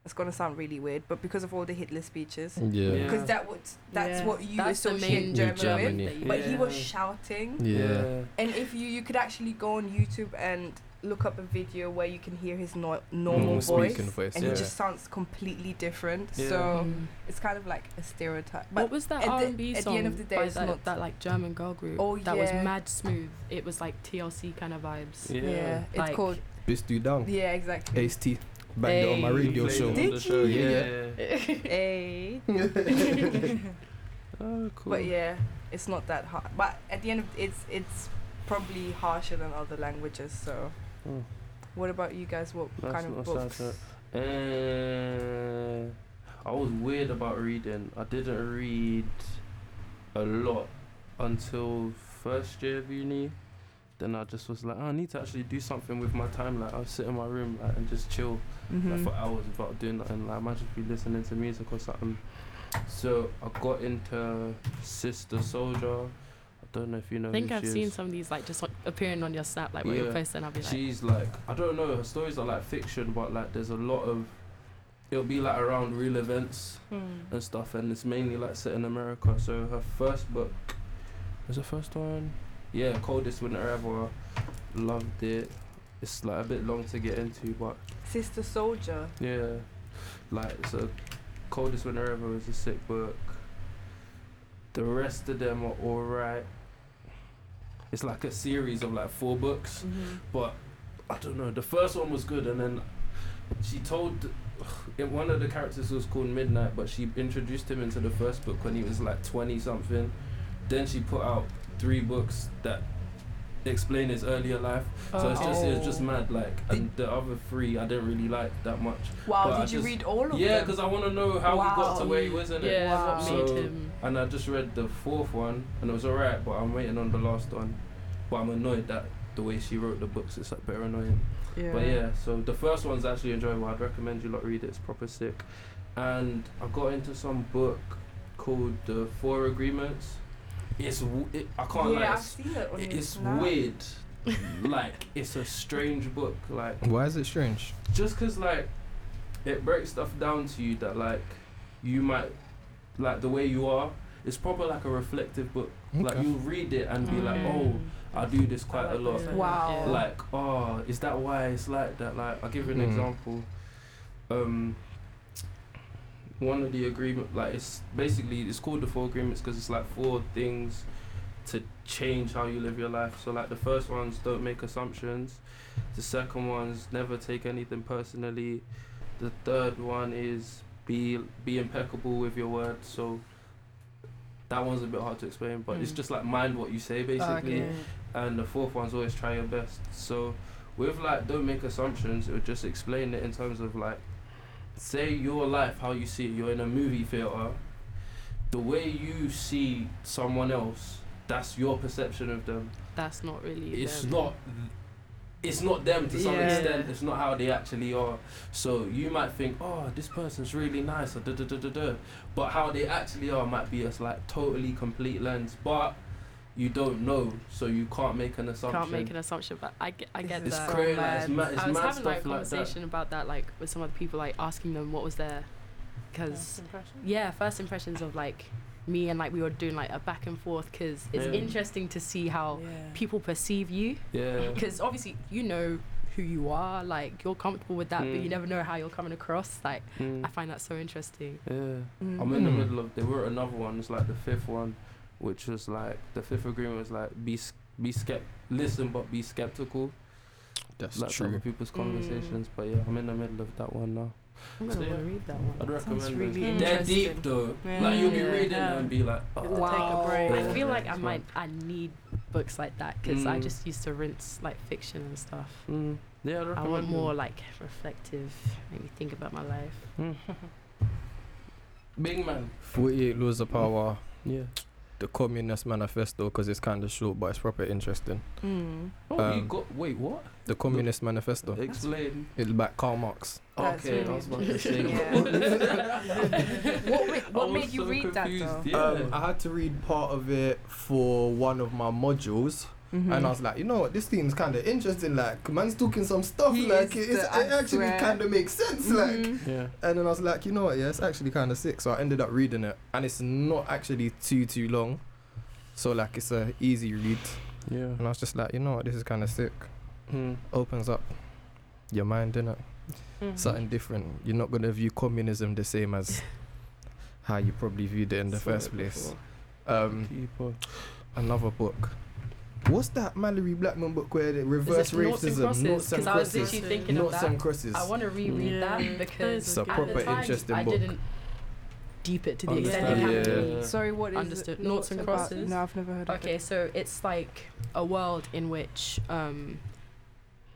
S7: It's gonna sound really weird, but because of all the Hitler speeches,
S4: Yeah.
S5: Yeah.
S7: because that would that's
S6: Yeah.
S7: what you
S6: That's the main
S7: associate German
S4: German,
S7: with.
S4: yeah.
S6: that you-
S7: But he was
S5: Yeah.
S7: shouting,
S4: Yeah.
S7: and if you you could actually go on YouTube and look up a video where you can hear his no- normal
S5: Normal
S7: voice,
S4: speaking voice,
S7: and
S5: yeah.
S7: he just sounds completely different.
S5: Yeah. Mm-hmm.
S7: So
S6: Mm.
S7: it's kind of like a stereotype.
S6: what
S7: But
S6: was that
S7: at the-
S6: R&B
S7: at the
S6: song
S7: end of the day,
S6: by
S7: it's
S6: that,
S7: not-
S6: that like German girl group?
S7: Oh,
S6: that was
S7: yeah.
S6: mad smooth. It was like TLC kind of vibes.
S5: Yeah.
S7: yeah, it's
S6: Like-
S7: called
S4: Bitch, do down.
S7: yeah exactly.
S4: Oh. Ace T. Back there on my
S6: Hey.
S5: You
S4: radio
S5: played
S4: show.
S5: it on the show.
S4: Yeah.
S5: Yeah.
S7: Hey.
S5: Oh, cool.
S7: But yeah, it's not that hard. But at the end of it's it's probably harsher than other languages. So,
S5: Mm.
S7: what about you guys? What
S5: That's
S7: kind of
S5: not a
S7: books?
S5: sad Uh, I was weird about reading. I didn't read a lot until first year of uni. Then I just was like, "Oh, I need to actually do something with my time. Like, I'll sit in my room like, and just chill
S7: Mm-hmm. Hmm.
S5: like, for hours without doing nothing. Like, I might just be listening to music or something. So I got into Sister Soldier. I don't know if you know.
S6: I think
S5: who
S6: I've
S5: she
S6: seen
S5: is.
S6: some of these like just like, appearing on your snap, like where
S5: Yeah.
S6: you're posting. I'll be like,
S5: She's like, I don't know, her stories are like fiction, but like there's a lot of, it'll be like around real events and stuff, and it's mainly like set in America. So her first book, was her first one? Yeah, Coldest Winter Ever. Loved it. It's like a bit long to get into, but
S7: Sister Soldier.
S5: yeah, like so, coldest winter ever was a sick book. The rest of them are alright. It's like a series of like four books, but I don't know. The first one was good, and then she told it, one of the characters was called Midnight, but she introduced him into the first book when he was like twenty something. Then she put out three books that explain his earlier life. So it's just it's just mad. Like and the other three, I didn't really like that much.
S7: Wow,
S5: But
S7: did
S5: I
S7: you
S5: just-
S7: read all of
S5: Yeah,
S7: them?
S5: because I want to know how he got to
S7: Wow.
S5: where he was, innit?
S6: yeah,
S7: Wow.
S6: what
S5: So-
S6: made him?
S5: And I just read the fourth one, and it was alright, but I'm waiting on the last one. But I'm annoyed that the way she wrote the books, it's like very annoying.
S7: yeah.
S5: But yeah, so the first one's actually enjoyable. I'd recommend you lot read it. It's proper sick. And I got into some book called The Four Agreements. It's w- it, I can't
S7: Yeah,
S5: like
S7: I've
S5: s-
S7: seen it on
S5: it-
S7: your
S5: it's
S7: Snap.
S5: weird. like it's a strange book. Like
S4: Why is it strange?
S5: just because like it breaks stuff down to you that like you might like the way you are it's proper like a reflective book like
S4: Okay.
S5: you read it and be like oh
S6: Mm.
S5: i do this quite a lot
S6: Yeah.
S7: Wow.
S6: Yeah.
S5: like oh is that why it's like that like i'll give you an
S4: Mm.
S5: example um one of the agreement like it's basically it's called the four agreements because it's like four things to change how you live your life so like the first one's don't make assumptions the second one's never take anything personally the third one is be be impeccable with your word so That one's a bit hard to explain, but it's
S6: Mm.
S5: just like mind what you say basically. And the fourth one's always try your best. So with like don't make assumptions, it would just explain it in terms of like say your life how you see it. You're in a movie theater. The way you see someone else, that's your perception of them.
S6: That's not really.
S5: It's
S6: them.
S5: not. It's not them to some
S6: Yeah.
S5: extent. It's not how they actually are. So you might think, oh, this person's really nice, or da da da da da. But how they actually are might be a like totally complete lens. But you don't know, so you can't make an assumption.
S6: Can't make an assumption, but I get, I
S7: This
S6: get
S7: is
S5: it's
S6: that. Um,
S7: so
S5: crazy. like, it's
S7: mad.
S5: ma- it's
S6: I was
S5: mad
S6: having
S5: stuff
S6: like a
S5: like that.
S6: conversation about that, like with some other people, like asking them what was there, because
S8: impression.
S6: yeah, first impressions of like me and like we were doing like a back and forth because it's
S5: Yeah.
S6: interesting to see how people perceive you
S5: Yeah.
S6: because obviously you know who you are, like you're comfortable with that, but you
S5: Mm.
S6: never know how you're coming across. Like I
S5: Mm.
S6: find that so interesting.
S5: Yeah.
S7: Mm.
S5: I'm in the
S4: Mm.
S5: middle of. They wrote another one. It's like the fifth one, which was like the fifth agreement was like be s- be skept, listen but be skeptical.
S4: That's
S5: like other people's
S6: Mm.
S5: conversations. But yeah, I'm in the middle of that one now.
S6: I'm
S5: So,
S6: gonna
S5: yeah.
S6: read that one.
S5: I'd recommend them.
S6: really
S8: Mm.
S5: They're
S6: interesting.
S5: deep though.
S8: Yeah.
S5: Like you'll be
S6: Yeah.
S5: reading
S8: Yeah.
S5: them and be like,
S8: Have to
S5: oh,
S8: Take a break.
S6: I feel
S5: Yeah,
S6: like I
S5: it's
S6: might I need books like that because I
S5: Mm.
S6: just used to rinse like fiction and stuff.
S5: mm, yeah, I'd
S6: I
S5: recommend
S6: want
S5: them.
S6: more like reflective, make me think about my life.
S5: Big man.
S4: 48 Laws of Power,
S5: Yeah.
S4: the Communist Manifesto, because it's kind of short, but it's proper interesting.
S7: Mm.
S5: Oh, you
S4: Um,
S5: got. Wait, what?
S4: The Communist Manifesto.
S5: Explain.
S4: It's by Karl Marx.
S7: That's
S5: okay,
S7: really
S5: I was about to say.
S7: What, ma- what
S5: I
S7: made
S5: was
S7: you
S5: so
S7: read that
S5: confused,
S7: though?
S5: Yeah.
S4: Um, I had to read part of it for one of my modules.
S7: Hmm. Mm-hmm.
S4: And I was like, you know what, this seems kind of interesting. Like, man's talking some stuff.
S7: He
S4: like,
S7: is
S4: it, is,
S7: the-
S4: it
S7: I
S4: actually
S7: swear.
S4: kind of makes sense. Like,
S7: Mhm.
S5: yeah.
S4: and then I was like, you know what, yeah, it's actually kind of sick. So I ended up reading it, and it's not actually too too long. So like, it's a easy read,
S5: Yeah.
S4: and I was just like, you know what, this is kind of sick.
S5: Mm.
S4: Opens up your mind, innit?
S6: Mm-hmm.
S4: Something different. You're not gonna view communism the same as how you probably viewed it in the
S5: Saw it
S4: first place.
S5: before.
S4: Um,
S5: People.
S4: another book. What's that Mallory Blackman book where the
S6: Is
S4: reverse
S6: it noughts and
S4: racism,
S6: crosses?
S4: noughts and
S6: I was
S4: crosses,
S6: literally
S8: crosses.
S6: thinking of
S4: noughts
S6: that.
S4: and crosses?
S6: I want to reread
S8: Yeah.
S6: that because
S8: It's a
S6: at the
S4: proper
S6: time,
S4: interesting
S6: I
S4: book.
S6: didn't deep it to the extent
S5: Understand.
S6: it had to
S5: Yeah.
S6: be.
S7: Sorry, what is
S6: Understood.
S7: it?
S6: Noughts and
S7: about-
S6: crosses?
S7: No, I've never heard of
S6: Okay,
S7: it.
S6: so it's like a world in which um,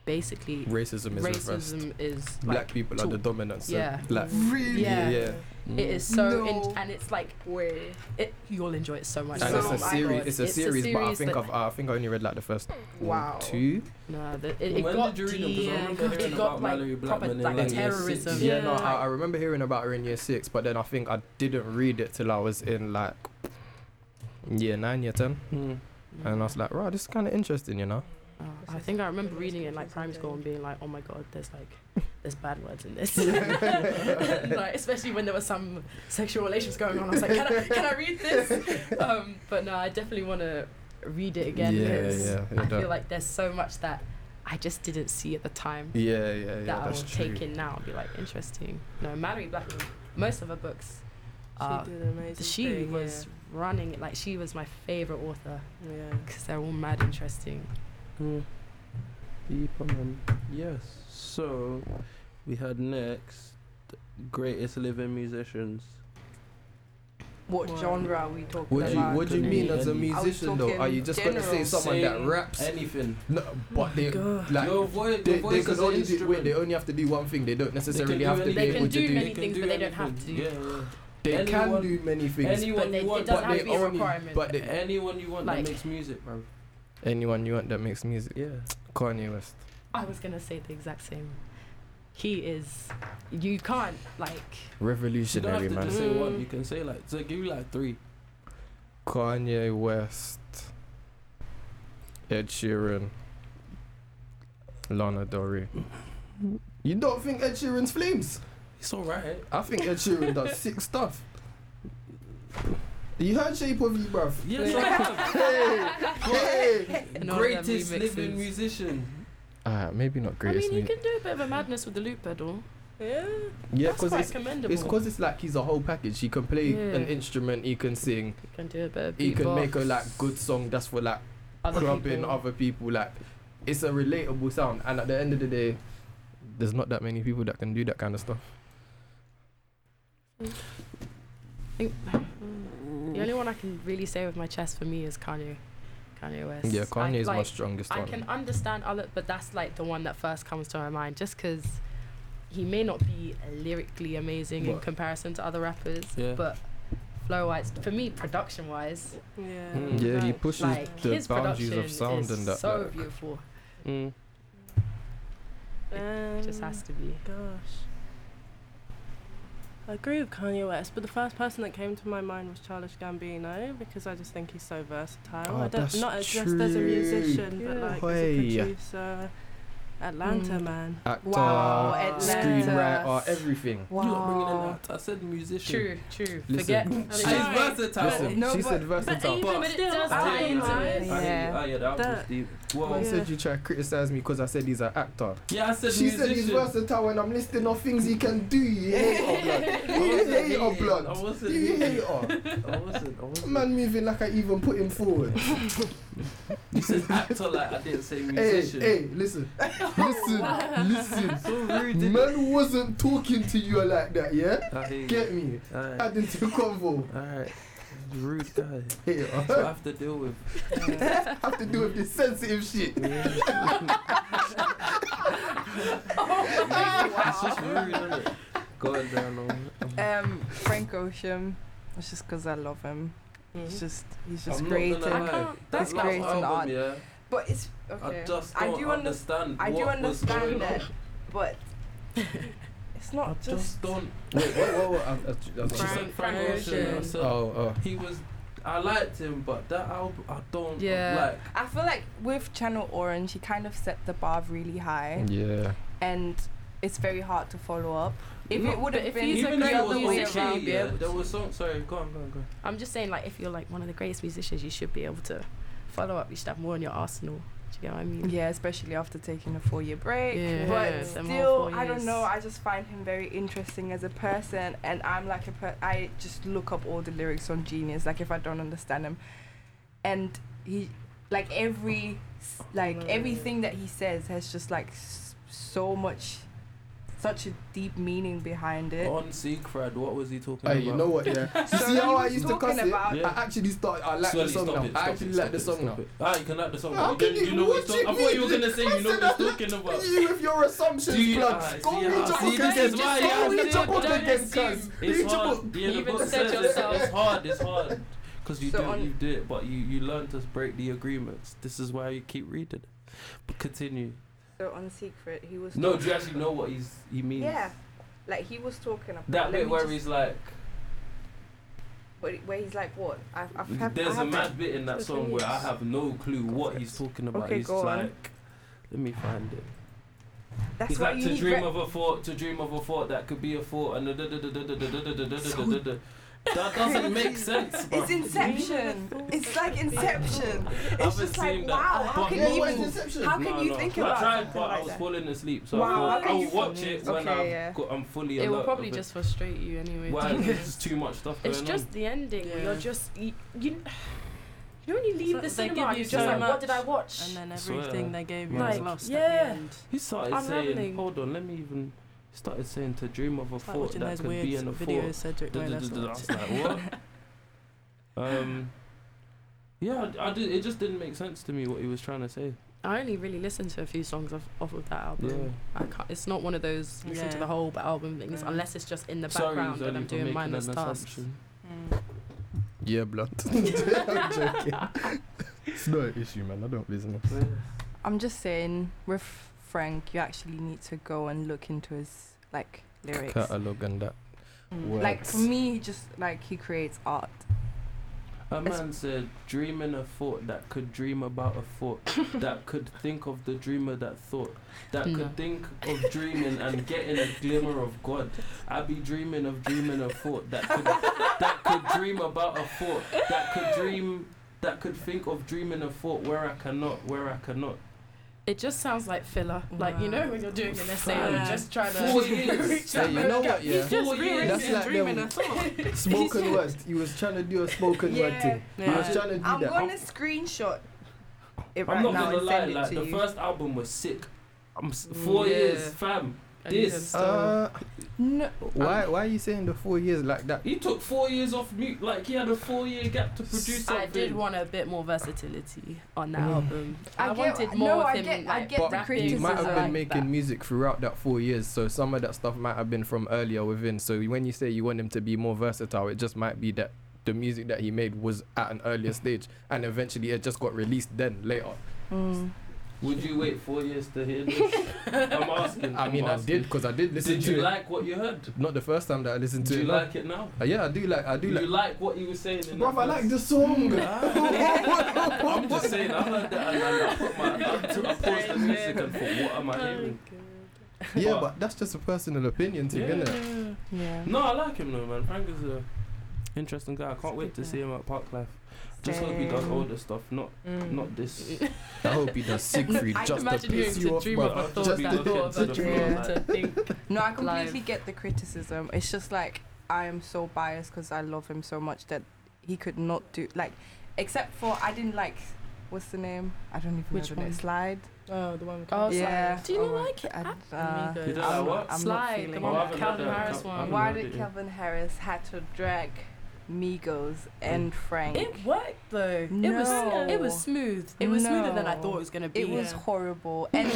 S6: basically
S4: racism is reversed.
S6: racism is
S4: Black
S6: like,
S4: people are the
S6: taught.
S4: dominant. so
S6: Yeah.
S4: Black.
S7: Really?
S4: Yeah.
S6: Yeah.
S4: yeah.
S5: Mm,
S6: It is so,
S7: No.
S6: in- and it's like
S13: Way.
S6: it, you'll enjoy it so much.
S4: And
S13: So-
S4: it's
S13: Oh
S4: a
S13: my
S4: series.
S6: God.
S4: It's a series, but I think
S6: that-
S4: I've I think I only read like the first
S13: Wow.
S4: two.
S6: No, the, it, it
S5: When
S6: got
S5: did you read them? 'Cause I
S6: deep.
S5: remember
S6: It
S5: hearing
S6: got
S5: about Mallory
S6: like proper
S5: Blackman in,
S6: like,
S5: like, year six.
S6: terrorism.
S4: Yeah, no, I, I
S6: like,
S4: remember hearing about her in year six, but then I think I didn't read it till I was in like year nine, year ten,
S5: Mm.
S4: and I was like, right, this is kind of interesting, you know.
S6: Uh, I think I remember reading it in like primary school and being like, oh my god, there's like, there's bad words in this. like, especially when there was some sexual relations going on. I was like, can I, can I read this? Um, but no, I definitely want to read it again
S4: Yeah,
S6: because
S4: yeah,
S6: I
S4: yeah,
S6: feel
S4: that-
S6: like there's so much that I just didn't see at the time
S4: Yeah, yeah, yeah.
S6: that I
S4: that's
S6: will
S4: true.
S6: take in now and be like, interesting. No, Mallory Blackman, most of her books
S7: Uh,
S6: are.
S8: She did an amazing.
S6: She
S8: thing,
S6: was running it like she was my favorite author
S8: Yeah. yeah.
S6: because they're all mad interesting.
S5: Mm. Deeper man. Yes. So we had next the greatest living musicians.
S7: What
S8: Wow.
S7: genre are we talking
S4: What do you
S7: about?
S4: What do you
S5: Could
S4: mean
S5: be
S4: as a
S5: any-
S7: I was
S4: musician though? Are you
S7: talking
S4: just gonna say
S7: general.
S4: someone that
S5: Sing
S4: raps?
S5: Anything.
S4: No,
S6: Oh
S4: but they like
S5: your voice, your
S4: they,
S5: voice
S4: they
S5: is
S4: can
S5: an
S4: only do wait,
S5: instrument.
S4: they only have to do one thing. They don't necessarily have to be
S6: anything. They
S4: able
S6: can
S4: to
S6: do
S4: do.
S6: many things, but they don't have
S5: anything.
S6: to.
S5: Yeah, yeah.
S4: they
S5: anyone-
S4: can do many things.
S5: Anyone
S6: But they,
S5: you
S6: it
S5: want,
S6: doesn't
S5: but
S6: have
S5: they
S6: to be a
S5: only-
S6: requirement.
S4: but they,
S5: anyone you want
S6: Like-
S5: that makes music, bro.
S4: anyone you want that makes music,
S5: Yeah.
S4: Kanye West.
S6: I was gonna say the exact same. He is. You can't like.
S5: You don't have
S4: Revolutionary
S5: to
S4: man.
S5: just say
S8: Mm.
S5: one. You can say like, so give you like three.
S4: Kanye West, Ed Sheeran, Lana Del Rey. You don't think Ed Sheeran's flames?
S5: It's alright.
S4: I think Ed Sheeran does sick stuff. You heard Shape of You, bruv.
S5: Yes, I have.
S4: Hey, hey.
S6: none of them
S5: Greatest
S6: remixes.
S5: living musician.
S4: Ah, maybe not
S6: I
S4: greatest.
S6: mean, you
S4: mu-
S6: can do a bit of a madness with the loop pedal.
S8: Yeah.
S4: yeah,
S6: That's
S4: because
S6: quite
S4: it's
S6: commendable.
S4: it's because it's like he's a whole package. He can play
S6: Yeah.
S4: an instrument. He can sing.
S6: you can do a bit of
S4: He can
S6: beatbox,
S4: make a like good song. That's for like
S6: other
S4: clubbing
S6: people.
S4: other people. Like it's a relatable sound. And at the end of the day, there's not that many people that can do that kind of stuff.
S6: I think The only one I can really say with my chest for me is Kanye. Kanye West.
S4: Yeah, Kanye
S6: I,
S4: is my
S6: like,
S4: strongest
S6: I
S4: one.
S6: can understand other, but that's like the one that first comes to my mind, just because he may not be lyrically amazing in
S4: But-
S6: comparison to other rappers,
S5: Yeah.
S6: but flow wise, for me, production wise,
S8: Yeah.
S5: Mm.
S4: yeah, he
S8: Right.
S4: pushes
S6: like
S4: the
S6: his
S4: boundaries
S6: production
S4: of sound
S6: is
S4: and that.
S6: so
S4: like,
S6: beautiful.
S5: Mm.
S6: It just has to be.
S8: Um, Gosh. I agree with Kanye West, but the first person that came to my mind was Childish Gambino because I just think he's so versatile.
S4: Oh,
S8: I don't
S4: that's
S8: not as just as a
S4: true.
S8: musician, but like
S4: Hey.
S8: as a producer. Atlanta
S4: Mm.
S8: man.
S4: actor,
S13: Wow,
S4: screenwriter, everything.
S5: You're not bringing in
S13: Wow.
S5: that. I said musician.
S6: True, true.
S4: Listen,
S6: Forget.
S5: She's
S8: Sorry.
S5: versatile.
S4: Listen,
S7: No,
S4: she
S7: but-
S4: said versatile.
S6: even- but it does tie into it.
S5: I hear you.
S13: Yeah.
S5: Oh, yeah, that, was
S8: That-
S5: deep. Well,
S4: Man
S5: yeah.
S8: Yeah.
S4: said you try to criticize me because I said he's an actor.
S5: I said
S3: She
S5: musician.
S3: said he's versatile and I'm listing off things he can do. You hate her, blood. You hate her,
S5: I
S3: blood.
S5: wasn't.
S3: You hate
S5: hating.
S3: her.
S5: I wasn't. I wasn't.
S3: Man moving like I even put him forward.
S5: You said actor like I didn't say
S3: Hey,
S5: musician.
S3: hey, listen. Listen, listen.
S5: So rude. didn't it?
S3: Man wasn't talking to you like that, yeah?
S5: I hear you.
S3: Get me?
S5: Alright.
S3: Add into the convo.
S5: Alright. Rude guy.
S3: Hate
S5: That's what I
S3: her.
S5: have to deal with.
S3: Have to do with this sensitive shit.
S5: It's just rude, isn't it? Go on down on.
S7: Um, Frank Ocean. It's just 'cause I love him. It's just he's just great.
S5: Not gonna
S7: and-
S5: lie. That
S7: He's
S5: last
S7: great and
S5: album,
S7: odd.
S5: yeah,
S13: But it's okay.
S5: I just
S13: I
S5: don't
S13: do under-
S5: understand.
S13: I do
S5: what was going
S13: understand
S5: on.
S13: that, but it's
S5: I
S13: not just.
S5: just don't.
S4: Wait, wait, wait, wait. I'm- I'm- I'm-
S5: She said
S6: Frank
S5: Frank Ocean. I
S6: Ocean.
S5: said
S4: Oh, oh.
S5: he was. I liked him, but that album, I don't
S6: Yeah.
S5: like.
S7: I feel like with Channel Orange, he kind of set the bar really high,
S4: Yeah.
S7: and it's very hard to follow up. If
S5: No,
S7: it would
S6: but
S7: have
S6: if
S7: been
S6: he's a
S5: Even
S6: great
S7: the
S5: though
S7: other
S5: it
S7: way
S5: was
S6: musician,
S7: around,
S5: okay,
S6: you'd be
S5: yeah.
S6: able
S5: There
S6: to-
S5: was some. Sorry, go on, go on, go on.
S6: I'm just saying, like, if you're like one of the greatest musicians, you should be able to follow up. You should have more in your arsenal. Do you get what I mean?
S7: yeah, especially after taking a four-year break.
S6: Yeah,
S13: but
S6: it's a more
S13: still,
S6: four
S13: I don't
S6: years.
S13: know. I just find him very interesting as a person, and I'm like a per- I just look up all the lyrics on Genius. Like if I don't understand him,
S7: and he like every s- like
S5: No.
S7: everything that he says has just like s- so much such a deep meaning behind it
S5: On Seacrad, what was he talking
S3: Hey,
S5: about?
S3: you know what, yeah? You
S13: So
S3: see how
S13: he
S3: I
S13: was
S3: used to cuss
S13: talking
S3: it?
S13: about-
S5: Yeah.
S3: I actually start. I like
S5: Sorry,
S3: the song
S5: stop
S3: now.
S5: it, stop
S3: I
S5: it,
S3: actually
S5: stop
S3: like the
S5: it,
S3: song
S5: stop
S3: now.
S5: it. Ah, you can like the song.
S3: How
S5: you
S3: can
S5: don't-
S3: you-
S5: you know what he's
S3: what you
S5: talking I thought you were
S3: mean?
S5: going to
S3: I
S5: say you know
S3: said
S5: what he's
S3: that-
S5: talking about.
S3: You with your assumptions,
S5: Do you- ah,
S3: blood. Go
S5: see,
S3: read
S5: ah,
S3: your
S5: see,
S3: book
S5: this
S3: again.
S5: is why I
S3: Go read your
S5: said
S3: book
S5: don't
S3: again, cuz. Read
S5: It's
S3: your
S5: hard.
S3: book.
S5: Yeah, the
S6: Even
S5: book
S6: said
S5: says it.
S6: yourself.
S5: It's hard. It's hard. Because you
S13: So
S5: do,
S13: on-
S5: you do it, but you you learn to break the agreements. This is why you keep reading. But continue.
S13: so on Secret, he was.
S5: No,
S13: talk-
S5: do you actually know what he's he means?
S13: Yeah, like he was talking about
S5: That
S13: let
S5: bit
S13: me
S5: where
S13: just-
S5: he's like,
S13: where, where he's like, what? I've, I've have,
S5: there's
S13: I
S5: a
S13: have
S5: mad bit in that
S13: Which
S5: song
S13: one
S5: where
S13: is-
S5: I have no clue what he's talking about.
S13: Okay,
S5: he's
S13: go on.
S5: like, let me find it.
S13: That's
S5: It's
S13: why
S5: like
S13: you
S5: to
S13: need.
S5: dream
S13: re-
S5: of a thought, to dream of a thought that could be a thought, and da- da- da- da- da- da- da- da- da- da- da- da- da- da- that doesn't make sense. bruv.
S13: it's Inception. it's like Inception.
S5: I
S13: It's
S5: haven't
S13: just like
S5: seen that.
S13: wow. How
S5: But
S13: can
S5: no
S13: you
S5: one-
S13: even? How can
S5: No,
S13: you
S5: no.
S13: think
S5: I
S13: about
S5: tried,
S13: something
S5: but I
S13: like
S5: was
S13: that?
S5: falling asleep, so
S13: Wow,
S5: I thought
S13: how can
S5: I'll
S13: you
S5: watch
S13: fall
S5: it
S13: asleep?
S5: when
S13: Okay,
S5: I've
S13: yeah.
S5: got, I'm fully
S6: It
S5: alert.
S6: will probably
S5: of
S6: just frustrate you anyway.
S5: It. Why?
S6: because
S5: There's too much stuff
S6: it's
S5: going
S6: just
S5: on.
S6: the ending.
S8: Yeah.
S6: You're just you. you you know when you leave
S8: So
S6: the
S8: they
S6: cinema,
S8: give
S6: you're
S8: you
S6: just
S5: so
S6: like,
S8: much,
S6: what did I watch?
S8: And then
S5: Swear.
S8: everything they gave you was
S6: Like,
S8: lost at
S6: yeah.
S8: the end.
S5: He started saying,
S6: unraveling.
S5: hold on, let me even. He started saying to dream of a
S8: It's like
S5: thought
S8: watching
S5: that
S8: those
S5: could
S8: weird
S5: be in a
S8: videos
S5: thought.
S8: Cedric
S5: Da- da-
S8: Moynihan
S5: da- da- da. I
S8: watched.
S5: was like, what? Um. Yeah, I, I did. It just didn't make sense to me what he was trying to say.
S6: I only really listened to a few songs off, off of that album. I can't, it's not one of those listen to
S8: Yeah.
S6: the whole album things
S8: Mm.
S6: unless it's just in the
S5: Sorry,
S6: background
S5: Zoli,
S6: and I'm
S5: for
S6: doing
S5: making
S6: mindless
S5: an
S6: tasks.
S5: assumption.
S4: Yeah, blood. I'm joking. It's not an issue, man. I don't business.
S7: i'm just saying with frank you actually need to go and look into his like lyrics Mm.
S4: Catalog and that.
S7: like
S4: works.
S7: for me he just like he creates art
S5: A
S7: It's-
S5: man said, dreaming a thought that could dream about a thought, that could think of the dreamer that thought, that
S6: No.
S5: could think of dreaming and getting a glimmer of God. I be dreaming of dreaming a thought that could that could dream about a thought, that could dream that could think of dreaming a thought where I cannot, where I cannot.
S6: It just sounds like filler. Like you know when you're doing an essay and
S5: Fam.
S6: you're just trying to
S5: Four years.
S6: reach
S5: Hey,
S6: out
S5: you
S6: and
S5: know
S6: go-
S5: what, yeah?
S6: He's just
S5: Four years.
S6: rearranging
S3: That's
S6: his
S3: like
S6: dream in
S3: them-
S6: a thought.
S3: Spoken words. He was trying to do a spoken word thing. He was
S8: Yeah.
S3: trying to do
S13: I'm
S3: that.
S13: gonna screenshot it right
S5: I'm not
S13: now
S5: gonna
S13: and
S5: lie,
S13: send it
S5: like
S13: to
S5: the
S13: you. Mm,
S5: first album was sick. I'm s- four
S6: Yeah.
S5: years, fam.
S6: and you
S5: This.
S6: can still-
S4: Uh,
S7: No,
S4: why why are you saying the four years like that?
S5: He took four years off mute. Like he had a four-year gap to produce something.
S6: I did want a bit more versatility on that
S4: Mm.
S6: album.
S7: I
S6: I,
S7: get-
S6: wanted more
S7: no,
S6: of
S7: I
S6: him.
S7: get- I
S6: like,
S7: get the
S6: rapping
S4: You
S7: criticism.
S4: might have
S6: and
S4: been
S6: like
S4: making
S6: that.
S4: music throughout that four years, so some of that stuff might have been from earlier within. So when you say you want him to be more versatile, it just might be that the music that he made was at an earlier stage, and eventually it just got released then later.
S7: Mm,
S5: Would you wait four years to hear this? I'm asking.
S4: I
S5: I'm
S4: mean, I
S5: asking.
S4: did because I did listen
S5: Did
S4: to
S5: you
S4: it.
S5: like what you heard?
S4: Not the first time that I listened
S5: Do
S4: to
S5: you
S4: it. no.
S5: like it now?
S4: Uh, yeah, I do like. I
S5: Do
S4: do
S5: you
S4: like.
S5: like what he was saying? in
S3: Bruv,
S5: that
S3: I like
S5: verse?
S3: the song.
S5: I'm just saying, I heard that and I, I put my, I, took, I paused the music and thought, what am I hearing?
S4: yeah, but that's just a personal opinion thing, isn't it?
S7: yeah.
S5: No, I like him though, man. Frank is a interesting guy. I can't wait to see him at Park Life. Just hope he does
S7: Same.
S5: older stuff, not
S6: Mm.
S5: not this.
S4: I hope he does Siegfried
S6: I can
S4: just to
S6: imagine you
S4: piss
S6: to
S4: you off,
S6: dream
S4: bruv.
S6: of a thought
S4: Just
S6: that
S4: to-
S5: the
S6: thought
S5: kids
S6: to
S5: are
S6: dream
S7: flying.
S6: to think.
S7: No, I
S6: Live.
S7: completely get the criticism. It's just like I am so biased because I love him so much that he could not do like, except for I didn't like. What's the name? I don't even
S6: Which
S7: know the name.
S6: one?
S7: Slide.
S8: Oh, the one.
S6: Oh,
S7: yeah.
S6: Do you not
S7: Oh,
S6: like it?
S7: I-
S6: Ab-
S7: uh,
S6: Amigos.
S5: You don't like what?
S7: I'm not
S6: Slide,
S7: feeling
S6: the
S7: it.
S6: one
S5: Oh, I
S6: with
S5: haven't
S6: Calvin
S5: heard that.
S6: Harris
S5: Cal-
S6: one.
S5: I haven't
S7: Why
S5: heard
S7: did
S5: it yet.
S7: Calvin Harris had to drag Migos
S5: Mm.
S7: and Frank?
S6: It worked though. It
S7: No.
S6: was it was smooth. It was smoother than I
S7: No.
S6: thought it was gonna be.
S7: It was horrible. And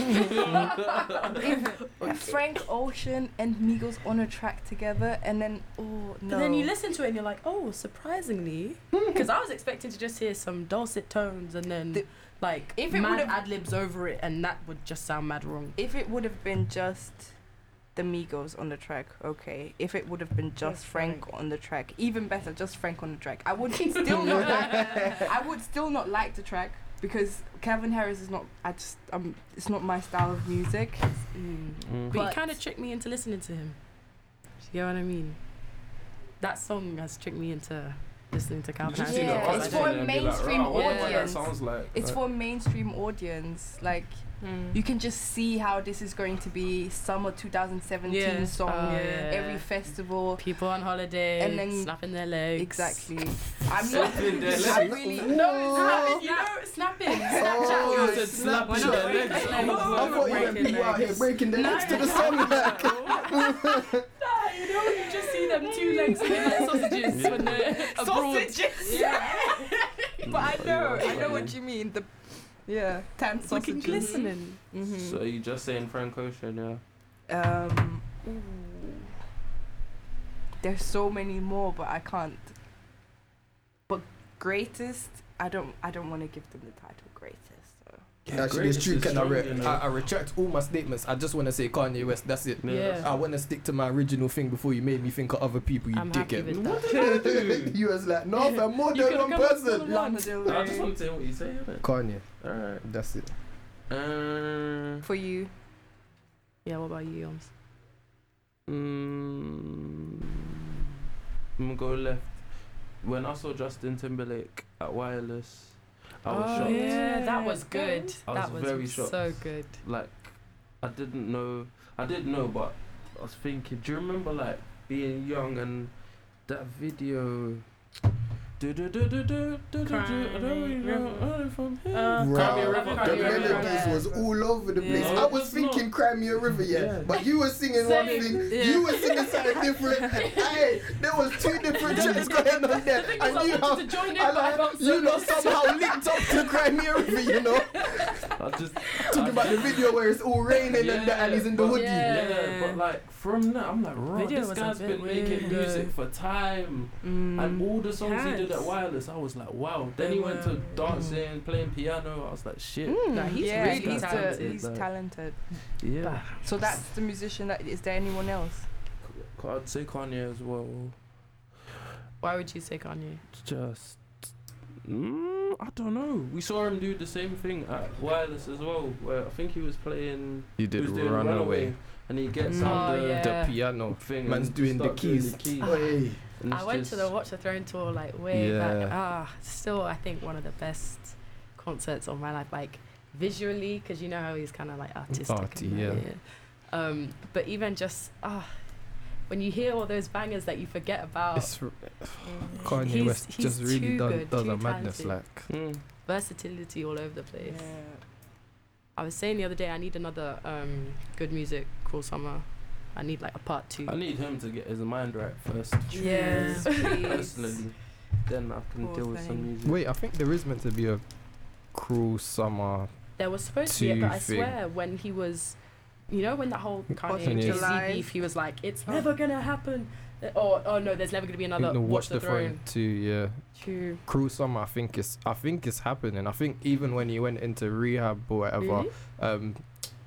S7: Frank Ocean and Migos on a track together, and then oh no.
S6: But then you listen to it and you're like, oh, surprisingly, because I was expecting to just hear some dulcet tones and then
S7: The-
S6: like
S7: if
S6: if
S7: it
S6: it mad
S7: would've-
S6: ad libs over it, and that would just sound mad wrong.
S7: If it would have been just the Migos on the track, okay. If it would have been just
S6: Just
S7: Frank
S6: Frank.
S7: on the track, even better, just Frank on the track. I would still not like. I would still not like the track because Kevin Harris is not. I just um, it's not my style of music.
S5: Mm.
S6: But,
S7: But-
S6: he kind of tricked me into listening to him. You know what I mean? That song has tricked me into listening to Calvin
S5: Just
S6: Harris.
S5: see the
S7: Yeah,
S6: because
S5: artist
S7: it's
S6: I
S5: on
S7: for
S5: there
S6: don't-
S5: and be like,
S7: mainstream
S5: "Rah, I wonder what that
S7: audience.
S5: sounds like.
S7: It's
S5: Like,
S7: for a mainstream audience. Like you can just see how this is going to be summer 2017
S6: Yeah.
S7: song.
S6: Oh, yeah.
S7: Every festival.
S6: people on holiday
S7: And then-
S6: snapping their legs.
S7: Exactly. I'm not.
S5: Snapping their
S7: I
S5: legs.
S7: really.
S3: Oh.
S6: Snapping, you know, snapping. Snapchat.
S4: Oh,
S5: You said snap
S6: We're
S5: your
S6: not breaking
S5: legs.
S6: legs.
S5: Oh,
S3: I thought you meant people out here breaking their legs to the song. Like,
S7: Oh,
S6: Nah, you know, you just see them two legs and they're like sausages
S5: Yeah.
S6: when they're abroad.
S7: Sausages.
S6: Yeah.
S7: But I
S5: Mm.
S7: know. I know what
S5: Yeah.
S7: you mean. The yeah, tan
S6: Looking
S7: sausages.
S6: glistening.
S7: Mm-hmm.
S5: So you just saying Frank Ocean, yeah?
S7: Um. ooh. There's so many more, but I can't. But greatest, I don't. I don't want to give them the title greatest. So.
S4: Actually, it's
S5: Greatest
S4: true.
S5: is
S4: Can I,
S5: strong,
S4: re-
S5: you know.
S4: I, I retract all my statements. I just want to say Kanye West. That's it.
S6: Yeah.
S4: I want to stick to my original thing before you made me think of other people. You
S6: I'm happy
S4: dickhead.
S6: with that.
S3: you was like, no, I'm more
S6: You
S3: than
S6: could've
S3: one
S6: come up with
S3: person.
S6: another one.
S7: Lana Del
S5: I just
S7: Rey.
S5: want to hear what you say, innit?
S4: Kanye.
S5: Alright.
S4: That's it.
S5: Um,
S7: For you,
S6: Yeah, what about you, Yoms?
S5: Mm, I'm gonna go left. When I saw Justin Timberlake at Wireless, I was
S6: oh,
S5: shocked.
S6: yeah, that was good.
S5: I
S6: that
S5: was
S6: was
S5: very shocked.
S6: so good.
S5: Like, I didn't know. I did know, but I was thinking. Do you remember like being young and that video? Do do do do do do do. do. I don't really know. I don't from here.
S6: Uh,
S3: Crimea
S5: River.
S3: The
S5: Crimea River.
S3: melodies was all over the place.
S5: Yeah.
S3: I was thinking Crimea River, yeah,
S5: Yeah.
S3: but you were singing one
S6: Same,
S3: thing,
S6: yeah.
S3: you were singing something different. hey, there was two different tracks going on there,
S6: I
S3: and you
S6: wanted
S3: have.
S6: to join in,
S3: I
S6: but I
S3: like,
S6: got
S3: you
S6: so
S3: know, somehow linked up to Crimea River, you know.
S5: I just
S3: Talking about the video where it's all raining and that, and he's in the
S5: Yeah.
S3: hoodie.
S6: Yeah.
S5: Yeah, but like from that, I'm like, right,
S6: Video
S5: this
S6: was a
S5: guy's
S6: bit
S5: been making
S6: weird. Mm.
S5: music for time,
S7: Mm.
S5: and all the songs he did at
S6: Hands.
S5: Wireless, I was like, wow. Then he went to dancing, playing piano. I was like, shit.
S6: Nah, he's
S7: yeah,
S6: really
S7: he's, the-
S6: talented.
S7: he's
S5: Like-
S7: talented.
S5: Yeah,
S7: So that's the musician. That is there anyone else?
S5: K- I'd say Kanye as well.
S6: Why would you say Kanye?
S5: Just. Mm, I don't know. We saw him do the same thing at Wireless as well, where I think he was playing.
S4: You
S5: he
S4: did
S5: was doing
S4: run away.
S5: and he gets
S6: Oh,
S5: on the
S6: yeah.
S4: The piano.
S5: thing.
S4: Man's
S5: and
S4: doing the
S5: start
S4: keys.
S3: Hey,
S5: And
S6: I
S5: it's
S6: went to the
S5: just-
S6: Watch the Throne tour like way
S4: Yeah.
S6: back. Ah, still I think one of the best concerts of my life. Like visually, because you know how he's kind of like artistic. and
S4: Arty,
S6: that,
S4: yeah.
S6: Um, but even just ah, when you hear all those bangers that you forget about,
S4: It's r- Kanye
S6: Oh. Mm. He's-
S4: West
S6: he's
S4: just really
S6: too
S4: does,
S6: good,
S4: does
S6: too
S4: a madness.
S6: talented.
S4: Like
S5: Mm.
S6: versatility all over the place. I was saying the other day I need another um, good music crawl summer I need like a part two.
S5: I need him to get his mind right first.
S6: Yeah.
S5: Personally. Then I can
S14: Poor
S5: deal with some
S14: thing.
S5: music.
S15: Wait, I think there is meant to be a cruel summer.
S6: There was supposed to be, it, but I
S15: Two thing.
S6: swear when he was, you know, when that whole Kanye
S15: Watching
S6: and
S15: it.
S6: Jay-Z
S7: July.
S6: beef, he was like, "It's never gonna happen," Uh, or "Oh no, there's never gonna be
S15: I think
S6: another
S15: the
S6: Watch, the,
S15: Throne
S6: Throne."
S15: too. Yeah,
S6: True.
S15: cruel summer. I think it's I think it's happening. I think even when he went into rehab or whatever,
S6: Really?
S15: um,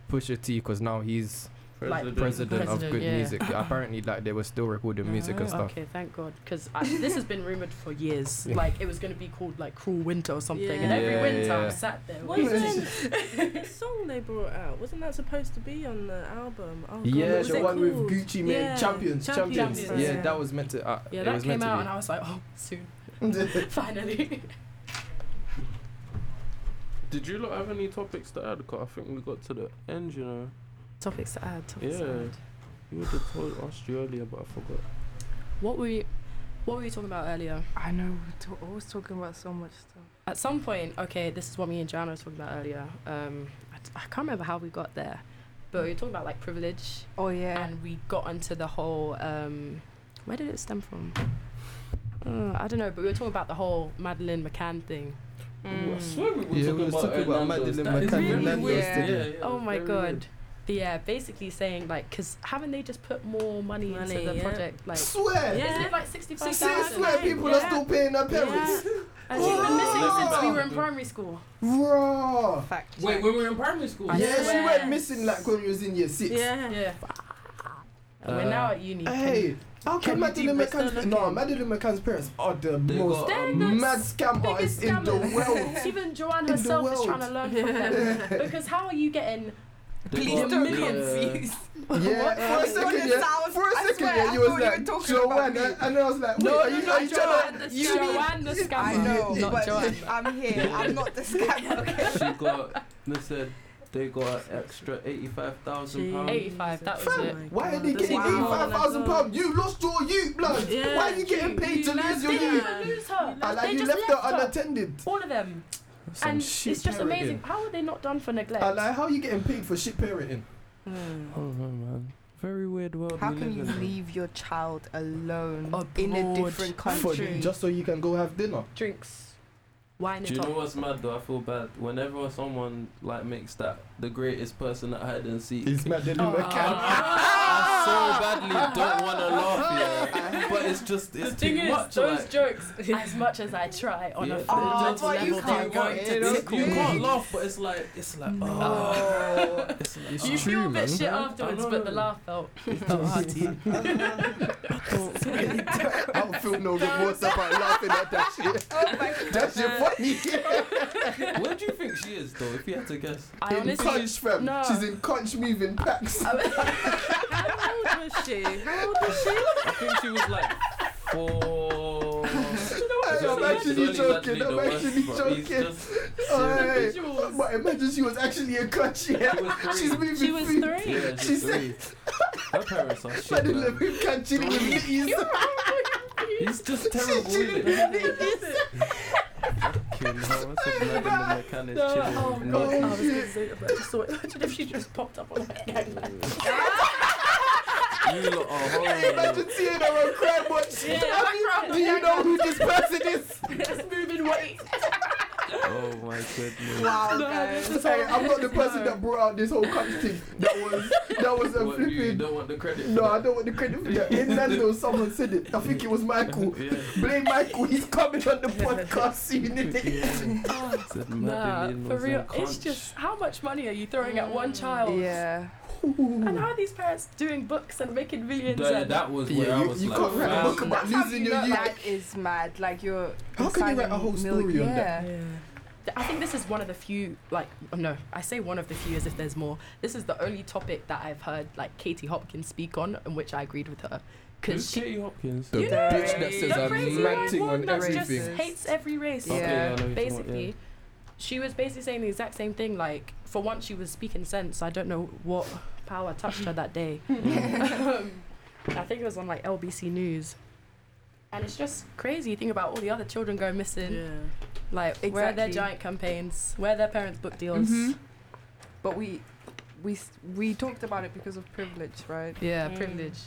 S15: Pusha T, because now he's
S6: Like,
S15: president, of
S6: President,
S15: good
S6: yeah. Oh,
S15: music. Apparently, like they were still recording music and stuff.
S6: Okay, thank God, because this has been rumored for years.
S15: Oh. Yeah.
S6: Like it was gonna be called like Cruel Winter or something, and
S14: Yeah.
S6: every
S15: Yeah,
S6: winter
S15: yeah.
S6: I'm sat there. waiting.
S14: Wasn't the song they brought out? Wasn't that supposed to be on the album? Oh, God,
S15: Yeah,
S14: what
S4: Yeah,
S14: was
S4: the
S14: it
S4: one with
S14: called?
S4: Gucci Mane.
S14: Yeah,
S4: Champions, champions.
S14: Champions.
S15: Yeah,
S14: Yeah.
S15: that was meant to. Uh,
S6: Yeah,
S15: it
S6: that
S15: was
S6: came
S15: meant to
S6: out,
S15: be.
S6: and I was like, "Oh, soon, finally."
S5: Did you lot have any topics to add? 'Cause I think we got to the end, you know.
S6: topics to add. Topics
S5: Yeah.
S6: to add.
S5: You would have told asked you earlier, but I forgot.
S6: What were you, what were you talking about earlier?
S7: I know we're to- always talking about so much stuff.
S6: At some point, okay, this is what me and Jana were talking about earlier. Um, I, t- I can't remember how we got there, but we were talking about like privilege,
S7: Oh yeah.
S6: and we got onto the whole. Um, where did it stem from? Uh, I don't know, but we were talking about the whole Madeline McCann thing.
S7: Mm.
S5: Ooh, I swear we were
S15: Yeah, we
S5: talking
S15: was
S5: about,
S15: talking about
S5: Hernandez.
S15: Madeleine
S5: That is
S15: McCann
S5: really
S7: Hernandez
S5: weird.
S7: today.
S5: Yeah, yeah,
S6: oh my
S5: very
S6: god.
S5: weird.
S6: Yeah, basically saying like, cause haven't they just put more money,
S14: Money,
S6: into the
S14: yeah.
S6: project? Like,
S4: Swear.
S14: Yeah.
S6: isn't it like sixty-five
S4: Say
S6: thousand?
S4: swear people are still paying their parents.
S6: And she's been missing since we were in
S5: Oh.
S6: primary school.
S4: Raw.
S16: Fact.
S5: Wait,
S16: check.
S5: when we were in primary school.
S6: I
S4: Yeah, she
S6: swear.
S4: went missing like when we was in year six.
S14: Yeah.
S6: Yeah. And we're now at uni.
S4: Hey, how
S6: Can
S4: come
S6: we
S4: Madeline
S6: deep still
S4: McCann's
S6: look
S4: no
S6: in?
S4: Madeline McCann's parents are the
S5: They
S4: most
S5: got,
S6: They're
S5: um,
S6: the
S4: mad scam
S6: biggest
S4: artists in the
S6: scammers.
S4: world.
S6: Even Joanne
S4: the
S6: herself is
S4: world.
S6: trying to learn from them. because how are you getting
S5: they
S16: Please
S5: got
S16: don't
S5: the, uh,
S16: confuse.
S4: Yeah, for a
S16: What
S4: second,
S16: it
S4: yeah,
S16: sounds-
S4: for a
S16: I
S4: second,
S16: swear,
S4: yeah,
S16: I
S4: you was
S16: thought you
S4: like
S16: were talking about
S4: Joanne,
S16: me.
S4: and then I was like, wait,
S16: No,
S4: are
S16: no,
S4: you,
S16: no,
S4: are you trying
S16: Joanne,
S4: to?
S16: the
S4: You
S16: scammer.
S4: mean-
S6: Joanne the
S16: I
S6: scammer?
S16: know,
S6: Not
S16: but
S6: Joanne.
S16: I'm here. I'm not the scammer. Okay.
S5: she got. They said they got an extra eighty-five thousand pounds.
S6: 85, that was
S7: Oh
S6: it.
S4: Why are they
S14: That's
S4: getting
S14: wow.
S4: eighty-five thousand pounds? You lost your youth, blood.
S14: Yeah,
S4: Why are you getting
S14: you-
S4: paid to
S14: you
S4: lose
S14: left
S4: your
S6: They
S14: it.
S6: didn't
S4: youth?
S14: Yeah.
S6: even lose her.
S4: And
S6: they
S4: like you
S6: just
S4: left her
S6: her.
S4: unattended.
S6: All of them.
S15: Some
S6: and
S15: shit
S6: it's just
S15: parenting.
S6: amazing. How are they not done for neglect?
S4: And like, how are you getting paid for shit parenting?
S5: I
S14: Hmm.
S5: don't know, Oh, man. Very weird world.
S7: How
S5: we
S7: can you
S5: live in.
S7: leave your child alone in
S6: Abroad.
S7: a different
S4: For
S7: country?
S4: just so you can go have dinner.
S6: Drinks. Wine
S5: Do
S6: and
S5: you know
S6: top.
S5: what's mad though? I feel bad. Whenever someone like makes that the greatest person at hide and seek,
S4: It's Madeline McCann.
S5: I so badly don't want to laugh, yeah. But it's just it's too much. like,
S6: jokes, as much as I try on
S5: yeah,
S6: a
S5: it's
S4: Oh,
S5: just
S6: fundamental
S16: but you
S6: level,
S5: too
S6: they're
S16: can't
S5: much.
S6: going
S5: You
S6: to tickle
S5: you
S6: me.
S5: can't laugh, but it's like it's like oh,
S16: Oh.
S5: it's like ah.
S15: It's true,
S6: You feel a
S15: man.
S6: bit shit afterwards,
S5: know.
S6: but the laugh felt.
S4: I don't feel no remorse about laughing at that shit. That shit funny.
S5: Where do you think she is though? If you had to guess,
S6: I
S4: in
S6: honestly.
S4: conch, fam.
S6: no.
S4: She's in conch moving packs.
S14: How old was she? How old was she?
S5: I think she was like four.
S4: I'm actually joking. I'm actually joking. Alright. But imagine she was actually in conch. Yeah.
S5: She was three.
S4: She's moving
S14: She was
S4: feet.
S14: three.
S5: Yeah,
S4: She
S5: she's
S4: said-
S5: three. Her parents are shit.
S4: Madeline
S5: man.
S4: McCann chilling with Mitties.
S5: He's just terrible with it. Fucking hell, what's up, Madeline McCann is
S6: No,
S5: chilling
S6: oh
S5: with
S6: no,
S5: Nicky.
S6: I was gonna say, I just saw it. Imagine if she just popped up on her gangland.
S5: You lot are horrible.
S4: Imagine seeing her on crime watch. Have you-
S6: background
S4: Do you know who this person is?
S6: Just moving weight.
S5: Oh my goodness.
S16: Wow,
S6: No,
S16: guys.
S6: this is
S4: Hey, I'm not the person
S6: No.
S4: that brought out this whole conch thing. That was that was a
S5: What, you
S4: flipping.
S5: don't want the credit? for
S4: No, I
S5: that?
S4: don't want the credit for that. In Lando, someone said it. I think it was Michael.
S5: Yeah.
S4: Blame Michael. He's coming on the podcast soon. innit?
S5: Said
S6: Oh, Nah,
S5: Madeline
S6: for
S5: was a
S6: real. It's
S5: conch.
S6: just how much money are you throwing at one child?
S7: yeah.
S6: And how are these parents doing books and making millions?
S5: That,
S6: and
S5: that was where
S4: Yeah,
S5: I
S4: you,
S5: was
S4: you
S5: like,
S4: can't write a book
S5: fam,
S4: about
S7: That's how
S4: losing
S7: you
S4: your
S7: know
S4: youth.
S7: That is mad. Like you're.
S4: How can you write a
S7: inciting
S4: whole
S7: mil-
S4: story on that?
S7: yeah.
S6: Th- I think this is one of the few, like, oh, no, I say one of the few as if there's more. This is the only topic that I've heard, like, Katie Hopkins speak on, in which I agreed with her.
S5: Who's
S6: Because she,
S5: Katie Hopkins?
S15: The
S6: You know,
S15: bitch that says
S6: the
S15: I'm
S6: crazy white
S15: ranting
S6: one
S15: on
S6: that just
S15: everything.
S6: hates every race.
S5: Okay, I
S7: Yeah.
S5: know who you're talking about,
S6: Basically,
S5: yeah.
S6: she was basically saying the exact same thing. Like, for once, she was speaking sense. I don't know what power touched her that day. um, I think it was on like LBC News. And it's just crazy. You think about all the other children going missing. Like, where are
S7: Exactly.
S4: Mm-hmm.
S6: their
S7: Mm-hmm.
S6: giant campaigns? Where are their parents' book deals?
S7: Mhm. But we. we s- we talked about it because of privilege, right?
S6: Yeah,
S8: Mm.
S6: privilege.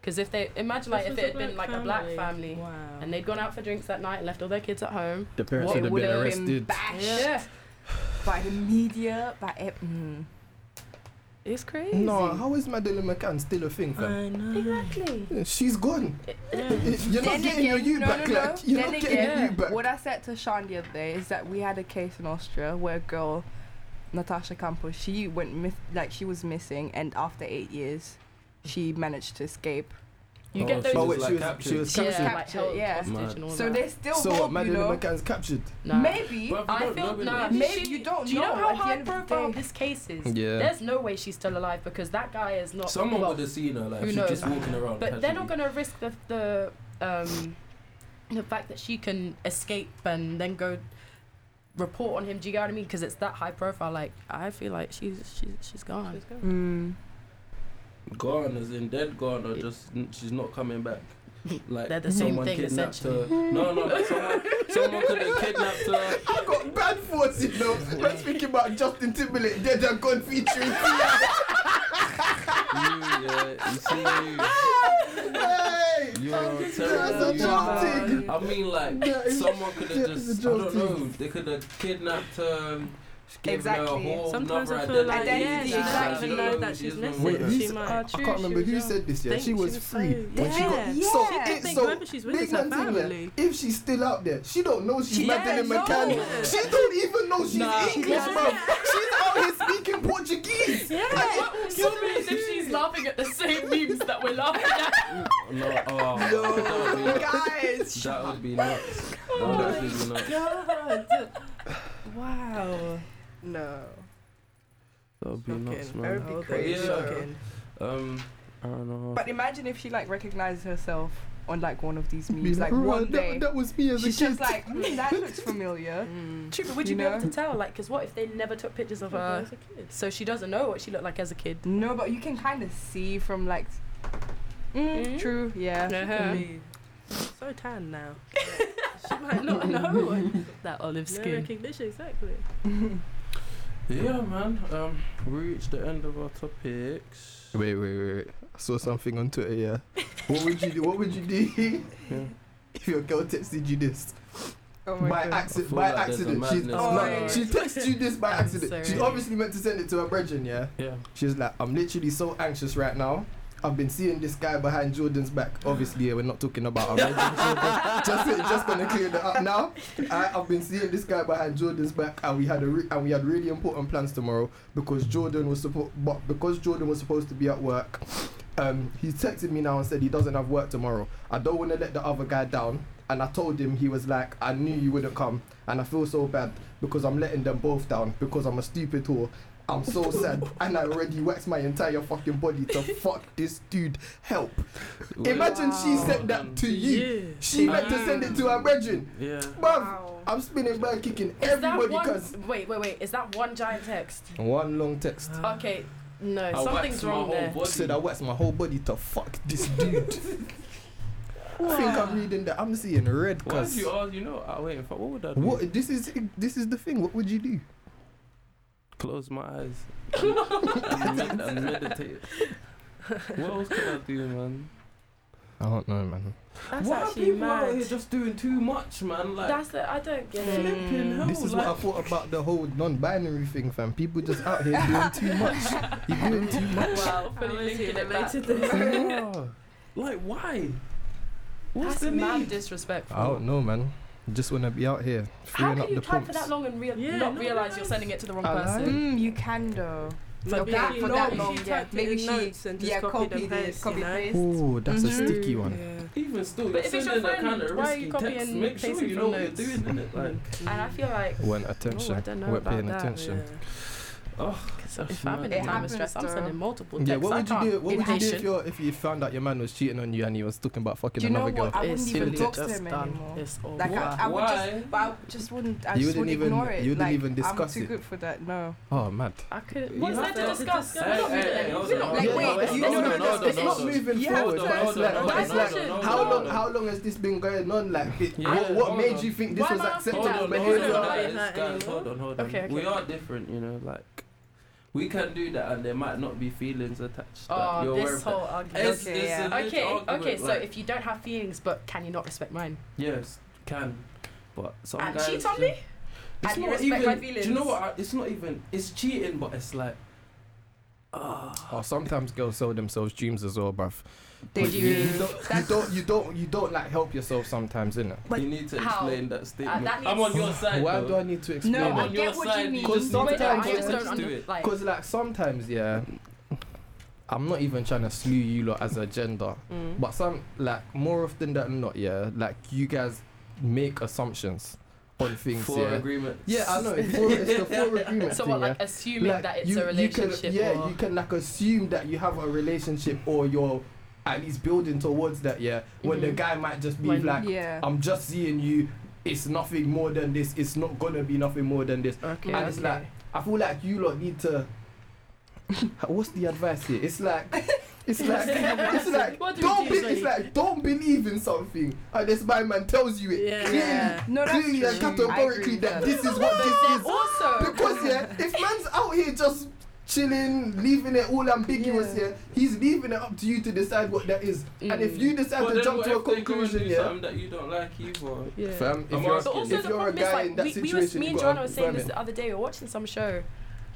S6: Because if they imagine like if it had been like a black family
S8: Wow.
S6: and they'd gone out for drinks that night, left all their kids at home.
S17: The parents
S6: What
S17: would have
S6: would
S17: been
S6: have
S17: arrested.
S7: bashed
S6: Yeah,
S7: by the media, by e- mm.
S6: it's crazy.
S4: No, how is Madeleine McCann still a thing, fam?
S8: I know.
S6: exactly.
S4: She's gone.
S8: Yeah.
S4: You're not
S7: Then
S4: getting your
S7: again-
S4: you
S7: no,
S4: back.
S7: no, no.
S4: Like, you're
S7: Then
S4: not getting your
S6: again-
S4: you back.
S7: What I said to Sean the other day is that we had a case in Austria where a girl, Natasha Campos, she went myth- like she was missing, and after eight years, she managed to escape.
S6: You
S5: Oh,
S6: get those.
S5: she
S4: Oh,
S5: was
S4: wait, she
S5: like
S4: was, she
S5: captured.
S4: was
S6: yeah,
S4: captured.
S6: like held
S7: Yeah.
S6: hostage and all
S7: So
S6: that.
S7: there's still
S4: So what,
S7: hope, you
S4: Madeleine
S7: know.
S4: McCann's captured?
S6: Nah.
S7: Maybe.
S5: Bruv, you
S6: I
S5: don't
S6: feel
S5: know,
S6: nah.
S5: innit?
S7: Maybe you don't
S6: Do you know
S7: know
S6: how
S7: at the
S6: high
S7: end of the
S6: profile
S7: day.
S6: this case is?
S5: Yeah.
S6: There's no way she's still alive because that guy is not.
S5: Someone
S6: well,
S5: would have seen her, like,
S6: who
S5: she's
S6: knows?
S5: just walking around.
S6: But they're not
S5: casually.
S6: going to risk the the um, the fact that she can escape and then go report on him. Do you get what I mean? Because it's that high profile. Like I feel like she's she's she's gone.
S7: Mm.
S5: Gone, as in dead gone, or just n- she's not coming back. Like
S6: They're the same
S5: someone
S6: thing,
S5: kidnapped her.
S6: essentially.
S5: No, no, like, someone, someone could have kidnapped her.
S4: I got bad thoughts, you know. We're speaking about Justin Timberlake, Dead and Gone featuring.
S5: You, yeah, you see,
S4: hey!
S5: you, you're
S4: That's
S5: terrible.
S4: a
S5: You-
S4: joke thing.
S5: I mean, like
S4: That is-
S5: someone could have
S4: that is
S5: just, I
S4: a joke
S5: don't
S4: to you.
S5: know, they could have kidnapped her, um, given her a
S13: Exactly.
S5: whole
S8: Sometimes
S5: another
S8: I feel like
S5: identity.
S8: yeah, she
S13: Identity,
S8: doesn't
S5: She
S8: even know
S5: don't-
S8: that
S5: she
S8: she's
S5: doesn't
S8: missing.
S5: know.
S4: Wait,
S8: she
S4: who's-
S8: might.
S4: I can't remember who said this, yeah.
S8: think
S4: She was
S8: she was
S4: free
S8: so-
S4: when she got.
S8: Yeah.
S4: So,
S8: Yeah,
S4: it,
S8: think,
S4: so
S8: remember she's with
S4: big
S8: her
S4: man thing, yeah,
S8: family.
S4: if she's still out there, she don't know she's
S8: She
S4: Madeleine
S8: don't
S4: McCann.
S8: know.
S4: She don't even know she's
S5: Nah.
S4: English, bro. She's out here speaking Portuguese.
S6: What will kill me is if she's laughing at the same memes that we're laughing at.
S5: No, oh, that would be nuts.
S13: guys.
S5: That would be nuts.
S8: Oh.
S5: That would actually be nuts.
S8: Wow.
S13: No.
S5: That would be nuts,
S13: That would
S5: man.
S13: be
S8: Okay.
S13: crazy.
S5: Yeah.
S13: Shocking.
S5: Um, I don't know.
S7: But imagine if she like recognizes herself on like one of these
S4: Be
S7: memes, like
S4: "Right,
S7: one
S4: that,
S7: day.
S4: that was me as
S7: She's
S4: a kid.
S7: just like, hmm, that looks familiar.
S6: True, but would you,
S7: You
S6: be
S7: know?
S6: able to tell? Like, because what if they never took pictures of her? So she doesn't know what she looked like as a kid.
S7: No, but you can kind of see from like. Mm,
S6: Mhm.
S7: True. Yeah.
S6: Uh-huh.
S8: So tan now.
S6: She might not know that olive
S8: No
S6: skin.
S8: recognition, exactly.
S5: Yeah, man. Um, we reached the end of our topics.
S4: Wait, wait, wait, wait. I saw something on Twitter, yeah. what would you do? What would you do
S5: Yeah.
S4: if your girl texted you this?
S7: Oh my
S4: by
S7: god.
S4: accident,
S5: feel
S4: by
S5: like there's a
S4: accident. She's,
S5: madness
S4: no,
S7: going on.
S4: she texted you this by
S6: I'm
S4: accident. She
S6: sorry.
S4: obviously meant to send it to her brethren, yeah?
S5: Yeah.
S4: She's like, I'm literally so anxious right now. I've been seeing this guy behind Jordan's back. Obviously, yeah, we're not talking about our regular Jordan. Just, just gonna clear that up now. I, I've been seeing this guy behind Jordan's back, and we had a re- and we had really important plans tomorrow because Jordan was supposed, but because Jordan was supposed to be at work, um, he texted me now and said he doesn't have work tomorrow. I don't want to let the other guy down, and I told him he was like, I knew you wouldn't come, and I feel so bad because I'm letting them both down because I'm a stupid whore. I'm so sad, and I already waxed my entire fucking body to fuck this dude. Help! Imagine she sent that to you. She meant to send it to her brethren.
S5: Yeah.
S4: Bruv, I'm spinning by kicking
S6: Is that
S4: everybody
S6: one?
S4: cuz.
S6: Wait, wait, wait. Is that one giant text?
S4: One long text.
S6: Okay,
S5: Um,
S6: no,
S5: I
S6: something's
S5: waxed my
S6: wrong
S5: whole
S6: there.
S5: body.
S4: Said I waxed my whole body to fuck this dude. I think I'm reading that. I'm seeing red
S5: Why did
S4: cuz.
S5: you ask? You know, I wait. In fact, what would I do?
S4: What this is this is the thing. What would you do?
S5: Close my eyes and, and med- and meditate. What else could I do, man?
S4: I don't know, man.
S6: That's
S5: Why are
S6: actually
S5: people out
S6: mad.
S5: here just doing too much, man? Like
S6: That's Mm. the, I don't get it.
S5: flipping hell.
S4: This is what I
S5: like,
S4: thought about the whole non-binary thing, fam. People just out here doing too much. You're doing too much.
S6: Wow,
S8: How is he related
S6: to this.
S5: Yeah. like why? What's
S6: That's
S5: the
S6: mad
S5: need?
S6: disrespectful.
S4: I don't know, man. Just wanna be out here
S6: How
S4: freeing
S6: can
S4: up
S6: you
S4: the
S6: type for
S4: pumps.
S6: that long and rea-
S8: Yeah,
S6: not
S8: no,
S6: realize
S8: no.
S6: you're sending it to the wrong
S4: I lied.
S6: person?
S7: Mm, you can though.
S8: Like,
S7: Okay,
S8: maybe
S7: for
S8: not,
S7: that
S8: she
S7: long, yeah.
S8: typed it
S7: Maybe
S8: in
S7: she
S8: notes and just
S7: yeah
S8: copied
S7: copied,
S8: and
S7: it,
S8: paste,
S7: copy
S8: you know?
S7: paste.
S4: Oh, that's a
S6: Mm-hmm.
S7: Mhm.
S4: sticky one.
S5: Even still,
S6: But
S5: you're
S6: if it's your
S5: sending a
S6: friend,
S5: kind of
S6: why are you
S5: risky
S6: copying
S5: text.
S6: and
S5: Make sure
S6: pasting
S5: you
S6: from
S5: know what you're
S6: notes?
S5: doing, innit? Like,
S6: And I feel like.
S4: When
S6: Oh, I don't know
S4: We're
S6: about
S4: paying
S6: that.
S4: attention.
S5: oh,
S6: 'Cause
S5: That's
S6: If I'm in
S5: mad.
S6: a
S7: It
S6: time of
S7: happens
S6: stress, I'm
S7: though.
S6: sending multiple texts.
S4: Yeah, what
S6: I
S4: would you do?
S6: can't.
S4: What would you do if
S6: Impatient.
S4: your if you found out your man was cheating on you and he was talking about fucking
S7: Do you know
S4: another girl?
S7: what? I wouldn't
S6: It's
S7: even
S6: fully
S7: talk to
S6: just
S7: him
S6: done.
S7: anymore.
S6: It's over.
S7: Like I, I would
S5: Why?
S7: just, but I just wouldn't. I
S4: You
S7: just
S4: wouldn't
S7: would
S4: even-
S7: ignore it.
S4: you wouldn't
S7: like,
S4: even discuss
S7: I'm too
S4: it.
S7: good for that. No.
S4: Oh, mad.
S6: I could.
S5: You
S6: What's there
S5: have
S6: to
S5: to-
S6: discuss?
S5: Hey,
S6: We're not
S5: hey,
S6: moving
S5: hey,
S6: it.
S5: hold
S6: We're
S5: on,
S6: not
S5: hold
S4: on, hold on,
S6: like, wait,
S4: hold on,
S6: it's
S4: hold on,
S6: not even
S4: hold on,
S6: just-
S4: hold
S6: it's
S4: on,
S6: not
S4: hold on.
S6: moving.
S4: Yeah,
S5: Hold
S4: it's
S5: on,
S4: like-
S5: hold on,
S4: like-
S5: hold on,
S4: it's
S5: hold
S4: like,
S5: on, hold on,
S4: How long?
S5: hold
S4: How
S5: on.
S4: long has this been going on? Like, it,
S5: Yeah,
S4: what, what
S5: hold
S4: made
S5: on.
S4: you think this
S6: Why
S4: was uh,
S6: am I
S4: acceptable
S5: Hold on,
S6: But
S5: hold
S6: he's
S5: on,
S6: not
S5: guys,
S6: like that
S5: guys,
S6: anymore.
S5: hold on, hold on.
S6: Okay, okay,
S5: We are
S6: okay.
S5: different, you know. Like we can do that, and there might not be feelings attached. that
S6: Oh,
S5: Ah, you're aware
S6: this
S5: of that.
S6: whole argument.
S5: It's,
S13: Okay,
S5: it's
S13: yeah.
S5: a
S6: Okay,
S5: legit
S6: okay.
S5: argument,
S6: so
S5: like,
S6: if you don't have feelings, but can you not respect mine?
S5: yes, can, but some
S6: And
S5: guys
S6: cheat on
S5: just-
S6: me?
S5: It's
S6: And you
S5: not
S6: respect
S5: even.
S6: my
S5: Do you know
S6: feelings?
S5: what? I, it's not even. It's cheating, but it's like. ah.
S4: Oh, sometimes girls sell themselves dreams as well, bruv.
S13: They
S4: But
S13: do.
S4: You don't, you don't, you don't like help yourself sometimes, innit?
S5: you need to
S6: how? Uh,
S5: explain that statement.
S6: that
S5: I'm
S6: needs-
S5: on your side.
S4: Why
S5: though.
S4: do I need to explain
S5: I'm
S13: I
S5: on
S4: it?
S13: get
S5: your
S13: what you
S5: side.
S13: mean.
S4: Because
S6: But
S4: sometimes,
S6: no, I
S4: yeah,
S6: just don't
S5: just do
S6: under,
S5: it.
S6: like.
S4: Because like sometimes, yeah, I'm not even trying to slew you lot as a gender,
S6: Mm.
S4: but some like more often than not, yeah, like you guys make assumptions on things,
S5: for
S4: yeah.
S5: agreement.
S4: yeah, I know. It's, for, it's the four agreement
S6: So
S4: thing,
S6: what,
S4: yeah.
S6: like assuming that it's a relationship?
S4: You can, yeah,
S6: or,
S4: you can like assume that you have a relationship or you're at least building towards that. Yeah, when the
S6: Mhm.
S4: guy might just be
S6: When-
S4: like,
S7: yeah.
S4: "I'm just seeing you. It's nothing more than this. It's not gonna be nothing more than this."
S6: Okay.
S4: and it's like, I feel like you lot need to. What's the advice here? It's like. It's like, it's like,
S6: What do we
S4: don't
S6: do,
S4: be, it's
S6: Zoe?
S4: like, don't believe in something, and this my man tells you it
S8: Yeah.
S4: clearly,
S8: Yeah.
S7: No, that's
S4: clearly and
S7: true. I agree
S4: categorically
S7: with
S4: that
S7: that.
S4: this is what
S6: But
S4: this
S6: then
S4: is.
S6: also,
S4: Because yeah, if man's out here just chilling, leaving it all ambiguous
S7: Yeah.
S4: here, he's leaving it up to you to decide what that is. And if
S6: Mm.
S4: you decide
S5: But
S4: to
S5: then
S4: jump
S5: what
S4: to a
S5: if they go and
S4: conclusion,
S5: do
S4: yeah.
S5: something that you don't like either.
S6: yeah.
S4: Fam,
S5: I'm
S4: if you're,
S5: asking.
S6: But also
S4: if
S6: the
S4: you're a
S6: problem
S4: guy in
S6: is
S4: that
S6: like we, we
S4: situation,
S6: was, me and
S4: you gotta
S6: Joanna were saying
S4: firm
S6: this
S4: it.
S6: the other day. We were watching some show.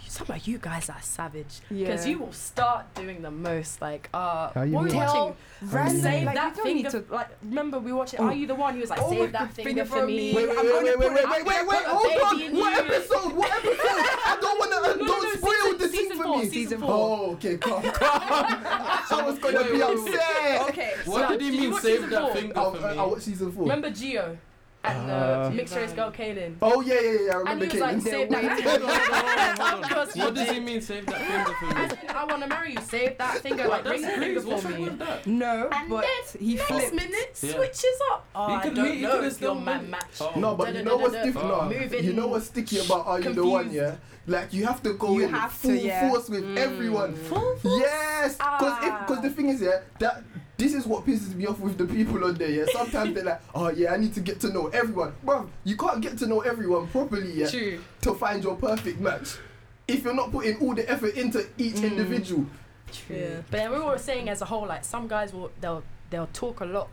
S6: Some of you guys are savage because
S7: Yeah.
S6: you will start doing the most. Like, uh,
S4: How you
S6: what were we
S4: mean?
S6: watching?
S7: Random,
S6: Save
S7: like,
S6: that
S7: you don't
S6: finger.
S7: need to-
S6: like, remember we were watching. Are you the one who was like,
S7: Oh,
S6: save
S7: with
S6: that
S7: the
S6: finger for me?
S4: Wait, wait,
S6: I'm
S4: wait,
S6: gonna
S4: wait,
S6: put
S4: wait,
S6: a-
S4: wait, wait, wait,
S6: I'm gonna put a
S4: hold
S6: baby
S4: on.
S6: in
S4: What
S6: you.
S4: episode? What episode? I don't want to,
S6: no,
S4: don't
S6: no,
S4: spoil
S6: season-
S4: the thing
S6: season
S4: for
S6: four,
S4: me.
S6: season
S4: Oh, okay, calm, calm. I was going to
S5: Wait,
S4: be
S5: wait,
S4: upset.
S13: Okay.
S5: What
S6: So,
S5: did he
S6: did you
S5: mean?
S6: watch
S5: Save
S6: season
S5: that
S6: four?
S5: finger
S4: I,
S5: for me.
S4: I, I watched season four.
S6: Remember Gio and uh,
S4: Ah.
S6: mixed race girl Kaylin?
S4: Oh, yeah, yeah, yeah, I remember
S6: And he was like,
S4: Caitlyn.
S6: save
S4: Yeah,
S6: that
S4: wait.
S6: finger.
S5: Hold on, hold
S6: Of course
S5: on. What
S6: you
S5: does he
S6: did.
S5: mean? Save that finger for me.
S6: As in, I want to marry you. Save that finger.
S5: Like,
S6: Like, ring
S5: that's
S6: the
S5: crazy.
S6: finger for
S5: What's wrong
S6: me.
S5: with that?
S7: No,
S6: And
S7: but he
S6: Next
S7: flipped.
S6: minute
S5: Yeah.
S6: switches up. Oh,
S5: He
S6: I
S5: could
S6: don't
S5: meet- he
S6: know
S5: could
S6: if
S5: still
S6: you're
S5: meet.
S6: man match.
S5: Oh.
S4: No, but
S6: Da,
S4: you
S6: da,
S4: know
S6: da,
S4: what's
S6: da.
S4: different. no,
S6: Moving.
S4: you know what's sticky about Are You the One?
S6: Oh. Confused.
S4: Yeah, like you have to go
S7: You
S4: in
S7: have to,
S4: full
S7: yeah.
S4: force with everyone.
S6: Mm. Full
S4: Yes, because
S6: Ah.
S4: because the thing is, yeah, that this is what pisses me off with the people on there. Yeah, sometimes they're like, oh yeah, I need to get to know everyone, bruv. You can't get to know everyone properly yeah,
S6: True.
S4: to find your perfect match if you're not putting all the effort into each
S6: Mm.
S4: individual.
S6: True. But then we were saying as a whole, like some guys will they'll they'll talk a lot.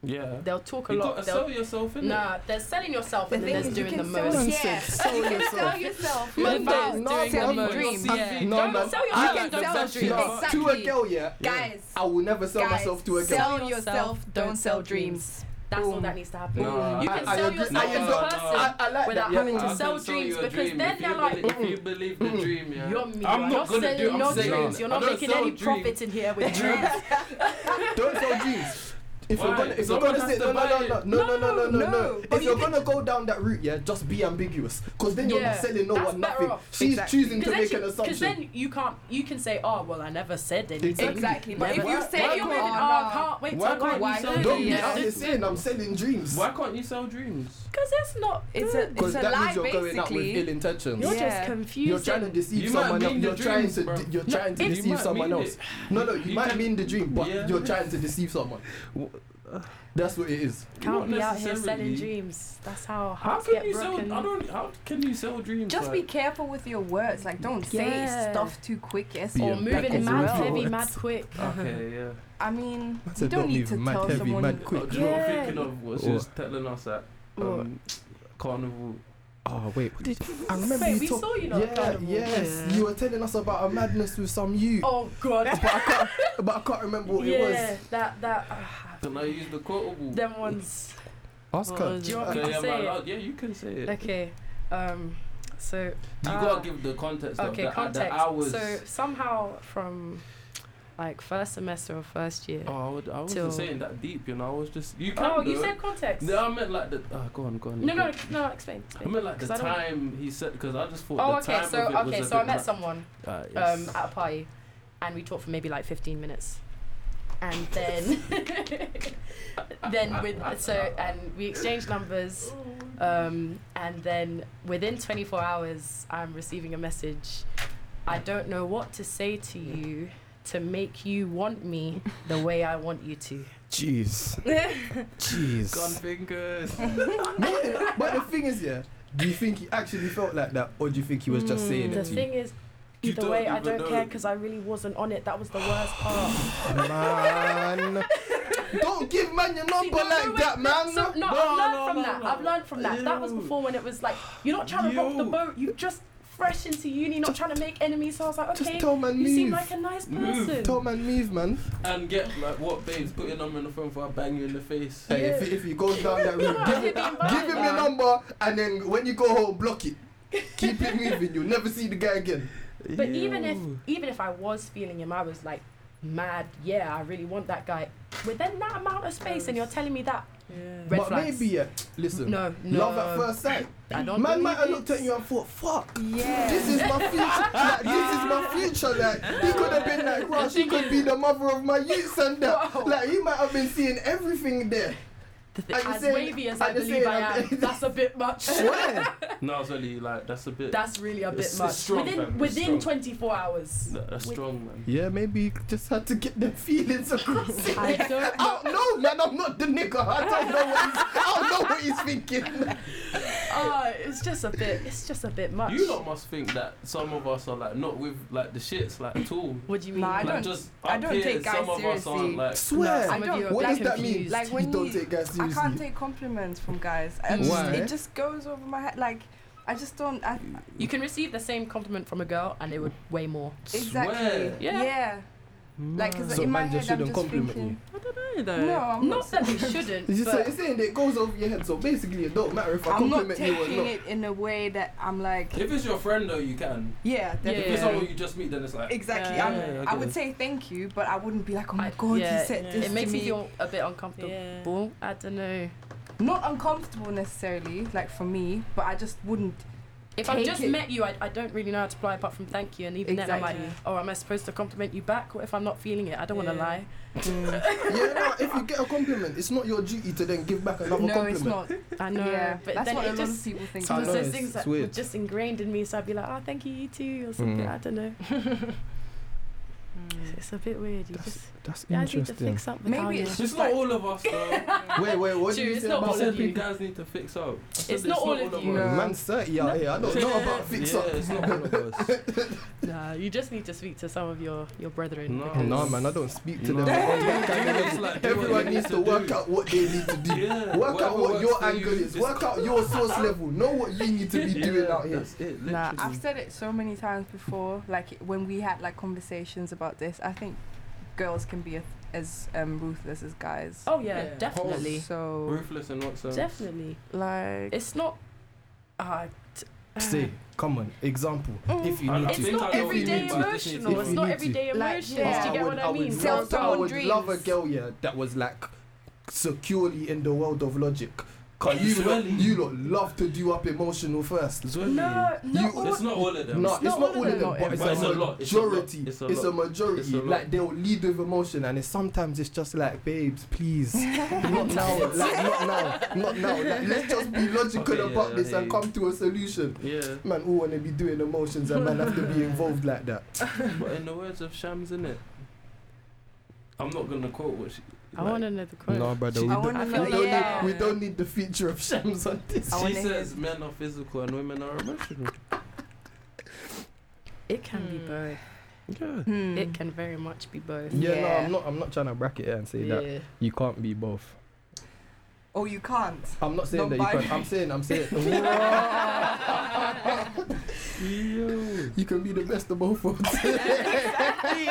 S5: Yeah.
S6: They'll talk a
S5: You gotta
S6: lot.
S5: sell
S6: They'll,
S5: yourself in
S6: nah, they're selling yourself and
S13: The
S6: then
S13: thing
S6: they're
S13: is, you
S6: doing the
S13: can sell
S6: most.
S13: Yeah.
S4: Sell yourself.
S13: Sell yourself.
S6: Man,
S13: Without
S6: that's
S13: doing
S7: selling
S13: the
S7: your
S13: most.
S7: dream.
S5: Yeah.
S4: No,
S6: Don't
S4: no,
S6: sell your
S5: I
S6: fucking
S5: like
S6: sell
S5: that
S6: dream.
S5: shit.
S4: no. To a
S7: Exactly.
S4: girl, yeah,
S13: Guys.
S4: I will never sell
S13: guys,
S4: myself to a girl.
S13: Sell yourself. Don't sell dreams.
S6: That's all
S7: Boom.
S6: that needs to happen.
S5: Nah,
S6: you
S4: I-
S6: can
S4: I
S6: sell
S4: agree-
S6: yourself
S4: I
S6: to
S4: agree-
S6: a person
S4: I, I like
S6: without
S4: that. Yeah.
S6: having to
S5: I
S6: sell
S5: can sell
S6: dreams
S5: you a
S6: because
S5: dream.
S6: then
S5: If
S6: they're
S5: you
S6: like,
S5: believe- if you believe the dream, yeah.
S6: You're me.
S5: I'm
S6: you're
S5: not gonna
S6: selling
S5: do it, I'm
S6: no
S5: saying
S6: dreams.
S5: it.
S6: You're
S5: I
S6: not
S5: don't
S6: making
S5: sell
S6: any
S5: dreams.
S6: profit in here with dreams.
S4: Don't sell dreams. If you're
S5: Why?
S4: gonna, if you're
S5: Someone
S4: gonna
S5: has to
S4: sit, no, no,
S5: buy
S4: no, no,
S5: it.
S4: no, no, no, no,
S7: No,
S4: no.
S7: but
S4: If you're gonna go down that route, yeah, just be ambiguous, cause then you're not
S6: Yeah,
S4: selling no
S6: that's
S4: one
S6: better
S4: nothing.
S6: off.
S4: She's
S7: Exactly.
S4: choosing to
S6: Because
S4: make an
S6: then, she- 'cause
S4: assumption.
S6: then you can't. You can say, "Oh, well, I never said anything."
S13: Exactly. But if
S6: Never.
S13: you
S6: If
S13: say
S6: you're
S13: you're
S6: making, oh, I can't wait
S5: Why
S6: till I
S5: can't
S6: why
S5: you sell
S4: Don't be
S5: dreams?
S4: out here
S5: Yeah.
S4: saying I'm selling dreams,
S5: Why can't you sell dreams?
S6: Because that's not.
S13: It's a
S6: good.
S4: cause
S13: it's a
S4: that means
S13: lie
S4: you're going out with
S13: basically.
S4: ill intentions.
S6: You're
S13: Yeah.
S6: just confused.
S4: You're trying to deceive
S5: You might
S4: someone
S5: mean
S4: else.
S5: the
S4: You're trying
S5: dreams,
S4: to,
S5: bro.
S4: de- you're
S5: No,
S4: trying to
S5: it- you
S4: deceive
S5: might
S4: someone
S5: mean
S4: else. No, no, you,
S5: You
S4: might
S5: can-
S4: mean the dream, but
S5: Yeah.
S4: you're trying to deceive someone. That's what it is.
S6: Can't
S5: Not
S6: be out here selling
S5: necessarily.
S6: dreams. That's how
S5: How
S6: hearts
S5: can
S6: get
S5: you
S6: broken.
S5: sell? I don't. How can you sell dreams?
S13: Just be
S5: like,
S13: careful with your words. Like, don't
S6: Yeah.
S13: say stuff too quick. Yes.
S4: Be
S6: or
S4: a back
S6: moving
S4: of
S6: mad
S4: the
S6: heavy,
S4: world.
S6: mad quick.
S5: Okay, yeah.
S13: I mean,
S4: Man said
S13: you don't,
S4: don't
S13: need
S4: leave
S13: to
S4: mad
S13: tell
S4: heavy,
S13: someone.
S4: mad
S5: Quick.
S4: Quick.
S5: Oh, do you know what I'm
S6: Yeah.
S5: thinking of was she
S4: What?
S5: was telling us at
S7: Oh,
S5: um, carnival.
S4: Oh wait, what did I remember
S6: Wait,
S4: you
S6: we
S4: talk-
S6: saw you lot at
S4: Yeah,
S6: carnival.
S4: yes, you were telling us about a madness with some you.
S6: Oh
S4: but
S6: god.
S4: I can't, but I can't remember what it
S6: yeah,
S4: was.
S6: that that. ah,
S5: Can I use the quotable?
S6: them ones.
S4: Ask her.
S6: Do you want me
S5: Okay,
S6: to
S5: am I
S6: say it?
S5: allowed? Yeah, you can say it.
S6: Okay. Um. So
S5: You
S6: Ah.
S5: gotta give the context of
S6: okay,
S5: the,
S6: context.
S5: the hours.
S6: So somehow from like first semester or first year.
S5: oh, I, would, I wasn't
S6: Till-
S5: saying that deep, you know. I was just you can.
S6: Oh, you
S5: though.
S6: said context.
S5: No, I meant like the. Ah, go on, go on.
S6: no,
S5: go
S6: no,
S5: on.
S6: no. Explain.
S5: I meant like the
S6: 'Cause I don't-
S5: time he said because I just thought.
S6: Oh,
S5: the
S6: okay.
S5: time
S6: So
S5: of it was
S6: okay,
S5: a
S6: so I
S5: bit
S6: met
S5: like-
S6: someone
S5: Ah, yes.
S6: um, at a party, and we talked for maybe like 15 minutes, and then then with so and we exchanged numbers, um, and then within 24 hours, I'm receiving a message. I don't know what to say to you to make you want me the way I want you to.
S4: Jeez.
S5: Gun
S4: Jeez.
S5: fingers.
S4: but the thing is, yeah, do you think he actually felt like that, or do you think he was just saying
S6: Hmm, The
S4: it to you?
S6: thing is,
S5: You
S6: Either
S5: don't
S6: way, I
S5: even
S6: don't
S5: know.
S6: care because I really wasn't on it. That was the worst part.
S4: Man. Don't give man your number
S6: no,
S4: like
S6: no, wait,
S4: that, man.
S6: So, no,
S5: No,
S6: I've learned
S5: no,
S6: from
S5: no,
S6: that.
S5: no.
S6: I've learned from that. That was
S5: Yo.
S6: before when it was like, you're not trying to rock the
S5: Yo.
S6: boat, you just fresh into uni, not trying to make enemies. So I was like,
S4: Just
S6: okay,
S4: tell man
S6: you seem
S4: move.
S6: like a nice
S5: Move.
S6: person.
S4: Tell man move, man.
S5: And get like what babes, put your number in the phone for I bang you in the face.
S4: Hey, if, if you go down that route,
S6: I've
S4: give,
S6: been
S4: it,
S6: invited.
S4: give him your number, and then when you go home, block it. Keep it moving. You'll never see the guy again.
S6: But even if even if I was feeling him, I was like mad. Yeah, I really want that guy. Within that amount of space, and you're telling me that red
S4: but
S6: flags.
S4: maybe, yeah. Listen.
S6: no, no.
S4: Love at first sight.
S6: I don't
S4: Man might have
S6: believe
S4: looked at you and thought, fuck,
S7: Yeah.
S4: this is my future. like, this is my future. Like, he could have been like, wow, she could be the mother of my youth and that. Like, he might have been seeing everything there.
S6: The thi-
S4: Are you
S6: as
S4: saying-
S6: wavy as
S4: are
S6: I
S4: you
S6: believe
S4: saying
S6: I am,
S4: I'm-
S6: that's a bit much.
S5: no, it's really like that's a bit.
S6: That's really a bit
S5: It's- it's
S6: much.
S5: strong,
S6: within
S5: fam, it's
S6: within
S5: strong.
S6: 24 hours.
S5: that- that's
S6: With-
S5: strong, man.
S4: Yeah, maybe you just had to get them feelings across.
S6: I don't
S4: I don't know, man. I'm not the nigga. I don't know what he's, I don't know what he's thinking.
S6: Oh, it's just a bit. It's just a bit much.
S5: You lot must think that some of us are like not with like the shits like at all.
S6: What do you mean?
S7: Nah, I
S5: like
S7: don't-
S5: just
S7: I
S5: up
S7: don't
S5: here,
S7: take guys
S5: some of us
S7: seriously.
S5: aren't like.
S4: Swear.
S7: I
S6: Some of
S7: don't-
S6: you are
S4: what
S6: black
S4: does that mean?
S6: confused.
S7: Like when
S4: you don't
S7: you-
S4: take guys
S7: I
S4: seriously.
S7: can't take compliments from guys. I just,
S4: Why?
S7: It just goes over my head. Like I just don't. I,
S6: You can receive the same compliment from a girl, and it would weigh more.
S7: exactly.
S6: Yeah.
S7: Yeah. Like 'cause
S4: So
S7: in my
S4: man just
S7: head, I'm
S4: shouldn't
S7: just
S4: compliment
S7: thinking.
S8: I don't know though.
S7: No, I'm
S6: Not that it shouldn't.
S4: It's just
S6: but
S4: like, it's saying that it goes over your head. So basically, it don't matter if I
S7: I'm not
S4: compliment you or
S7: taking
S4: not.
S7: it in a way that I'm like.
S5: If it's your friend though, you can.
S7: Yeah,
S5: If it's
S7: definitely.
S5: someone you just meet, then it's like.
S7: Exactly.
S5: Yeah,
S7: I'm,
S5: yeah, I
S7: I
S5: get
S7: would
S5: it.
S7: say thank you, but I wouldn't be like, oh my
S6: I-
S7: god,
S6: yeah,
S7: you said
S8: yeah.
S7: this.
S6: it
S7: to
S6: makes me
S7: me
S6: feel a bit uncomfortable.
S8: Yeah.
S6: I don't know.
S7: not uncomfortable necessarily, like for me, but I just wouldn't.
S6: If I've
S7: Take
S6: just
S7: it.
S6: met you, I, I don't really know how to reply apart from thank you, and even then I'm like,
S7: Exactly.
S6: oh, am I supposed to compliment you back? What if I'm not feeling it? I don't want to
S8: Yeah.
S6: lie.
S4: Yeah, no, if you get a compliment, it's not your duty to then give back another
S7: no,
S4: compliment.
S7: it's not.
S6: I know,
S7: yeah,
S6: but
S7: that's
S6: then
S7: what a
S6: it
S7: lot
S6: just
S7: of people think.
S6: Some of
S4: know,
S7: about.
S6: those
S4: it's-
S6: things
S4: it's
S6: that were
S4: weird.
S6: just ingrained in me, so I'd be like, "Oh, thank you, you too," or something.
S4: Mm.
S6: I don't know. It's, it's a bit weird. You just
S4: That's
S6: yeah, I need to fix up. with
S7: Maybe
S6: how
S7: it's
S6: you're-
S5: It's not all of us though.
S4: Wait, wait, what
S6: True,
S4: do you
S6: it's
S4: say
S6: not
S4: about
S6: all
S5: I
S6: of
S5: said
S6: you.
S5: you guys need to fix up. I said
S6: It's not all of you.
S5: us.
S7: No.
S4: Man's 30 out here. I don't know about fix
S5: yeah,
S4: up.
S5: it's not all of us.
S6: Nah, you just need to speak to some of your your brethren.
S5: No.
S6: because-
S4: No, man, I don't speak to
S5: No.
S4: them. I'm that kind of
S5: It's
S4: level.
S5: like, do what
S4: Everyone
S5: you need
S4: needs to
S5: to
S4: work
S5: do.
S4: out what they need to do.
S5: Yeah,
S4: Work
S5: whatever
S4: out what
S5: works
S4: your
S5: for
S4: angle
S5: you
S4: is.
S5: is
S4: Work out your source level. Know what you need to be doing
S5: Yeah,
S4: out here.
S5: That's it.
S7: Nah,
S5: literally.
S7: I've said it so many times before. Like when we had like conversations about this, I think girls can be a, as um, ruthless as guys.
S6: Oh yeah,
S5: Yeah.
S6: definitely,
S7: So
S5: Ruthless and what's up.
S6: definitely.
S7: like,
S6: It's not. Uh, t- uh,
S4: Say, come on, example. If you
S5: I-
S4: need
S5: I
S4: to.
S5: think
S6: it's not
S5: I know what you
S6: everyday
S5: mean, but I just need to
S4: if
S6: emotional. It's
S4: you
S6: not
S4: need
S6: everyday
S7: to. Like, yeah.
S6: emotions. Do you
S4: I
S6: get
S4: would,
S6: what I mean?
S4: would
S7: Sell
S4: love, I
S7: someone
S4: would love a
S7: dreams.
S4: girl, yeah, that was like securely in the world of logic. Cause you lot,
S5: Swelly.
S4: you lot love to do up emotional first.
S5: It's really-
S6: No, no.
S4: You-
S5: It's not all of them.
S4: No, it's not all of them,
S7: them.
S4: but it's,
S5: But it's a
S4: a,
S5: lot, it's a lot,
S4: majority.
S5: it's
S4: It's
S5: a
S4: a,
S5: lot,
S4: majority.
S5: it's a lot.
S4: like they'll lead with emotion, and it's, sometimes it's just like, babes, please, not now, like not now, not now. Like, let's just be logical
S5: Okay, yeah,
S4: about
S5: I
S4: this
S5: hear
S4: and
S5: you.
S4: come to a solution.
S5: Yeah,
S4: Man, all wanna be doing emotions, and man have to be involved like that.
S5: but in the words of Shams, innit? I'm not gonna quote what she.
S6: I
S5: like,
S6: want to know the quote.
S4: brother,
S5: I
S4: we,
S7: I
S4: don't-
S7: want
S6: I
S7: to
S6: feel
S4: we
S7: know.
S6: like-
S4: don't
S7: yeah.
S4: need, we don't need the feature of Shams on this.
S7: I
S5: She
S7: wanna
S5: says
S7: hear-
S5: men are physical and women are emotional.
S6: It can be both.
S5: Yeah.
S7: Hmm.
S6: It can very much be both.
S4: Yeah, no,
S7: Yeah.
S4: I'm not. I'm not trying to bracket it and say that
S6: Yeah.
S4: you can't be both.
S7: Oh, you can't.
S4: I'm not saying that you
S7: Non-binary.
S4: can't. I'm saying. I'm saying. you can be the best of both worlds.
S7: exactly.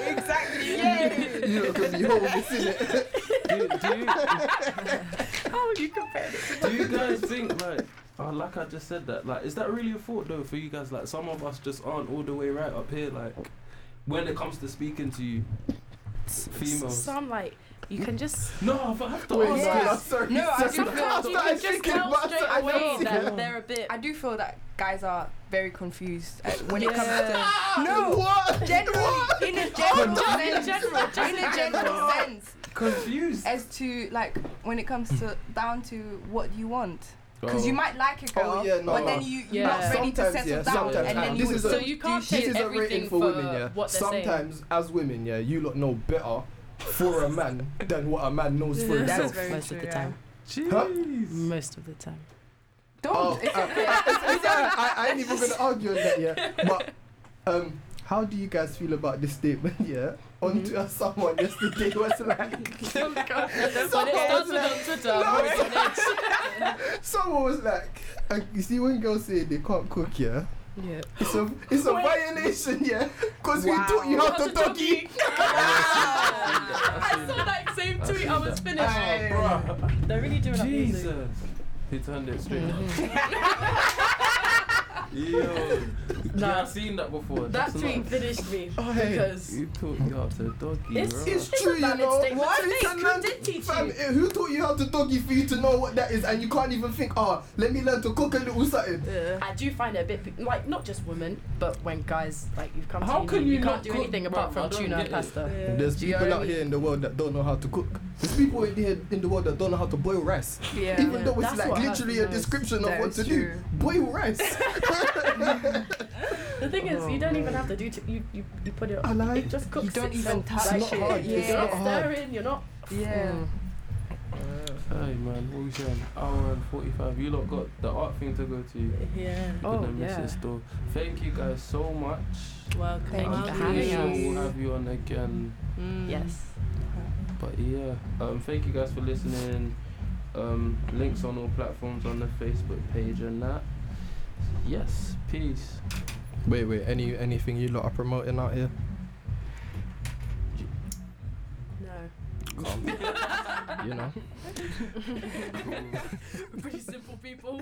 S7: Exactly.
S4: you know, because you hold this in it.
S5: do, do, you,
S6: How would you compare this?
S5: do you guys think like, oh, like I just said that, like, is that really a thought though for you guys? Like, some of us just aren't all the way right up here. Like, when it comes to speaking to you, females.
S6: Some like you can just
S5: no, but I have to
S4: Wait,
S5: ask
S4: sorry,
S5: this.
S4: I'm sorry.
S7: No, I
S4: Sorry.
S7: do feel- you
S4: I started
S6: can just
S4: thinking,
S6: tell
S4: but I
S6: straight
S4: started
S6: away
S4: thinking.
S6: that they're a bit.
S7: I do feel that guys are very confused uh, when it comes to
S4: No, what?
S7: generally in a general
S6: in
S7: sense.
S6: general, just
S7: In a general sense,
S5: Confused.
S7: as to like when it comes to down to what you want, because you might like a girl,
S4: Oh, yeah, no,
S7: but then
S4: no.
S7: you you're
S6: Yeah.
S7: not ready to
S4: Sometimes,
S7: settle
S4: yeah,
S7: down,
S4: sometimes,
S7: and
S4: and
S7: then you
S4: this
S7: would
S4: is a-
S6: so
S7: still
S6: you can't
S4: This
S6: take
S4: is a
S6: everything
S4: rating
S6: for,
S4: for women, yeah.
S6: what they're saying.
S4: Sometimes, as women, yeah, you lot know better for a man than what a man knows for
S7: That's
S4: himself.
S7: very
S6: Most
S7: true,
S6: of the
S7: yeah.
S6: time.
S5: Jeez.
S6: Most of the time.
S7: Don't.
S4: uh, Oh, I, I, I, I ain't even gonna argue on that, yeah. But Um, how do you guys feel about this statement? Yeah,
S7: Mm-hmm.
S4: onto us someone yesterday was like,
S6: When it started on Twitter, I'm already on edge.
S4: someone was like, uh, you see when girls say they can't cook, yeah,
S6: Yeah.
S4: it's a it's a violation, yeah, because we taught you how to doggy.
S6: I saw that same tweet. I was finished.
S4: Aye.
S6: They're really doing that music.
S5: Jesus. He turned it straight up. Yo. Yeah,
S6: Nah.
S5: I've seen that before.
S6: That
S5: That's
S6: tweet
S5: nuts.
S6: finished me
S4: hey.
S6: because
S5: You taught you how to doggy,
S6: It's-
S5: bro.
S4: It's
S6: It's
S4: true,
S6: a
S4: you
S6: valid
S4: know.
S6: statement
S4: Why
S6: to
S4: you
S6: make.
S4: can't
S6: Who
S4: learn-
S6: did teach
S4: fam,
S6: you?
S4: eh, Who taught you how to doggy for you to know what that is, and you can't even think, oh, let me learn to cook a little something.
S6: I do find it a bit like not just women, but when guys like you've come
S5: How
S6: to
S5: can
S6: uni,
S5: you
S6: you can't
S5: not
S6: do
S5: cook,
S6: anything
S5: bruv?
S6: apart
S5: I
S6: from
S5: don't
S6: tuna
S5: get
S6: and
S5: it.
S6: pasta.
S4: There's
S6: Do you
S4: people
S6: know
S4: out
S6: what I E.
S4: here in the world that don't know how to cook. There's people in here in the world that don't know how to boil rice.
S18: Yeah.
S4: Even though it's
S6: That's
S4: like
S6: what
S4: literally a
S6: happened, yes.
S4: description of
S18: That
S4: what
S18: is
S4: to do.
S18: true.
S4: Boil rice.
S6: The thing is, you don't even have to do t- you, you you put it.
S4: I like-
S6: It just cooks
S7: you don't even
S6: itself.
S7: touch
S6: Like,
S4: not hard,
S7: it.
S6: You're
S4: it's
S6: not
S4: not hard.
S6: stirring. You're not.
S7: Yeah.
S5: Hey man, what we saying? Hour and 45. You lot got the art thing to go to. You're
S6: Yeah.
S7: Oh,
S5: gonna miss it still. Thank you guys so much.
S6: Welcome.
S7: Thank you for
S5: I'm
S7: having
S5: pretty sure
S7: us.
S5: We'll have you on again.
S6: Yes.
S5: But yeah, um, thank you guys for listening. Um, links on all platforms on the Facebook page and that. Yes, peace.
S19: Wait, wait. Any anything you lot are promoting out here?
S6: No.
S19: You know.
S6: Pretty simple people.